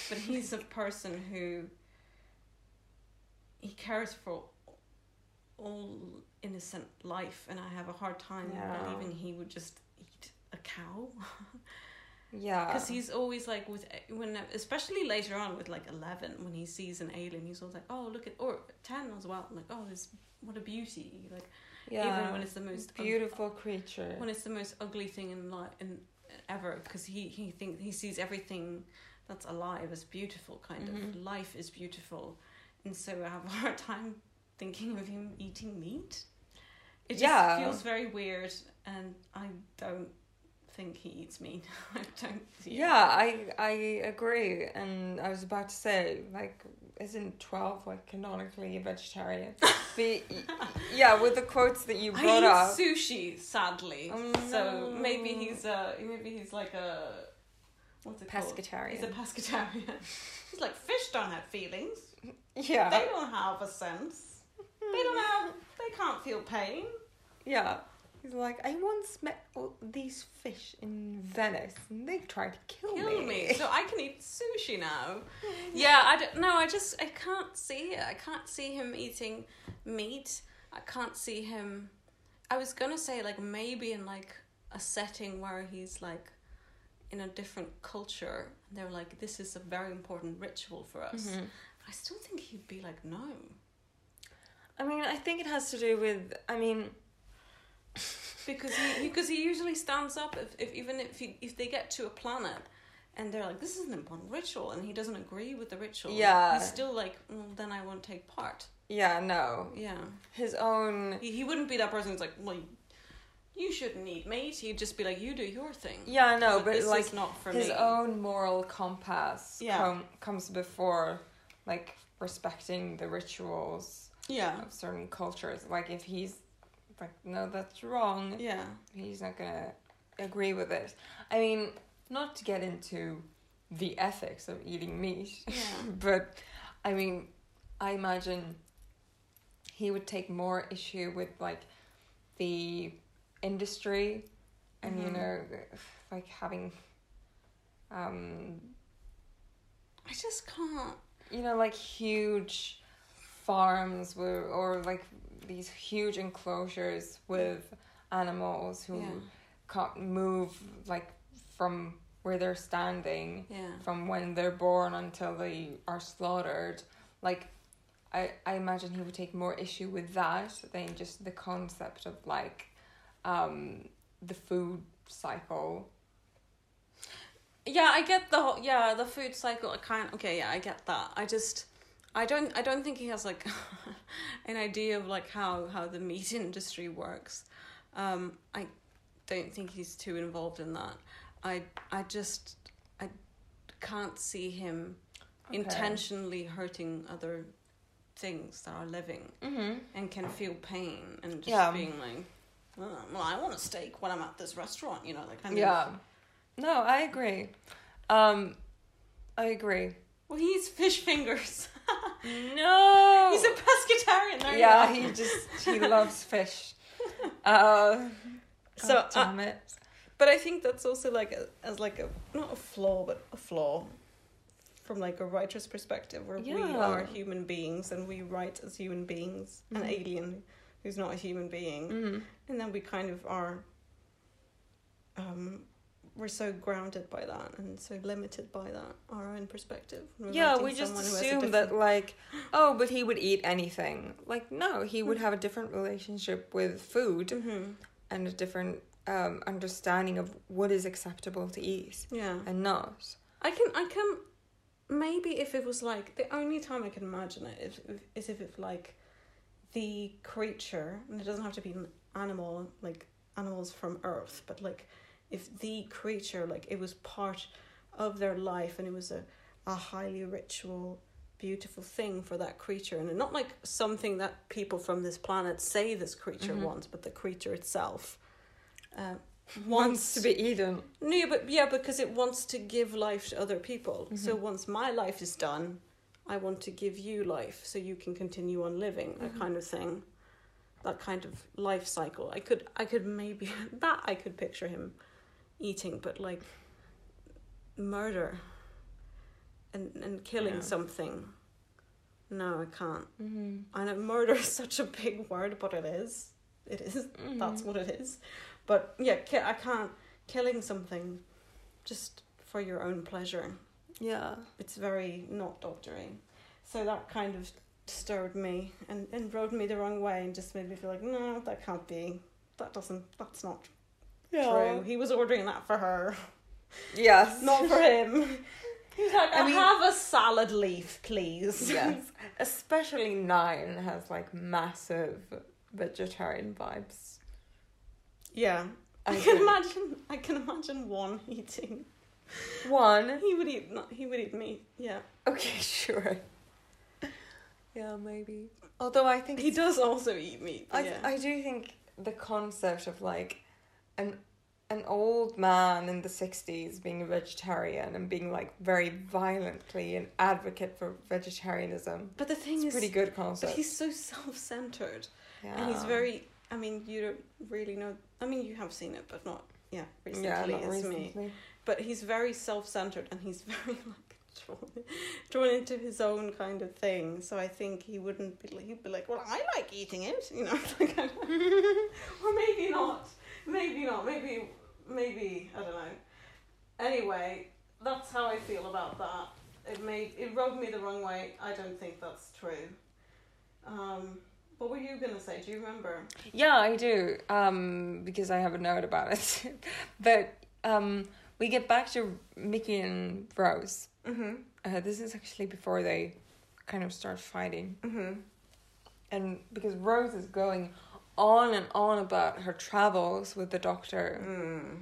[SPEAKER 1] but he's a person who he cares for all innocent life and i have a hard time
[SPEAKER 2] Yeah.
[SPEAKER 1] believing he would just eat a cow
[SPEAKER 2] Yeah.
[SPEAKER 1] because he's always like with when especially later on with like 11 when he sees an alien he's always like oh look at or 10 as well like oh this what a beauty like
[SPEAKER 2] yeah.
[SPEAKER 1] even when it's the most ug-
[SPEAKER 2] beautiful creature.
[SPEAKER 1] when it's the most ugly thing in life in ever because he he thinks he sees everything that's alive as beautiful kind of
[SPEAKER 2] Mhm.
[SPEAKER 1] life is beautiful and so i have a hard time thinking of him eating meat it just
[SPEAKER 2] Yeah.
[SPEAKER 1] feels very weird and i don't think he eats meat i don't
[SPEAKER 2] Yeah, I I agree, and I was about to say like, isn't twelve like canonically a vegetarian? but y- yeah, with the quotes that you brought
[SPEAKER 1] I
[SPEAKER 2] up,
[SPEAKER 1] eat sushi, sadly.
[SPEAKER 2] Oh,
[SPEAKER 1] So
[SPEAKER 2] no.
[SPEAKER 1] maybe he's a maybe he's like a what's it called?
[SPEAKER 2] pescatarian.
[SPEAKER 1] He's a pescatarian. he's like fish don't have feelings.
[SPEAKER 2] yeah,
[SPEAKER 1] They don't have a sense. They don't have. They can't feel pain.
[SPEAKER 2] Hmm. yeah. He's like, I once met all these fish in Venice, and they tried to kill,
[SPEAKER 1] Kill me. So I can eat sushi now. Yeah, I don't. No, I just I can't see it. I can't see him eating meat. I can't see him. I was gonna say like maybe in like a setting where he's like in a different culture. And they're like, this is a very important ritual for us.
[SPEAKER 2] Mhm.
[SPEAKER 1] I still think he'd be like, no.
[SPEAKER 2] I mean, I think it has to do with. I mean,
[SPEAKER 1] because he because he usually stands up if, if even if he, if they get to a planet and they're like this is an important ritual and he doesn't agree with the ritual
[SPEAKER 2] Yeah.
[SPEAKER 1] he's still like well then i won't take part
[SPEAKER 2] yeah, no,
[SPEAKER 1] yeah
[SPEAKER 2] his own.
[SPEAKER 1] he, he wouldn't be that person who's like well you shouldn't eat meat he'd just be like you do your thing
[SPEAKER 2] Yeah, no, but,
[SPEAKER 1] this
[SPEAKER 2] like
[SPEAKER 1] is not for
[SPEAKER 2] his
[SPEAKER 1] me
[SPEAKER 2] own moral compass
[SPEAKER 1] Yeah.
[SPEAKER 2] com- comes before like respecting the rituals
[SPEAKER 1] yeah
[SPEAKER 2] of certain cultures like if he's like no that's wrong
[SPEAKER 1] yeah
[SPEAKER 2] he's not gonna agree with it i mean not to get into the ethics of eating meat
[SPEAKER 1] yeah
[SPEAKER 2] but i mean i imagine he would take more issue with like the industry and you
[SPEAKER 1] Mhm.
[SPEAKER 2] know like having um
[SPEAKER 1] i just can't
[SPEAKER 2] you know like huge farms where or like these huge enclosures with animals who
[SPEAKER 1] yeah
[SPEAKER 2] can't move like from where they're standing
[SPEAKER 1] yeah
[SPEAKER 2] from when they're born until they are slaughtered. Like, I, I imagine he would take more issue with that than just the concept of like um, the food cycle.
[SPEAKER 1] Yeah, I get the whole, yeah the food cycle. I kind okay. Yeah, I get that. I just I don't I don't think he has like an idea of like how how the meat industry works. Um, I don't think he's too involved in that. I I just I can't see him
[SPEAKER 2] Okay.
[SPEAKER 1] intentionally hurting other things that are living
[SPEAKER 2] Mm-hmm.
[SPEAKER 1] and can feel pain and just
[SPEAKER 2] Yeah.
[SPEAKER 1] being like, "Oh, well, I want a steak when I'm at this restaurant. You know, like kind of
[SPEAKER 2] Yeah. No, I agree. Um, I agree.
[SPEAKER 1] Well, he's fish fingers.
[SPEAKER 2] No.
[SPEAKER 1] He's a pescatarian. There
[SPEAKER 2] Oh. yeah,
[SPEAKER 1] you
[SPEAKER 2] he just he loves fish. Uh,
[SPEAKER 1] So, uh,
[SPEAKER 2] God damn it.
[SPEAKER 1] But I think that's also like a, as like a not a flaw, but a flaw from like a writer's perspective, where we
[SPEAKER 2] Yeah.
[SPEAKER 1] are human beings and we write as human beings. An
[SPEAKER 2] Mhm.
[SPEAKER 1] alien who's
[SPEAKER 2] Mm-hmm.
[SPEAKER 1] not a human being,
[SPEAKER 2] Mm.
[SPEAKER 1] and then we kind of are. Um, we're so grounded by that and so limited by that our own perspective. We're
[SPEAKER 2] yeah,
[SPEAKER 1] writing
[SPEAKER 2] we just
[SPEAKER 1] someone who has a
[SPEAKER 2] assume
[SPEAKER 1] different-
[SPEAKER 2] that like, oh, but he would eat anything. Like, no, he
[SPEAKER 1] Hmm.
[SPEAKER 2] would have a different relationship with food
[SPEAKER 1] Mhm.
[SPEAKER 2] and a different um, understanding of what is acceptable to eat
[SPEAKER 1] Yeah,
[SPEAKER 2] and not.
[SPEAKER 1] I can. I can. Maybe if it was like the only time I can imagine it is, is if it's like the creature, and it doesn't have to be an animal, like animals from Earth, but like if the creature, like it was part of their life and it was a, a highly ritual, beautiful thing for that creature, and not like something that people from this planet say this creature
[SPEAKER 2] Mhm.
[SPEAKER 1] wants, but the creature itself. Uh,
[SPEAKER 2] Wants to be eaten.
[SPEAKER 1] no, yeah, but yeah, because it wants to give life to other people. So
[SPEAKER 2] Mhm.
[SPEAKER 1] once my life is done, I want to give you life so you can continue on living, that
[SPEAKER 2] Mhm.
[SPEAKER 1] kind of thing. That kind of life cycle. I could I could maybe that I could picture him eating, but like murder and and killing
[SPEAKER 2] Yeah.
[SPEAKER 1] something. No, I can't.
[SPEAKER 2] Mm-hmm.
[SPEAKER 1] I know murder is such a big word, but it is. It is
[SPEAKER 2] Mm-hmm. Mm.
[SPEAKER 1] that's what it is. But yeah, ki- I can't killing something just for your own pleasure.
[SPEAKER 2] Yeah.
[SPEAKER 1] It's very not doctoring. So that kind of disturbed me and, and rode me the wrong way and just made me feel like, no, that can't be. That doesn't, that's not true. He was ordering that for her,
[SPEAKER 2] Yes.
[SPEAKER 1] not for him. He was like,
[SPEAKER 2] I
[SPEAKER 1] I
[SPEAKER 2] mean-
[SPEAKER 1] have a salad leaf, please.
[SPEAKER 2] yes. Especially nine has like massive vegetarian vibes.
[SPEAKER 1] Yeah. I
[SPEAKER 2] agree.
[SPEAKER 1] can imagine, I can imagine one eating.
[SPEAKER 2] One.
[SPEAKER 1] He would eat, he would eat meat, yeah.
[SPEAKER 2] Okay, sure. Yeah, maybe. Although I think
[SPEAKER 1] He does also eat meat.
[SPEAKER 2] I
[SPEAKER 1] yeah.
[SPEAKER 2] I do think the concept of like an an old man in the sixties being a vegetarian and being like very violently an advocate for vegetarianism.
[SPEAKER 1] but the thing
[SPEAKER 2] It's a
[SPEAKER 1] is,
[SPEAKER 2] pretty good
[SPEAKER 1] but
[SPEAKER 2] concept.
[SPEAKER 1] he's so self-centered,
[SPEAKER 2] yeah.
[SPEAKER 1] and he's very. I mean, you don't really know. I mean, you have seen it, but not yeah recently
[SPEAKER 2] yeah, not
[SPEAKER 1] as me.
[SPEAKER 2] recently.
[SPEAKER 1] But he's very self-centered, and he's very like drawn, drawn into his own kind of thing. So I think he wouldn't be. He'd be like, "Well, I like eating it," you know. like, I don't- or maybe not. Maybe not. Maybe maybe I don't know. Anyway, that's how I feel about that. It made it rubbed me the wrong way. I don't think that's true. Um, what were you gonna say? Do you remember?
[SPEAKER 2] Yeah, I do. Um, because I have a note about it. but um, we get back to Mickey and Rose.
[SPEAKER 1] Mm-hmm.
[SPEAKER 2] Uh, this is actually before they kind of start fighting.
[SPEAKER 1] Mm-hmm.
[SPEAKER 2] And because Rose is going on and on about her travels with the doctor,
[SPEAKER 1] Mm.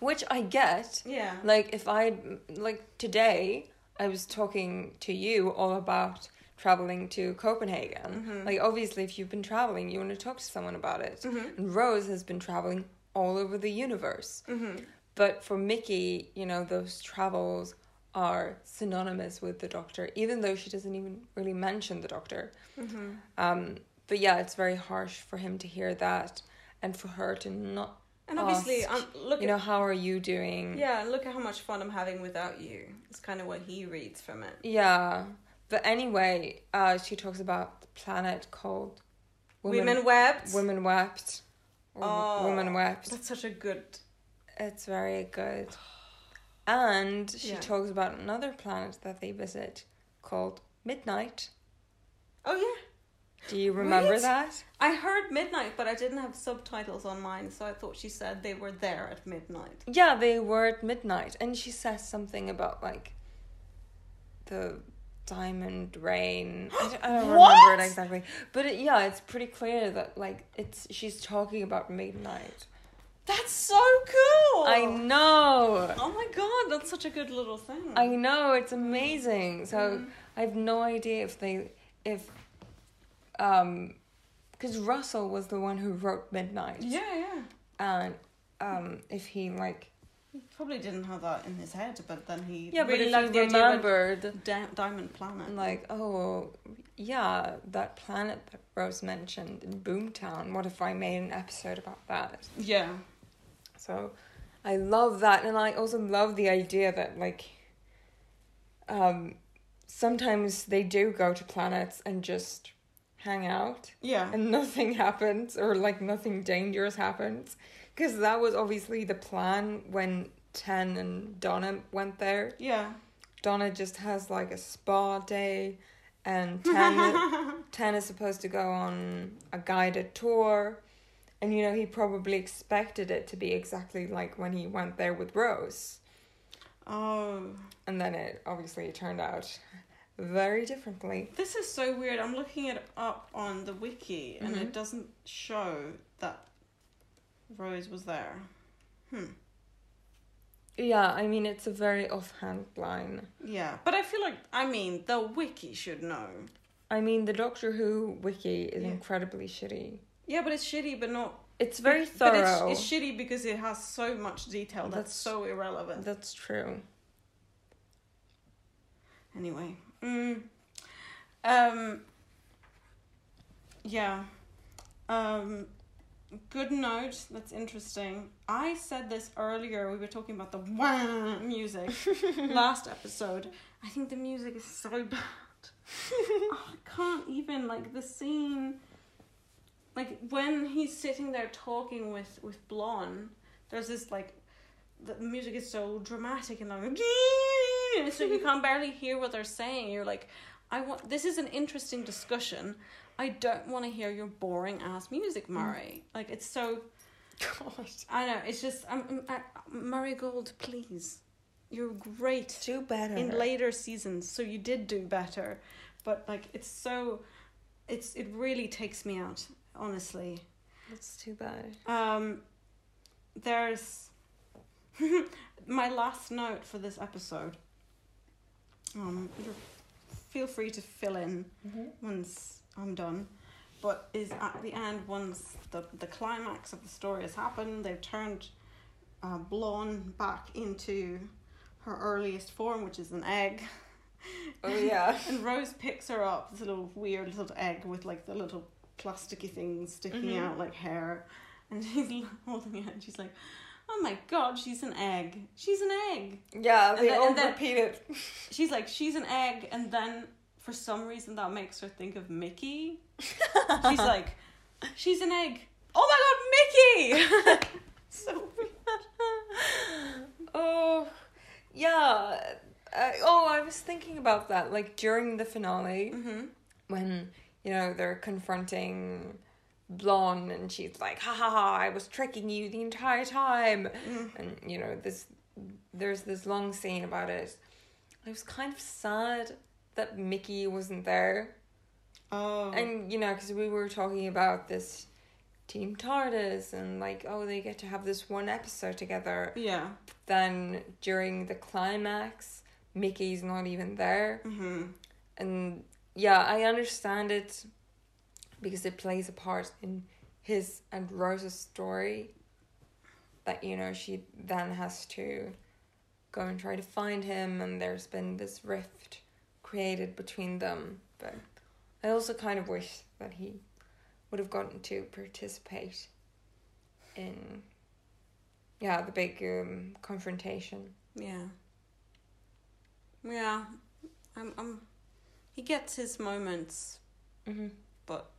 [SPEAKER 2] which I get.
[SPEAKER 1] Yeah.
[SPEAKER 2] Like, if I, like, today I was talking to you all about traveling to Copenhagen.
[SPEAKER 1] Mhm.
[SPEAKER 2] Like, obviously, if you've been traveling, you want to talk to someone about it.
[SPEAKER 1] Mm-hmm.
[SPEAKER 2] And Rose has been traveling all over the universe.
[SPEAKER 1] Mm-hmm.
[SPEAKER 2] But for Mickey, you know, those travels are synonymous with the doctor, even though she doesn't even really mention the doctor.
[SPEAKER 1] Mm-hmm.
[SPEAKER 2] Um, but yeah, it's very harsh for him to hear that and for her to not,
[SPEAKER 1] And obviously,
[SPEAKER 2] Ask,
[SPEAKER 1] I'm, look.
[SPEAKER 2] you know, how are you doing?
[SPEAKER 1] at, yeah, and look at how much fun I'm having without you. It's kind of what he reads from it.
[SPEAKER 2] Yeah. But anyway, uh, she talks about the planet called
[SPEAKER 1] Women, wept.
[SPEAKER 2] Women Wept. Or
[SPEAKER 1] Oh.
[SPEAKER 2] Women Wept.
[SPEAKER 1] That's such a good.
[SPEAKER 2] It's very good. And she
[SPEAKER 1] Yeah.
[SPEAKER 2] talks about another planet that they visit called Midnight.
[SPEAKER 1] Oh yeah.
[SPEAKER 2] Do you remember
[SPEAKER 1] Right?
[SPEAKER 2] that?
[SPEAKER 1] I heard midnight, but I didn't have subtitles on mine, so I thought she said they were there at midnight.
[SPEAKER 2] Yeah, they were at midnight. And she says something about like the diamond rain. I don't, I don't
[SPEAKER 1] What?
[SPEAKER 2] remember it exactly. But it, yeah, it's pretty clear that like it's she's talking about midnight.
[SPEAKER 1] That's so cool.
[SPEAKER 2] I know.
[SPEAKER 1] Oh my god, that's such a good little thing.
[SPEAKER 2] I know it's amazing. So
[SPEAKER 1] Mhm.
[SPEAKER 2] I have no idea if they if um because Russell was the one who wrote Midnight.
[SPEAKER 1] Yeah, yeah.
[SPEAKER 2] And um if he like
[SPEAKER 1] He probably didn't have that in his head, but then he
[SPEAKER 2] yeah,
[SPEAKER 1] really
[SPEAKER 2] but
[SPEAKER 1] liked
[SPEAKER 2] if
[SPEAKER 1] the
[SPEAKER 2] he
[SPEAKER 1] idea of a
[SPEAKER 2] remembered
[SPEAKER 1] di- diamond planet.
[SPEAKER 2] like oh yeah that planet that Rose mentioned in Boomtown. What if I made an episode about that?
[SPEAKER 1] yeah.
[SPEAKER 2] So I love that and I also love the idea that like um sometimes they do go to planets and just hang out
[SPEAKER 1] Yeah.
[SPEAKER 2] and nothing happens or like nothing dangerous happens. Because that was obviously the plan when Ten and Donna went there.
[SPEAKER 1] Yeah.
[SPEAKER 2] Donna just has like a spa day, and Ten, Ten is supposed to go on a guided tour. And you know, he probably expected it to be exactly like when he went there with Rose.
[SPEAKER 1] Oh.
[SPEAKER 2] And then it obviously turned out very differently.
[SPEAKER 1] This is so weird. I'm looking it up on the wiki and it doesn't show that Rose was there. Hmm.
[SPEAKER 2] Yeah, I mean, it's a very offhand line.
[SPEAKER 1] Yeah. But I feel like, I mean, the wiki should know.
[SPEAKER 2] I mean, the Doctor Who wiki is
[SPEAKER 1] Yeah.
[SPEAKER 2] incredibly shitty.
[SPEAKER 1] Yeah, but it's shitty, but not.
[SPEAKER 2] It's very
[SPEAKER 1] but
[SPEAKER 2] thorough.
[SPEAKER 1] it's, it's shitty because it has so much detail that's,
[SPEAKER 2] That's-
[SPEAKER 1] so irrelevant.
[SPEAKER 2] That's true.
[SPEAKER 1] Anyway. Mm. Um. Yeah. Um. Good note. That's interesting. I said this earlier. We were talking about the wah music last episode. I think the music is so bad. Oh, I can't even like the scene. Like when he's sitting there talking with with Blonde, there's this like the music is so dramatic and like so you can barely hear what they're saying. You're like, I want this is an interesting discussion. I don't want to hear your boring ass music, Murray. Like it's so
[SPEAKER 2] God.
[SPEAKER 1] I know it's just I'm, I'm- i Murray Gold, please. You're great
[SPEAKER 2] Do better.
[SPEAKER 1] in later seasons, so you did do better, but like it's so, it's it really takes me out honestly.
[SPEAKER 2] That's too bad.
[SPEAKER 1] Um, there's my last note for this episode. Um, you're- feel free to fill in
[SPEAKER 2] Mm-hmm.
[SPEAKER 1] once I'm done. But is at the end once the the climax of the story has happened, they've turned uh, Blonde back into her earliest form, which is an egg.
[SPEAKER 2] Oh, yeah.
[SPEAKER 1] And Rose picks her up, this little weird little egg with like the little plasticky thing sticking
[SPEAKER 2] Mhm.
[SPEAKER 1] out like hair. And she's l- holding it and she's like, oh my god, she's an egg. She's an egg.
[SPEAKER 2] yeah, they
[SPEAKER 1] then-
[SPEAKER 2] all
[SPEAKER 1] and then-
[SPEAKER 2] repeat it.
[SPEAKER 1] She's like, she's an egg. And then for some reason that makes her think of Mickey. She's like, she's an egg. Oh my god, Mickey! so weird.
[SPEAKER 2] oh, yeah. Uh, oh, I was thinking about that. Like during the finale,
[SPEAKER 1] Mm-hmm.
[SPEAKER 2] when you know they're confronting Blonde, and she's like, "Ha ha ha! I was tricking you the entire time."
[SPEAKER 1] Mm.
[SPEAKER 2] And you know this, there's this long scene about it. I was kind of sad that Mickey wasn't there,
[SPEAKER 1] Oh.
[SPEAKER 2] and you know because we were talking about this Team TARDIS and like, oh, they get to have this one episode together.
[SPEAKER 1] yeah.
[SPEAKER 2] Then during the climax, Mickey's not even there
[SPEAKER 1] Mm-hmm.
[SPEAKER 2] and yeah, I understand it because it plays a part in his and Rose's story that you know she then has to go and try to find him and there's been this rift created between them but I also kind of wish that he would have gotten to participate in yeah the big um, confrontation
[SPEAKER 1] Yeah. Yeah. I'm, I'm he gets his moments,
[SPEAKER 2] mm-hmm.
[SPEAKER 1] but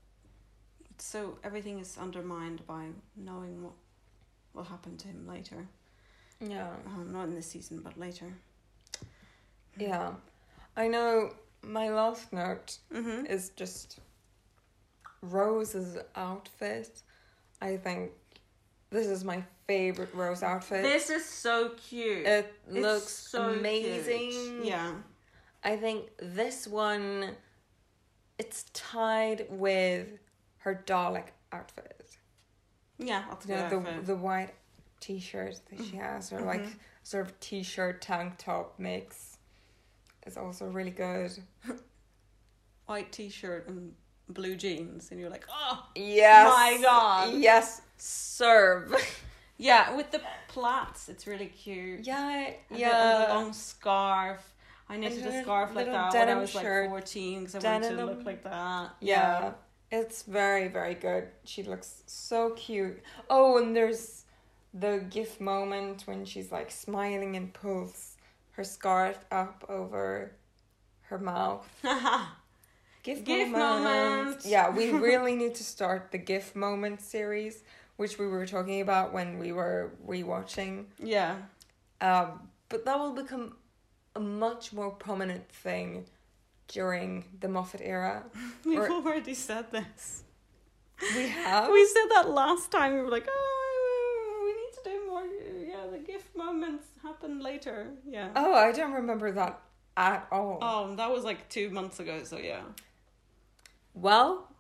[SPEAKER 1] so everything is undermined by knowing what will happen to him later.
[SPEAKER 2] yeah
[SPEAKER 1] Um, not in this season, but later.
[SPEAKER 2] yeah I know my last note
[SPEAKER 1] Mm-hmm.
[SPEAKER 2] is just Rose's outfit. I think this is my favorite Rose outfit.
[SPEAKER 1] This is so cute.
[SPEAKER 2] it
[SPEAKER 1] It's
[SPEAKER 2] looks
[SPEAKER 1] so cute.
[SPEAKER 2] amazing.
[SPEAKER 1] Yeah.
[SPEAKER 2] I think this one it's tied with her Dalek outfit.
[SPEAKER 1] Yeah, that's a
[SPEAKER 2] You
[SPEAKER 1] good
[SPEAKER 2] know,
[SPEAKER 1] outfit.
[SPEAKER 2] the the white t shirt that she has or like
[SPEAKER 1] Mhm.
[SPEAKER 2] sort of t shirt tank top mix is also really good.
[SPEAKER 1] White t shirt and blue jeans, and you're like, oh!
[SPEAKER 2] Yes.
[SPEAKER 1] My God.
[SPEAKER 2] Yes, serve.
[SPEAKER 1] Yeah, with the plaits, it's really cute.
[SPEAKER 2] Yeah,
[SPEAKER 1] And then on
[SPEAKER 2] yeah.
[SPEAKER 1] the long scarf. I knitted a
[SPEAKER 2] little-
[SPEAKER 1] scarf like
[SPEAKER 2] little
[SPEAKER 1] that when I
[SPEAKER 2] denim
[SPEAKER 1] was like
[SPEAKER 2] shirt.
[SPEAKER 1] 14 because I wanted to
[SPEAKER 2] Denim.
[SPEAKER 1] look like that.
[SPEAKER 2] yeah. It's very, very good. She looks so cute. Oh, and there's the gif moment when she's like smiling and pulls her scarf up over her mouth. GIF,
[SPEAKER 1] Gif moment.
[SPEAKER 2] Yeah, we really need to start the GIF moment series which we were talking about when we were rewatching.
[SPEAKER 1] Yeah.
[SPEAKER 2] Um, but that will become a much more prominent thing during the Moffat era.
[SPEAKER 1] We've
[SPEAKER 2] Or- Oh.
[SPEAKER 1] already said this.
[SPEAKER 2] We have.
[SPEAKER 1] We said that last time. We were like, oh, we need to do more. Yeah, the gift moments happen later. Yeah.
[SPEAKER 2] oh, I don't remember that at all.
[SPEAKER 1] Oh, that was like two months ago, so yeah.
[SPEAKER 2] Well,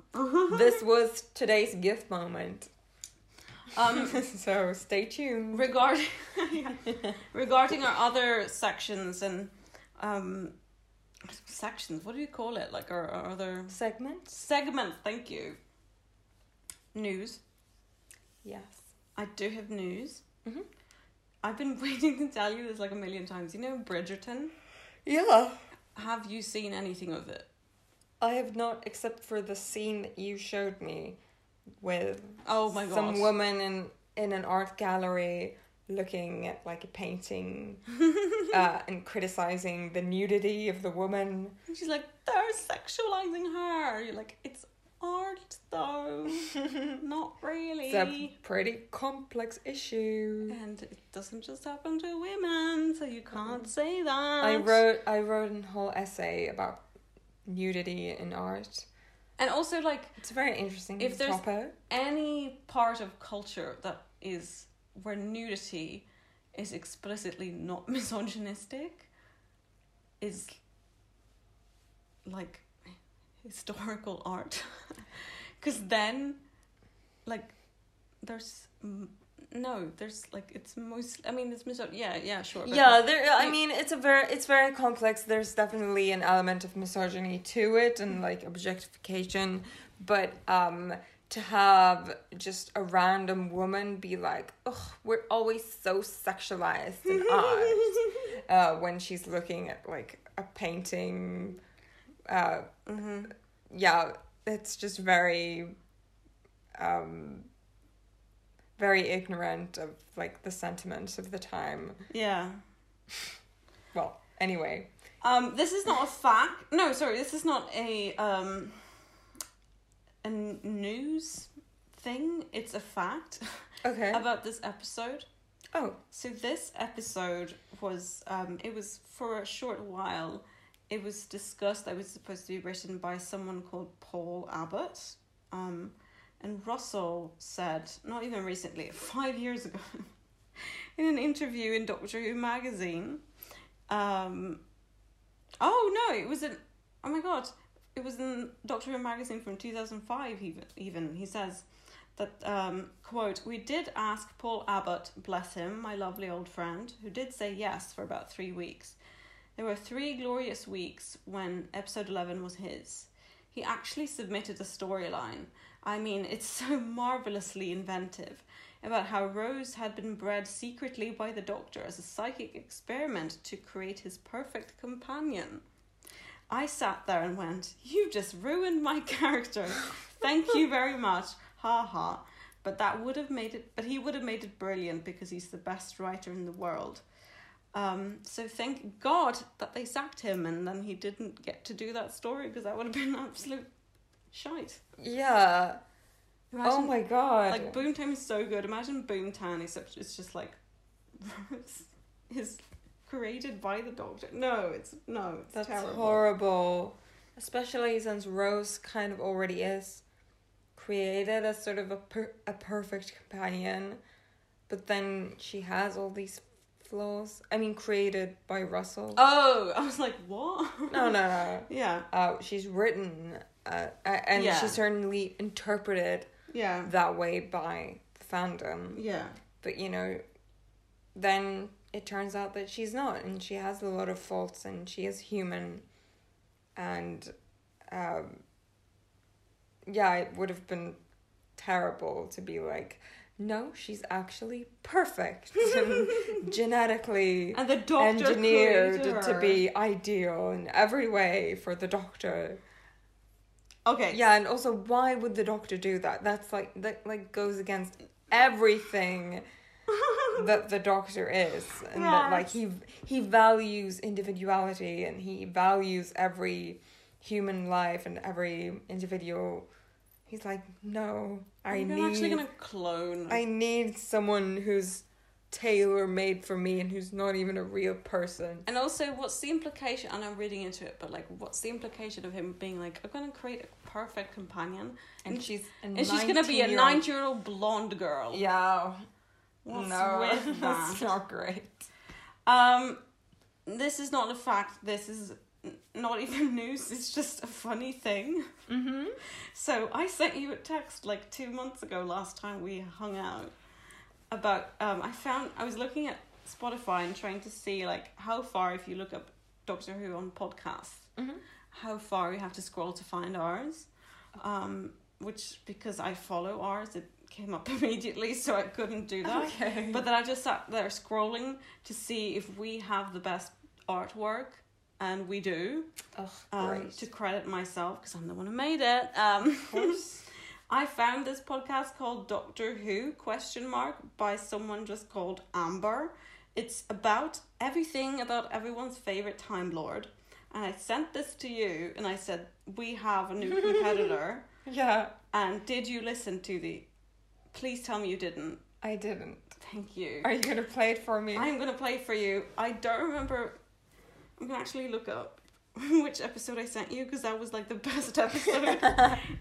[SPEAKER 2] this was today's gift moment.
[SPEAKER 1] Um,
[SPEAKER 2] so stay tuned.
[SPEAKER 1] regarding regarding our other sections and um, sections, what do you call it? Like our, our other
[SPEAKER 2] Segment?
[SPEAKER 1] segments. Thank you. News.
[SPEAKER 2] Yes.
[SPEAKER 1] I do have news.
[SPEAKER 2] Mhm.
[SPEAKER 1] I've been waiting to tell you this like a million times. You know Bridgerton.
[SPEAKER 2] Yeah.
[SPEAKER 1] Have you seen anything of it?
[SPEAKER 2] I have not, except for the scene that you showed me with
[SPEAKER 1] Oh my god!
[SPEAKER 2] some woman in, in an art gallery looking at like a painting uh, and criticizing the nudity of the woman.
[SPEAKER 1] And she's like, they're sexualizing her. You're like, it's art though, not really.
[SPEAKER 2] It's a pretty complex issue.
[SPEAKER 1] And it doesn't just happen to women, so you can't say that.
[SPEAKER 2] I wrote I wrote a whole essay about nudity in art.
[SPEAKER 1] And also, like,
[SPEAKER 2] It's a very interesting
[SPEAKER 1] If there's-
[SPEAKER 2] topic.
[SPEAKER 1] any part of culture that is where nudity is explicitly not misogynistic is like historical art. Because then, like, there's. mm, No, there's like it's most. I mean, it's misog. Yeah, yeah, sure. but,
[SPEAKER 2] Yeah,
[SPEAKER 1] like,
[SPEAKER 2] there. I
[SPEAKER 1] you-
[SPEAKER 2] mean, it's a very it's very complex. There's definitely an element of misogyny to it and like objectification, but um, to have just a random woman be like, "Ugh, we're always so sexualized in art," uh, when she's looking at like a painting, uh,
[SPEAKER 1] Mhm.
[SPEAKER 2] yeah, it's just very, um, very ignorant of like the sentiments of the time.
[SPEAKER 1] Yeah.
[SPEAKER 2] Well, anyway.
[SPEAKER 1] Um, this is not a fact. No, sorry, this is not a um, a n- news thing. It's a fact
[SPEAKER 2] Okay.
[SPEAKER 1] about this episode.
[SPEAKER 2] oh,
[SPEAKER 1] So this episode was um, it was for a short while. It was discussed. that It was supposed to be written by someone called Paul Abbott, um, and Russell said not even recently, five years ago, in an interview in Doctor Who magazine. Um, oh no! It was an oh my god! It was in Doctor Who magazine from two thousand five. Even even he says that um, quote we did ask paul abbott bless him my lovely old friend who did say yes for about three weeks there were three glorious weeks when episode 11 was his he actually submitted a storyline i mean it's so marvelously inventive about how rose had been bred secretly by the doctor as a psychic experiment to create his perfect companion I sat there and went, You just ruined my character. Thank you very much. Ha ha. But that would have made it, but he would have made it brilliant because he's the best writer in the world. Um, so thank God that they sacked him and then he didn't get to do that story because that would have been absolute shite.
[SPEAKER 2] yeah. oh my god.
[SPEAKER 1] Like Boomtown is so good. Imagine Boomtown except it's just like Rose is created by the Doctor. No, it's no, it's
[SPEAKER 2] That's
[SPEAKER 1] terrible.
[SPEAKER 2] horrible. Especially since Rose kind of already is created as sort of a per- a perfect companion, but then she has all these flaws. I mean, created by Russell.
[SPEAKER 1] Oh, I was like, what?
[SPEAKER 2] No, no, no.
[SPEAKER 1] Yeah,
[SPEAKER 2] Uh, she's written, uh, a- and
[SPEAKER 1] Yeah.
[SPEAKER 2] she's certainly interpreted
[SPEAKER 1] yeah,
[SPEAKER 2] that way by the fandom.
[SPEAKER 1] yeah,
[SPEAKER 2] but you know then it turns out that she's not and she has a lot of faults and she is human and um yeah it would have been terrible to be like no she's actually perfect and genetically
[SPEAKER 1] and the doctor
[SPEAKER 2] engineered
[SPEAKER 1] created
[SPEAKER 2] to
[SPEAKER 1] her.
[SPEAKER 2] be ideal in every way for the doctor
[SPEAKER 1] okay.
[SPEAKER 2] yeah and also why would the doctor do that that's like that like goes against everything that the doctor is and that like he he values individuality and he values every human life and every individual He's like, no, I
[SPEAKER 1] I'm
[SPEAKER 2] need.
[SPEAKER 1] actually gonna clone.
[SPEAKER 2] I need someone who's tailor made for me and who's not even a real person.
[SPEAKER 1] And also, what's the implication? And I'm reading into it, but like, what's the implication of him being like, I'm gonna create a perfect companion,
[SPEAKER 2] And
[SPEAKER 1] And-
[SPEAKER 2] she's
[SPEAKER 1] and she's gonna be a
[SPEAKER 2] 19-year-old
[SPEAKER 1] nine-year-old blonde girl.
[SPEAKER 2] Yeah.
[SPEAKER 1] What's
[SPEAKER 2] no,
[SPEAKER 1] with
[SPEAKER 2] that's
[SPEAKER 1] that?
[SPEAKER 2] not great.
[SPEAKER 1] Um, this is not a fact. This is n- not even news. It's just a funny thing.
[SPEAKER 2] Mm-hmm.
[SPEAKER 1] So I sent you a text like two months ago, last time we hung out, about um, I found I was looking at Spotify and trying to see like how far if you look up Doctor Who on podcasts,
[SPEAKER 2] Mhm.
[SPEAKER 1] how far you have to scroll to find ours, um, which because I follow ours, it came up immediately, so I couldn't do that.
[SPEAKER 2] Okay.
[SPEAKER 1] But then I just sat there scrolling to see if we have the best artwork, and we do.
[SPEAKER 2] Ugh,
[SPEAKER 1] Um,
[SPEAKER 2] great.
[SPEAKER 1] to credit myself, because I'm the one who made it. Um, I found this podcast called Doctor Who question mark by someone just called Amber. It's about everything about everyone's favorite Time Lord. And I sent this to you and I said, We have a new competitor.
[SPEAKER 2] yeah,
[SPEAKER 1] and did you listen to the please tell me you didn't.
[SPEAKER 2] I didn't.
[SPEAKER 1] Thank you.
[SPEAKER 2] Are you gonna play it for me?
[SPEAKER 1] I'm gonna play for you. I don't remember. I'm gonna actually look up which episode I sent you because that was like the best episode.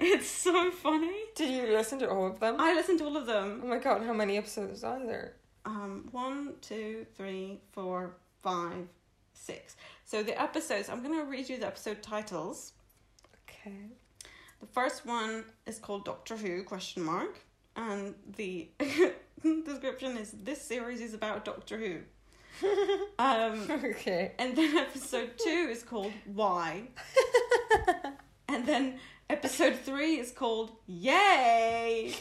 [SPEAKER 1] it's so funny.
[SPEAKER 2] Did you listen to all of them?
[SPEAKER 1] I listened to all of
[SPEAKER 2] oh
[SPEAKER 1] them.
[SPEAKER 2] my god, how many episodes are there?
[SPEAKER 1] Um, one, two, three, four, five, six. So the episodes. I'm gonna read you the episode titles.
[SPEAKER 2] Okay.
[SPEAKER 1] The first one is called Doctor Who question mark, and the description is this series is about Doctor Who. um,
[SPEAKER 2] Okay.
[SPEAKER 1] And then episode two is called Why. and then episode three is called Yay.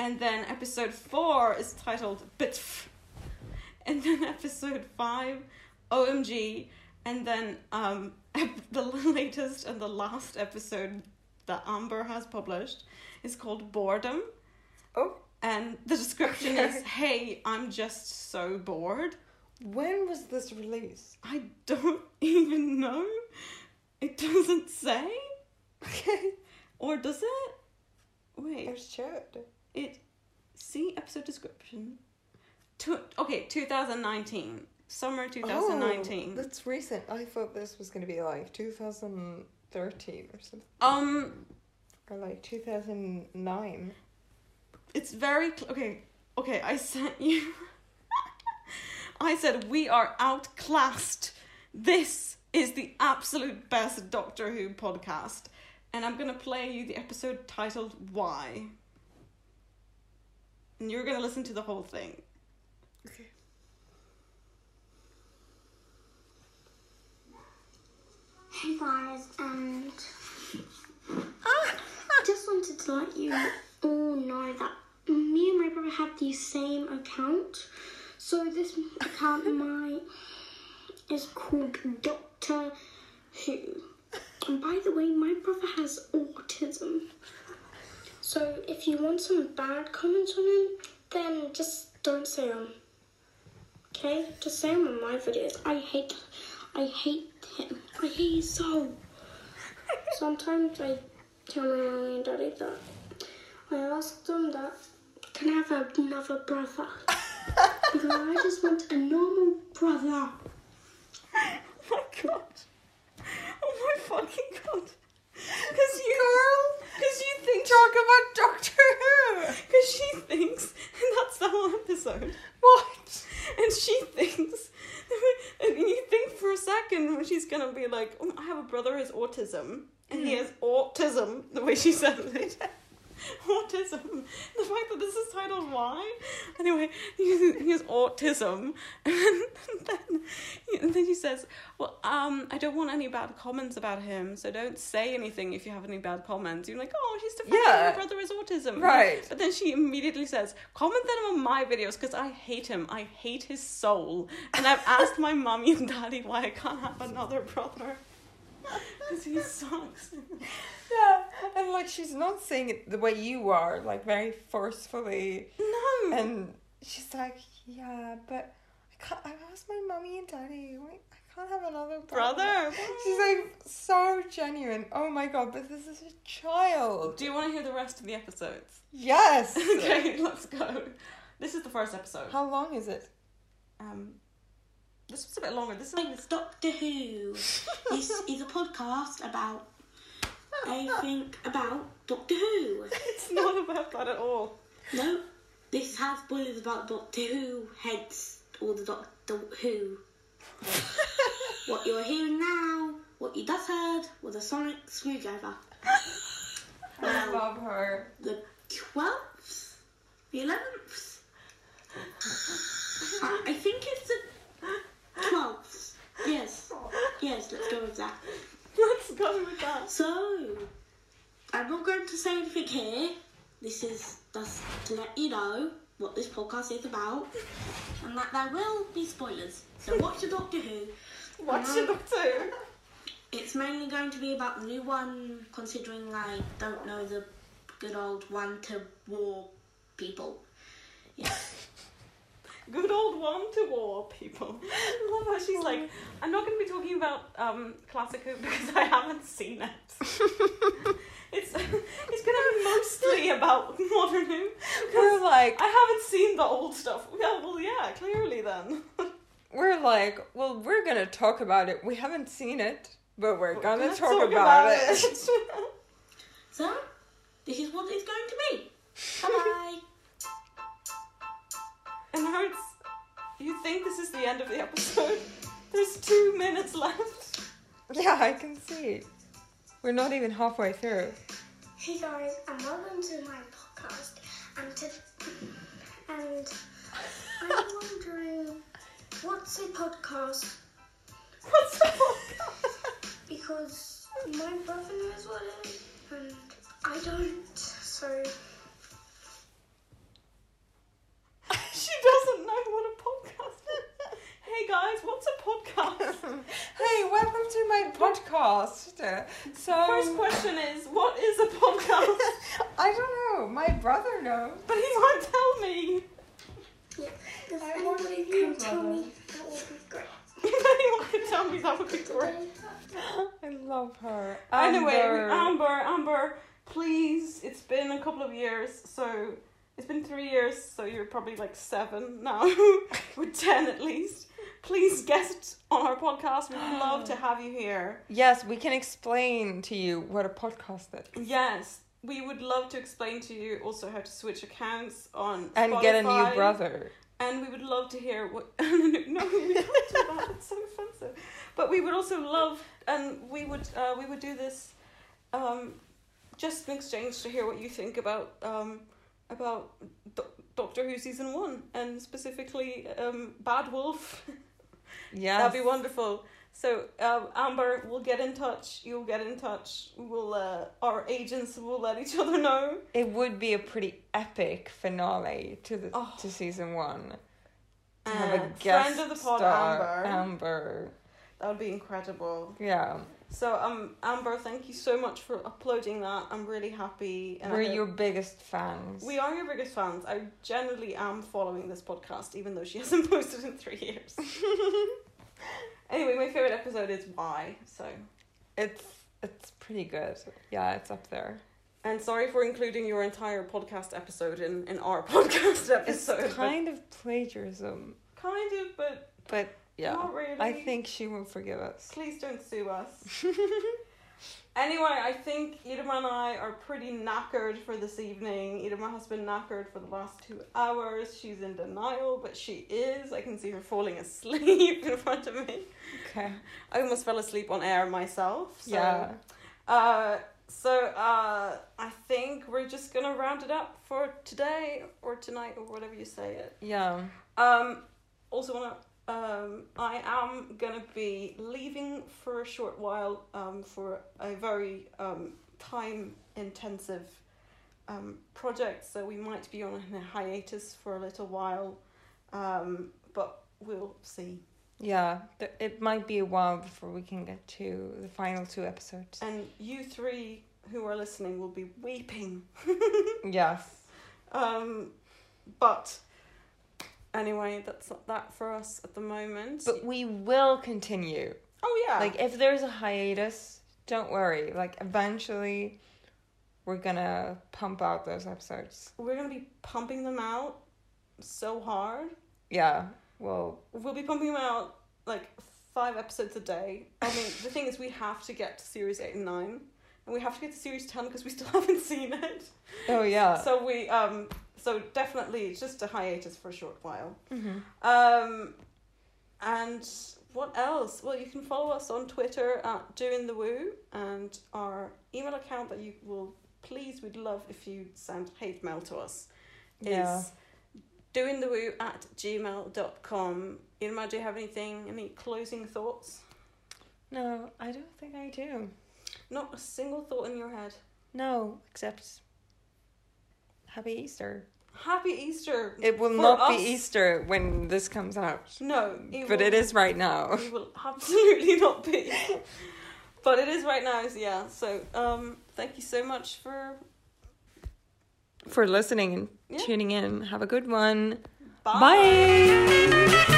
[SPEAKER 1] And then episode four is titled Bitf. And then episode five, OMG. And then um, ep- the latest and the last episode that Amber has published is called Boredom.
[SPEAKER 2] Oh.
[SPEAKER 1] And the description is Hey, I'm just so bored.
[SPEAKER 2] When was this released?
[SPEAKER 1] I don't even know. It doesn't say,
[SPEAKER 2] Okay.
[SPEAKER 1] or does it? Wait,
[SPEAKER 2] There's Chad.
[SPEAKER 1] it. See episode description. Two, okay, 2019. Summer 2019.
[SPEAKER 2] Oh, that's recent. I thought this was gonna be like 2013 or something,
[SPEAKER 1] Um,
[SPEAKER 2] or like 2009.
[SPEAKER 1] it's very. Cl- okay, okay, I sent you. I said, we are outclassed. This is the absolute best Doctor Who podcast. And I'm going to play you the episode titled Why. And you're going to listen to the whole thing.
[SPEAKER 2] Okay.
[SPEAKER 4] Hey guys, and just wanted to let you all know that me and my brother have the same account. So this account of mine is called Doctor Who. And by the way, my brother has autism. So if you want some bad comments on him, then just don't say them. Okay, just say him in my videos. I hate, I hate him. I hate his soul. Sometimes I tell my mummy and daddy that I ask them that can I have another brother because I just want a normal brother.
[SPEAKER 1] Oh my god. Oh my fucking god. Because you. Because you think. Talk about Doctor Who! Because she thinks. And that's the whole episode. What? And she thinks. And you think for a second when she's gonna be like, oh, I have a brother who has autism. And he has autism, the way she said it. autism. The fact that this is titled Why? Anyway, he has, he has autism. And then, and then she says, Well, um, I don't want any bad comments about him, so don't say anything if you have any bad comments. You're like, Oh, she's defending
[SPEAKER 2] Yeah.
[SPEAKER 1] her brother has autism.
[SPEAKER 2] Right.
[SPEAKER 1] But then she immediately says, Comment them on my videos because I hate him. I hate his soul. And I've asked my mummy and daddy why I can't have another brother. Because he sucks.
[SPEAKER 2] Yeah, and like she's not saying it the way you are, like very forcefully,
[SPEAKER 1] No.
[SPEAKER 2] and she's like, yeah, but I can't. I asked my mummy and daddy, like, I can't have another brother.
[SPEAKER 1] brother. know.
[SPEAKER 2] She's like so genuine. Oh my god, but this is a child.
[SPEAKER 1] Do you want to hear the rest of the episodes?
[SPEAKER 2] Yes.
[SPEAKER 1] okay, let's go. This is the first episode.
[SPEAKER 2] How long is it?
[SPEAKER 1] Um, this was a bit longer. This is
[SPEAKER 4] It's Doctor Who. this is a podcast about, I think, about Doctor Who.
[SPEAKER 1] it's not about that at all.
[SPEAKER 4] No, this has spoilers about Doctor Who, hence all the Doctor Who. what you're hearing now, what you just heard, was a sonic screwdriver.
[SPEAKER 2] I
[SPEAKER 4] Now,
[SPEAKER 2] love her.
[SPEAKER 4] the 12th? The 11th? I I think it's the 12th. Yes. Yes, let's go with that.
[SPEAKER 1] Let's go with that.
[SPEAKER 4] So, I'm not going to say anything here. This is just to let you know what this podcast is about, and that there will be spoilers. So watch the Doctor Who.
[SPEAKER 1] What's your doctor?
[SPEAKER 4] It's mainly going to be about the new one, considering I don't know the good old one to war people.
[SPEAKER 1] Good old one to war people. I love how she's like, I'm not going to be talking about um, Classic Who because I haven't seen it. it's it's going to be mostly about Modern Who. 'cause
[SPEAKER 2] We're like
[SPEAKER 1] I haven't seen the old stuff. Yeah, well, yeah, clearly then.
[SPEAKER 2] we're like, well, we're gonna talk about it. We haven't seen it, but we're gonna
[SPEAKER 1] Let's
[SPEAKER 2] talk, about, it.
[SPEAKER 4] So, this is what it's going to be. Bye
[SPEAKER 1] and now it's. You think this is the end of the episode? There's two minutes left.
[SPEAKER 2] Yeah, I can see. We're not even halfway through.
[SPEAKER 5] Hey guys, and welcome to my podcast. And to, and I'm wondering, what's a podcast?
[SPEAKER 1] What's the point?
[SPEAKER 5] Because my brother knows what it is, and I don't. So
[SPEAKER 1] She doesn't know what a podcast is. Hey guys, what's a podcast?
[SPEAKER 2] hey, welcome to my podcast. So
[SPEAKER 1] First question is, what is a podcast?
[SPEAKER 2] I don't know. My brother knows.
[SPEAKER 1] but he won't tell me.
[SPEAKER 5] if
[SPEAKER 2] I want
[SPEAKER 5] anybody
[SPEAKER 2] to hear
[SPEAKER 5] can tell
[SPEAKER 2] about
[SPEAKER 5] me, that would be great.
[SPEAKER 1] If anyone could tell me, that would be great.
[SPEAKER 2] I love her.
[SPEAKER 1] Anyway,
[SPEAKER 2] Amber.
[SPEAKER 1] Amber, Amber, please. It's been a couple of years, so it's been three years, so you're probably like seven now, or ten at least. Please guest on our podcast. We'd love to have you here.
[SPEAKER 2] Yes, we can explain to you what a podcast is.
[SPEAKER 1] Yes, we would love to explain to you also how to switch accounts on
[SPEAKER 2] And get a
[SPEAKER 1] Spotify.
[SPEAKER 2] new brother.
[SPEAKER 1] And we would love to hear what. no, we can't do that. It's so offensive. But we would also love, and we would uh, we would do this, um, just in exchange to hear what you think about um, about Do- Doctor Who season one, and specifically um, Bad Wolf.
[SPEAKER 2] Yes.
[SPEAKER 1] That'd be wonderful. So um, Amber, we'll get in touch. You'll get in touch. We'll uh, our agents will let each other know.
[SPEAKER 2] It would be a pretty epic finale to the
[SPEAKER 1] Oh.
[SPEAKER 2] to season one. To
[SPEAKER 1] Uh, friend of the pod,
[SPEAKER 2] star, Um,
[SPEAKER 1] Amber.
[SPEAKER 2] Amber.
[SPEAKER 1] That would be incredible.
[SPEAKER 2] Yeah.
[SPEAKER 1] So um Amber, thank you so much for uploading that. I'm really happy. I
[SPEAKER 2] We're
[SPEAKER 1] hope-
[SPEAKER 2] your biggest fans.
[SPEAKER 1] we are your biggest fans. I generally am following this podcast, even though she hasn't posted in three years. anyway, my favorite episode is why. So
[SPEAKER 2] It's it's pretty good. Yeah, it's up there.
[SPEAKER 1] and sorry for including your entire podcast episode in in our podcast
[SPEAKER 2] It's
[SPEAKER 1] episode. but-
[SPEAKER 2] kind of plagiarism,
[SPEAKER 1] kind of, but
[SPEAKER 2] but yeah,
[SPEAKER 1] not really.
[SPEAKER 2] I think she will forgive us.
[SPEAKER 1] Please don't sue us. anyway, I think Idema and I are pretty knackered for this evening. Idema has been knackered for the last two hours. She's in denial, but she is. I can see her falling asleep in front of me.
[SPEAKER 2] Okay.
[SPEAKER 1] I almost fell asleep on air myself. So,
[SPEAKER 2] Yeah.
[SPEAKER 1] Uh, so uh, I think we're just gonna round it up for today or tonight or whatever you say it.
[SPEAKER 2] Yeah.
[SPEAKER 1] Um, also wanna um, I am gonna be leaving for a short while um, for a very um, time intensive um, project, so we might be on a hiatus for a little while, um, but we'll see.
[SPEAKER 2] Yeah. Th- It might be a while before we can get to the final two episodes.
[SPEAKER 1] And you three who are listening will be weeping.
[SPEAKER 2] Yes.
[SPEAKER 1] um, but anyway, that's that for us at the moment.
[SPEAKER 2] But we will continue.
[SPEAKER 1] Oh yeah.
[SPEAKER 2] Like if there's a hiatus, don't worry. Like eventually we're gonna pump out those episodes.
[SPEAKER 1] we're gonna be pumping them out so hard.
[SPEAKER 2] Yeah. Well
[SPEAKER 1] We'll be pumping them out like five episodes a day. I mean, the thing is, we have to get to series eight and nine, and we have to get to series ten because we still haven't seen it.
[SPEAKER 2] oh yeah.
[SPEAKER 1] So we um so definitely just a hiatus for a short while.
[SPEAKER 2] Mm-hmm.
[SPEAKER 1] Um, and what else? Well, you can follow us on Twitter at doing the woo and our email account that you will please we'd love if you send hate mail to us is
[SPEAKER 2] Yeah.
[SPEAKER 1] doing the woo at gmail.com. Irma, do you have anything, any closing thoughts?
[SPEAKER 2] No, I don't think I do.
[SPEAKER 1] Not a single thought in your head.
[SPEAKER 2] No, except Happy Easter.
[SPEAKER 1] Happy Easter.
[SPEAKER 2] It will
[SPEAKER 1] for
[SPEAKER 2] not
[SPEAKER 1] us.
[SPEAKER 2] be Easter when this comes out.
[SPEAKER 1] No,
[SPEAKER 2] but
[SPEAKER 1] will-
[SPEAKER 2] it is right now.
[SPEAKER 1] We will absolutely not be. but it is right now, so yeah. So um, thank you so much for.
[SPEAKER 2] For listening and
[SPEAKER 1] Yeah.
[SPEAKER 2] tuning in. Have a good one.
[SPEAKER 1] Bye.
[SPEAKER 2] Bye.